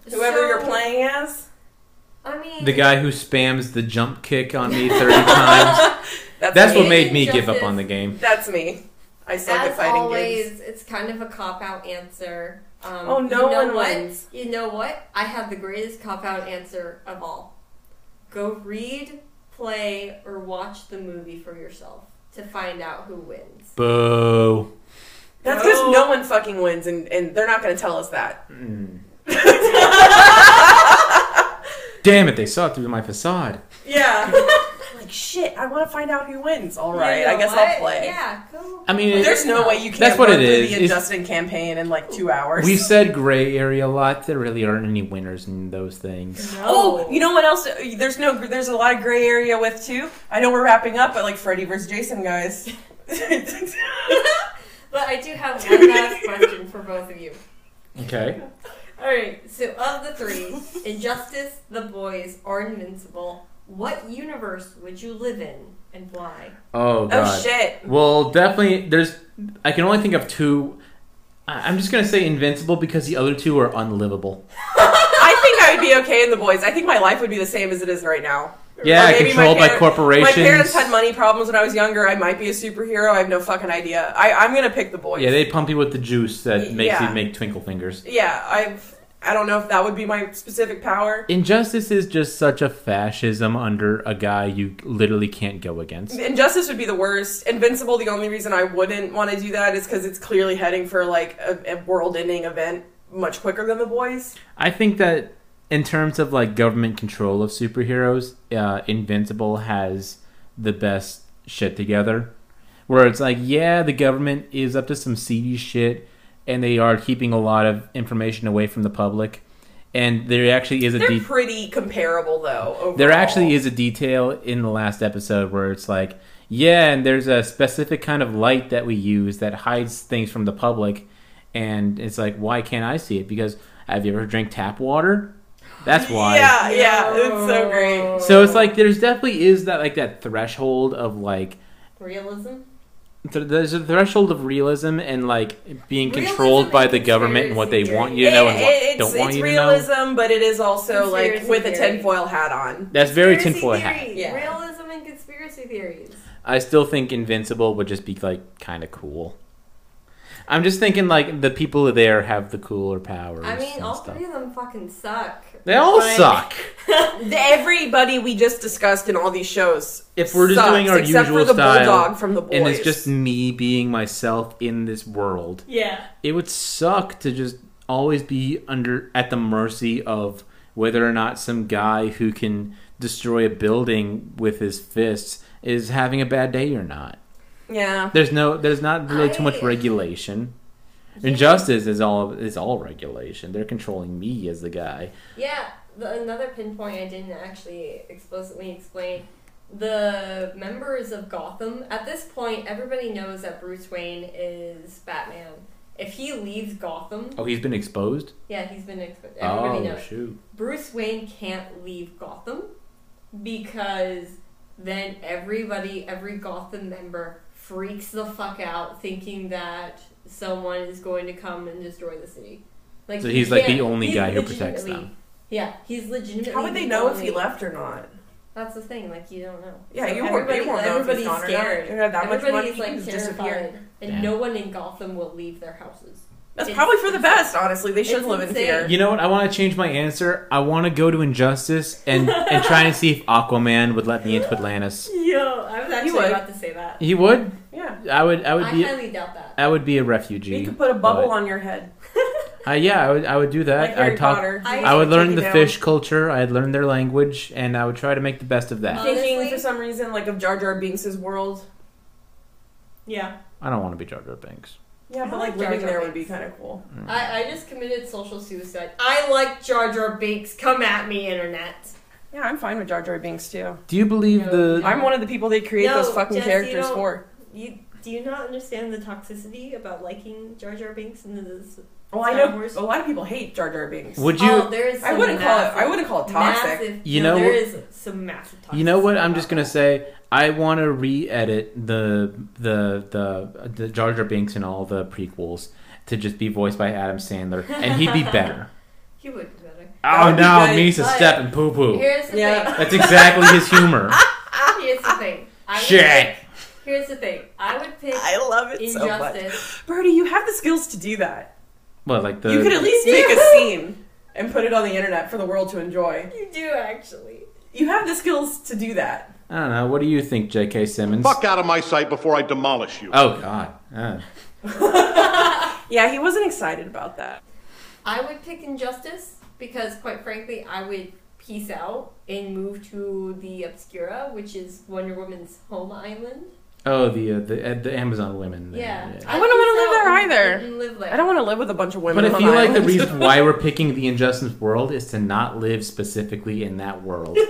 S2: Whoever
S3: So,
S2: you're playing as?
S3: I mean,
S1: The guy who spams the jump kick on me 30 times.
S2: That's,
S1: That's
S2: me.
S1: what made me give up on the game.
S2: That's me. I suck at
S3: As
S2: fighting
S3: always,
S2: games.
S3: it's kind of a cop out answer. Um,
S2: Oh, no
S3: you know
S2: one
S3: what?
S2: wins.
S3: You know what? I have the greatest cop out answer of all. Go read, play, or watch the movie for yourself to find out who wins.
S1: Boo.
S2: That's
S3: No.
S2: because no. one fucking wins, and, and they're not going to tell us that.
S1: Mm. Damn it, they saw through my facade.
S2: Yeah. like, shit, I want to find out who wins. All right,
S3: You know
S2: I guess
S3: what?
S2: I'll play.
S3: Yeah, go.
S1: I mean, it-
S2: There's no way you can't
S1: That's what
S2: run
S1: it
S2: through
S1: is.
S2: the
S1: It's-
S2: Justin campaign in like two hours.
S1: We've said gray area a lot. There really aren't any winners in those things.
S3: No.
S2: Oh, you know what else? There's no, there's a lot of gray area with too. I know we're wrapping up, but like Freddy versus Jason, guys. Oh,
S3: But I do have one last question for both of you.
S1: Okay.
S3: All right. So of the three, Injustice, The Boys, or Invincible, what universe would you live in and why?
S1: Oh, God.
S2: oh shit!
S1: Well, definitely. There's. I can only think of two. I- I'm just gonna say Invincible because the other two are unlivable.
S2: I think I would be okay in the boys. I think my life would be the same as it is right now.
S1: Yeah,
S2: Or maybe my
S1: controlled by
S2: parent-
S1: corporations.
S2: My parents had money problems when I was younger. I might be a superhero. I have no fucking idea. I, I'm gonna pick the boys.
S1: Yeah, they pump you with the juice that
S2: Y-
S1: makes
S2: yeah.
S1: you make twinkle fingers.
S2: yeah, I've. I don't know if that would be my specific power.
S1: Injustice is just such a fascism under a guy you literally can't go against.
S2: Injustice would be the worst. Invincible. The only reason I wouldn't want to do that is because it's clearly heading for like a, a world-ending event much quicker than the boys.
S1: I think that in terms of like government control of superheroes, uh, Invincible has the best shit together. Where it's like, yeah, the government is up to some seedy shit, and they are keeping a lot of information away from the public. And there actually is a
S2: They're
S1: deep
S2: pretty comparable though. Overall.
S1: There actually is a detail in the last episode where it's like, yeah, and there's a specific kind of light that we use that hides things from the public, and it's like, why can't I see it? Because have you ever drank tap water? That's why.
S2: Yeah, yeah, it's so great.
S1: So it's like there's definitely is that like that threshold of like
S3: Realism?
S1: th- there's a threshold of realism and like being
S3: Realism
S1: controlled by
S3: and
S1: the government and what they
S3: conspiracy
S1: want you to know and
S2: It-
S1: what
S2: it's,
S1: don't want
S2: it's
S1: you to know.
S2: realism, but it is also like
S3: Conspiracy
S2: with a
S3: theory.
S2: tinfoil hat on.
S1: That's very
S3: Conspiracy
S1: tinfoil hat.
S3: theory.
S2: Yeah.
S3: Realism and conspiracy theories.
S1: I still think Invincible would just be like kind of cool. I'm just thinking like the people there have the cooler powers.
S3: I mean,
S1: and
S3: all
S1: stuff.
S3: three of them fucking suck.
S1: They all
S2: Like-
S1: suck.
S2: The- Everybody we just discussed in all these shows.
S1: If we're just
S2: sucks,
S1: doing our
S2: except
S1: usual
S2: for the
S1: style,
S2: bulldog from the boys.
S1: And it's just me being myself in this world.
S3: Yeah.
S1: It would suck to just always be under at the mercy of whether or not some guy who can destroy a building with his fists is having a bad day or not.
S2: yeah.
S1: There's no there's not really too much
S3: I-
S1: regulation. Injustice is all is all regulation. They're controlling me as the guy.
S3: Yeah. The, another pinpoint I didn't actually explicitly explain. The members of Gotham, at this point, everybody knows that Bruce Wayne is Batman. If he leaves Gotham,
S1: Oh, he's been exposed.
S3: yeah, he's been exposed. Everybody
S1: oh
S3: knows.
S1: shoot.
S3: Bruce Wayne can't leave Gotham. because then everybody, every Gotham member freaks the fuck out thinking that someone is going to come and destroy the city. Like
S1: So
S3: you
S1: he's like the
S3: can't-
S1: only
S3: he's
S1: guy who protects
S3: legitimately-
S1: them.
S3: Yeah, he's legitimately.
S2: How would they
S3: the
S2: know if he
S3: only-
S2: left or not?
S3: That's the thing. Like you don't know.
S2: Yeah,
S3: So
S2: you won't,
S3: everybody-
S2: you won't know if
S3: everybody's
S2: he's gone
S3: scared.
S2: or not. You have that much money,
S3: Everybody's
S2: you can
S3: like
S2: just disappear.
S3: terrified, and
S1: Damn.
S3: no one in Gotham will leave their houses.
S2: That's
S3: It's-
S2: probably for the best, honestly. They should
S3: it's
S2: live in
S3: insane.
S2: fear.
S1: You know what? I want to change my answer. I want to go to Injustice and and try and see if Aquaman would let me into Atlantis.
S3: Yo, I was
S2: actually would.
S3: about to say that.
S1: He would.
S2: Yeah.
S1: I would. I
S3: I,
S1: would be.
S3: highly doubt that.
S1: I would be a refugee.
S2: You could put a bubble
S1: but-
S2: on your head.
S1: Uh, yeah, I would. I would do that.
S2: Like Harry
S1: I'd talk.
S2: Potter.
S3: I-
S1: I would learn the
S2: Taking
S1: fish culture. I'd learn their language, and I would try to make the best of
S2: down.
S1: that.
S3: Uh,
S2: Thinking
S3: Honestly-
S2: for some reason like of Jar Jar Binks' world.
S3: Yeah,
S1: I don't want to be Jar Jar Binks.
S2: Yeah,
S3: I
S2: but
S3: like
S2: like
S3: Jar
S2: living
S3: Jar
S2: there would be
S3: Binks.
S2: kind of cool.
S3: I, I just committed social suicide. I like Jar Jar Binks. Come at me, internet.
S2: Yeah, I'm fine with Jar Jar Binks too.
S1: Do you believe
S3: No,
S1: the?
S2: I'm one of the people they create
S3: No,
S2: those fucking
S3: Jess, you
S2: characters
S3: don't-
S2: for.
S3: You do you not understand the toxicity about liking Jar Jar Binks and this?
S2: Well, Oh, I
S3: Star
S2: know
S3: Wars.
S2: a lot of people hate Jar Jar Binks.
S1: Would you?
S3: Oh, there is.
S2: I wouldn't call it. I wouldn't call it toxic.
S3: Massive,
S1: You
S3: no,
S1: know
S3: there
S1: what-
S3: is some massive toxicity.
S1: You know what? I'm
S3: about
S1: just gonna
S3: that.
S1: say I want to re-edit the the the the Jar Jar Binks and all the prequels to just be voiced by Adam Sandler, and he'd be better.
S3: He would be better.
S2: That
S1: oh
S2: would be
S1: no,
S2: good,
S1: means to
S3: but-
S1: step and poo poo.
S3: Here's the
S2: Yeah.
S3: thing.
S1: That's exactly his humor.
S3: Here's the thing. I would
S1: Shit.
S3: pick- here's the thing. I would pick
S2: I love it so much.
S3: Injustice.
S2: Bertie, you have the skills to do that.
S1: Well, like the
S2: you could at least
S3: Yeah.
S2: make a scene and put it on the internet for the world to enjoy.
S3: you do actually.
S2: You have the skills to do that.
S1: I don't know. What do you think, J.K. Simmons?
S4: Fuck out of my sight before I demolish you.
S1: Oh God. Uh,
S2: Yeah, he wasn't excited about that.
S3: I would pick Injustice because, quite frankly, I would peace out and move to the Obscura, which is Wonder Woman's home island.
S1: oh, the uh, the uh, the Amazon women. there,
S3: Yeah,
S1: yeah.
S2: I wouldn't wanna
S3: peace
S2: live there
S3: out and-
S2: either.
S3: And live there.
S2: I don't want to live with a bunch of women.
S1: But I
S2: on
S1: feel
S2: an
S1: like the
S2: island.
S1: reason why we're picking the Injustice world is to not live specifically in that world.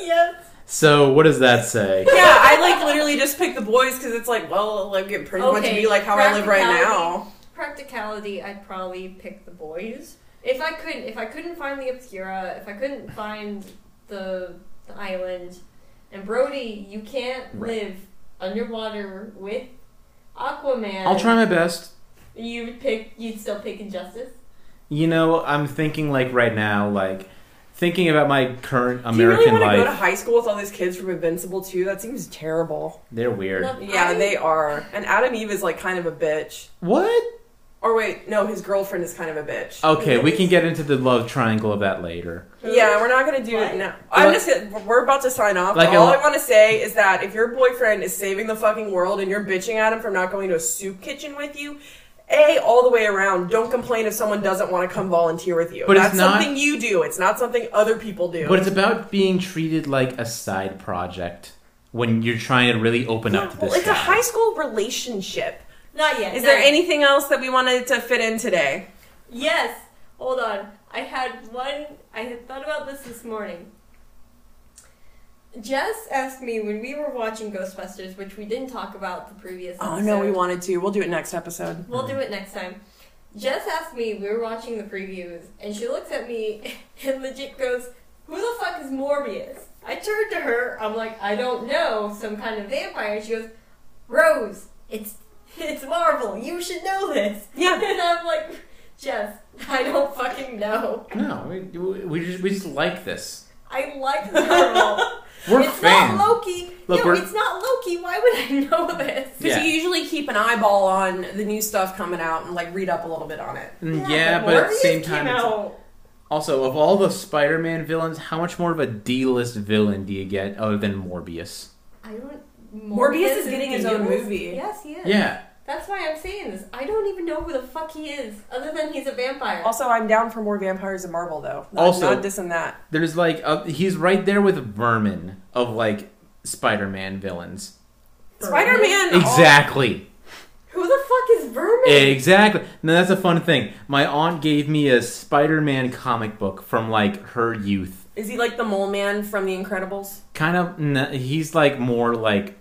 S3: Yes.
S1: so what does that say?
S2: yeah, I like literally just pick the boys because it's like, well, like it pretty much
S3: Okay,
S2: be like how I live right now.
S3: practicality. Practicality, I'd probably pick the boys. If I couldn't, if I couldn't find the Obscura, if I couldn't find the, the island, and Brody, you can't
S1: Right.
S3: live underwater with Aquaman.
S1: I'll try my best.
S3: You would pick. You'd still pick Injustice.
S1: You know, I'm thinking like right now, like thinking about my current
S2: Do you really
S1: American
S2: want to go to
S1: life.
S2: high school with all these kids from Invincible too? That seems terrible.
S1: They're weird.
S3: No.
S2: Yeah,
S3: I-
S2: they are. And Adam Eve is like kind of a bitch.
S1: What?
S2: Or wait, no, his girlfriend is kind of a bitch.
S1: Okay, we can get into the love triangle of that later.
S2: Yeah, we're not gonna do
S3: What?
S2: it now. I'm
S1: What?
S2: just gonna, we're about to sign off.
S1: Like
S2: All
S1: a-
S2: I want to say is that if your boyfriend is saving the fucking world and you're bitching at him for not going to a soup kitchen with you, a all the way around. Don't complain if someone doesn't want to come volunteer with you.
S1: But it's
S2: That's
S1: not-
S2: something you do. It's not something other people do.
S1: But it's about being treated like a side project when you're trying to really open up to
S2: well,
S1: this.
S2: it's a
S1: guy.
S2: high school relationship.
S3: Not yet.
S2: Is
S3: not
S2: there
S3: yet.
S2: anything else that we wanted to fit in today?
S3: Yes. Hold on. I had one. I had thought about this this morning. Jess asked me when we were watching Ghostbusters, which we didn't talk about the previous.
S2: Oh
S3: episode.
S2: no, we wanted to. We'll do it next episode.
S3: We'll do it next time. Jess asked me. We were watching the previews, and she looks at me and legit goes, "Who the fuck is Morbius?" I turned to her. I'm like, "I don't know. Some kind of vampire." She goes, "Rose, it's it's Marvel. You should know this."
S2: Yeah.
S3: And I'm like, "Jess, I don't fucking know."
S1: No, we, we just we just like this.
S3: I like
S2: Oh,
S3: Marvel.
S1: We're
S3: it's
S1: fans.
S3: not Loki.
S1: Look,
S3: no,
S1: we're-
S3: it's not Loki. Why would I know this?
S2: Because
S1: Yeah.
S2: you usually keep an eyeball on the new stuff coming out and like read up a little bit on it.
S1: Mm, yeah, but at the
S3: Morbius
S1: same
S3: came
S1: time, it's-
S3: out.
S1: also of all the Spider-Man villains, how much more of a D-list villain do you get other than Morbius?
S3: I don't.
S2: Morbius is getting his own
S3: deals?
S2: movie.
S3: Yes, he is.
S1: Yeah,
S3: That's why I'm saying this. I don't even know who the fuck he is, other than he's a vampire.
S2: Also, I'm down for more vampires in Marvel though. Not,
S1: Also-
S2: not dissing that.
S1: there's like uh he's right there with Vermin of like Spider-Man villains.
S2: Spider Man.
S1: Exactly.
S3: Who the fuck is Vermin?
S1: Exactly. Now that's a fun thing. My aunt gave me a Spider-Man comic book from like her youth.
S2: Is he like the mole man from The Incredibles?
S1: Kind of. n- He's like more like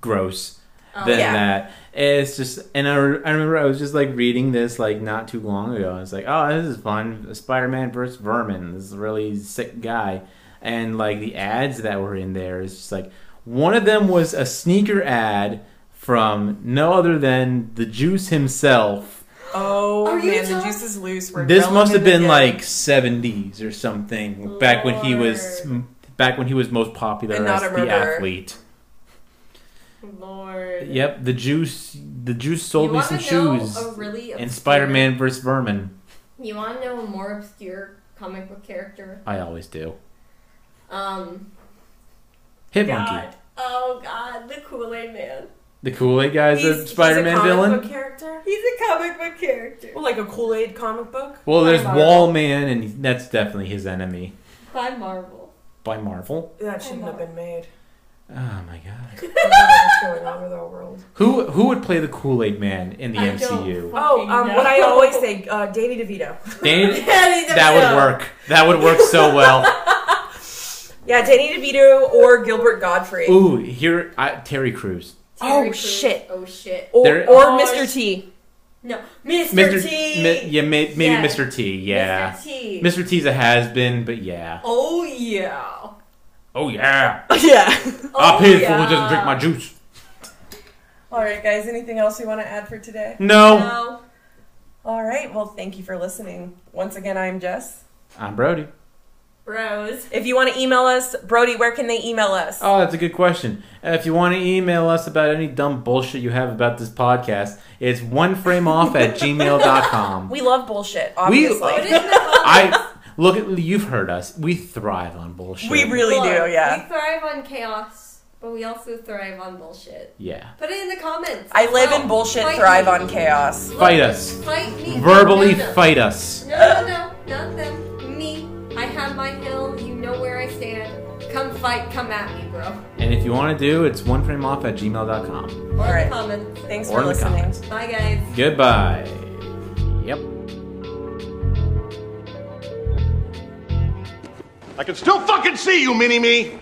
S1: gross
S3: Oh,
S1: than
S2: Um, Yeah.
S1: that. It's just, and I, re- I remember I was just like reading this like not too long ago. I was like, oh, this is fun. Spider-Man versus Vermin. This is a really sick guy. and like the ads that were in there is just like one of them was a sneaker ad from no other than the Juice himself.
S2: Oh
S3: Are you
S2: man, the
S3: talk-
S2: juice is loose. We're
S1: this
S2: grilling
S1: must have
S2: in the
S1: been
S2: dip.
S1: like 70s or something back when he was
S3: Lord.
S1: back when he was most popular
S2: And
S1: as
S2: not a
S1: the
S2: murderer.
S1: athlete.
S3: Lord.
S1: Yep, the Juice the Juice
S3: You
S1: sold me
S3: wanna
S1: some
S3: know
S1: shoes
S3: a really obscure-
S1: in Spider-Man vs. Vermin.
S3: You want to know a more obscure comic book character?
S1: I always do.
S3: Um,
S1: Hit Monkey.
S3: God. Oh God, the Kool Aid Man.
S1: The Kool-Aid guy's
S2: He's-
S1: a
S2: he's
S1: Spider-Man
S2: comic
S1: villain.
S2: book character.
S3: He's a comic book character.
S2: Well, like a Kool Aid comic book.
S1: Well,
S3: By
S1: there's
S3: Marvel.
S1: Wall Man, and that's definitely his enemy
S3: By Marvel.
S1: by Marvel.
S2: That shouldn't have been made.
S1: Oh my god!
S2: I don't know what's going on with our world?
S1: Who who would play the Kool Aid Man in the
S3: I
S1: MCU?
S3: don't-
S2: Oh, um,
S3: No.
S2: what I always say, uh, Danny DeVito.
S1: Danny, that
S3: that
S1: would work. That would work so well.
S2: Yeah, Danny DeVito or Gilbert Godfrey.
S1: Ooh, here I, Terry Crews,
S2: Oh, shit.
S3: Oh shit.
S2: Or,
S1: There-
S2: or
S3: Oh,
S2: Mr.
S3: it's-
S2: T.
S3: No, Mr.
S1: Mr.
S3: T.
S1: Mi- yeah, may, maybe
S3: Yeah.
S1: Mr. T. Yeah,
S3: Mr. T.
S1: Mr. T's a has been, but yeah.
S3: Oh yeah.
S1: Oh yeah,
S2: yeah.
S1: I
S3: Oh,
S1: paid for
S3: yeah.
S1: who doesn't drink my juice.
S2: All right, guys. Anything else you want to add for today?
S1: No,
S3: No.
S2: All right. Well, thank you for listening. Once again, I'm Jess.
S1: I'm Brody.
S3: Rose.
S2: If you want to email us, Brody, where can they email us?
S1: Oh, that's a good question. Uh, If you want to email us about any dumb bullshit you have about this podcast, it's oneframeoff at gmail.com.
S2: we love bullshit, obviously.
S3: Put it in the comments.
S1: I look at you've heard us. We thrive on bullshit.
S2: We really
S3: Look,
S2: do, yeah.
S3: We thrive on chaos, but we also thrive on bullshit.
S1: Yeah.
S3: Put it in the comments.
S2: I live in
S3: Oh,
S2: bullshit,
S3: fight
S2: thrive
S3: me.
S2: on chaos.
S1: Fight us.
S3: Fight me.
S1: Verbally
S3: No, no.
S1: fight us.
S3: No, no, no, not them. Me. I have my hill. You know where I stand. Come fight. Come at me, bro.
S1: And if you want to do, it's oneframeoff at gmail.com.
S3: Or in
S2: Alright.
S3: the comments.
S2: Thanks
S1: Or
S2: for
S1: in the
S2: listening.
S1: comments.
S3: Bye, guys.
S1: Goodbye. Yep.
S4: I can still fucking see you, mini me.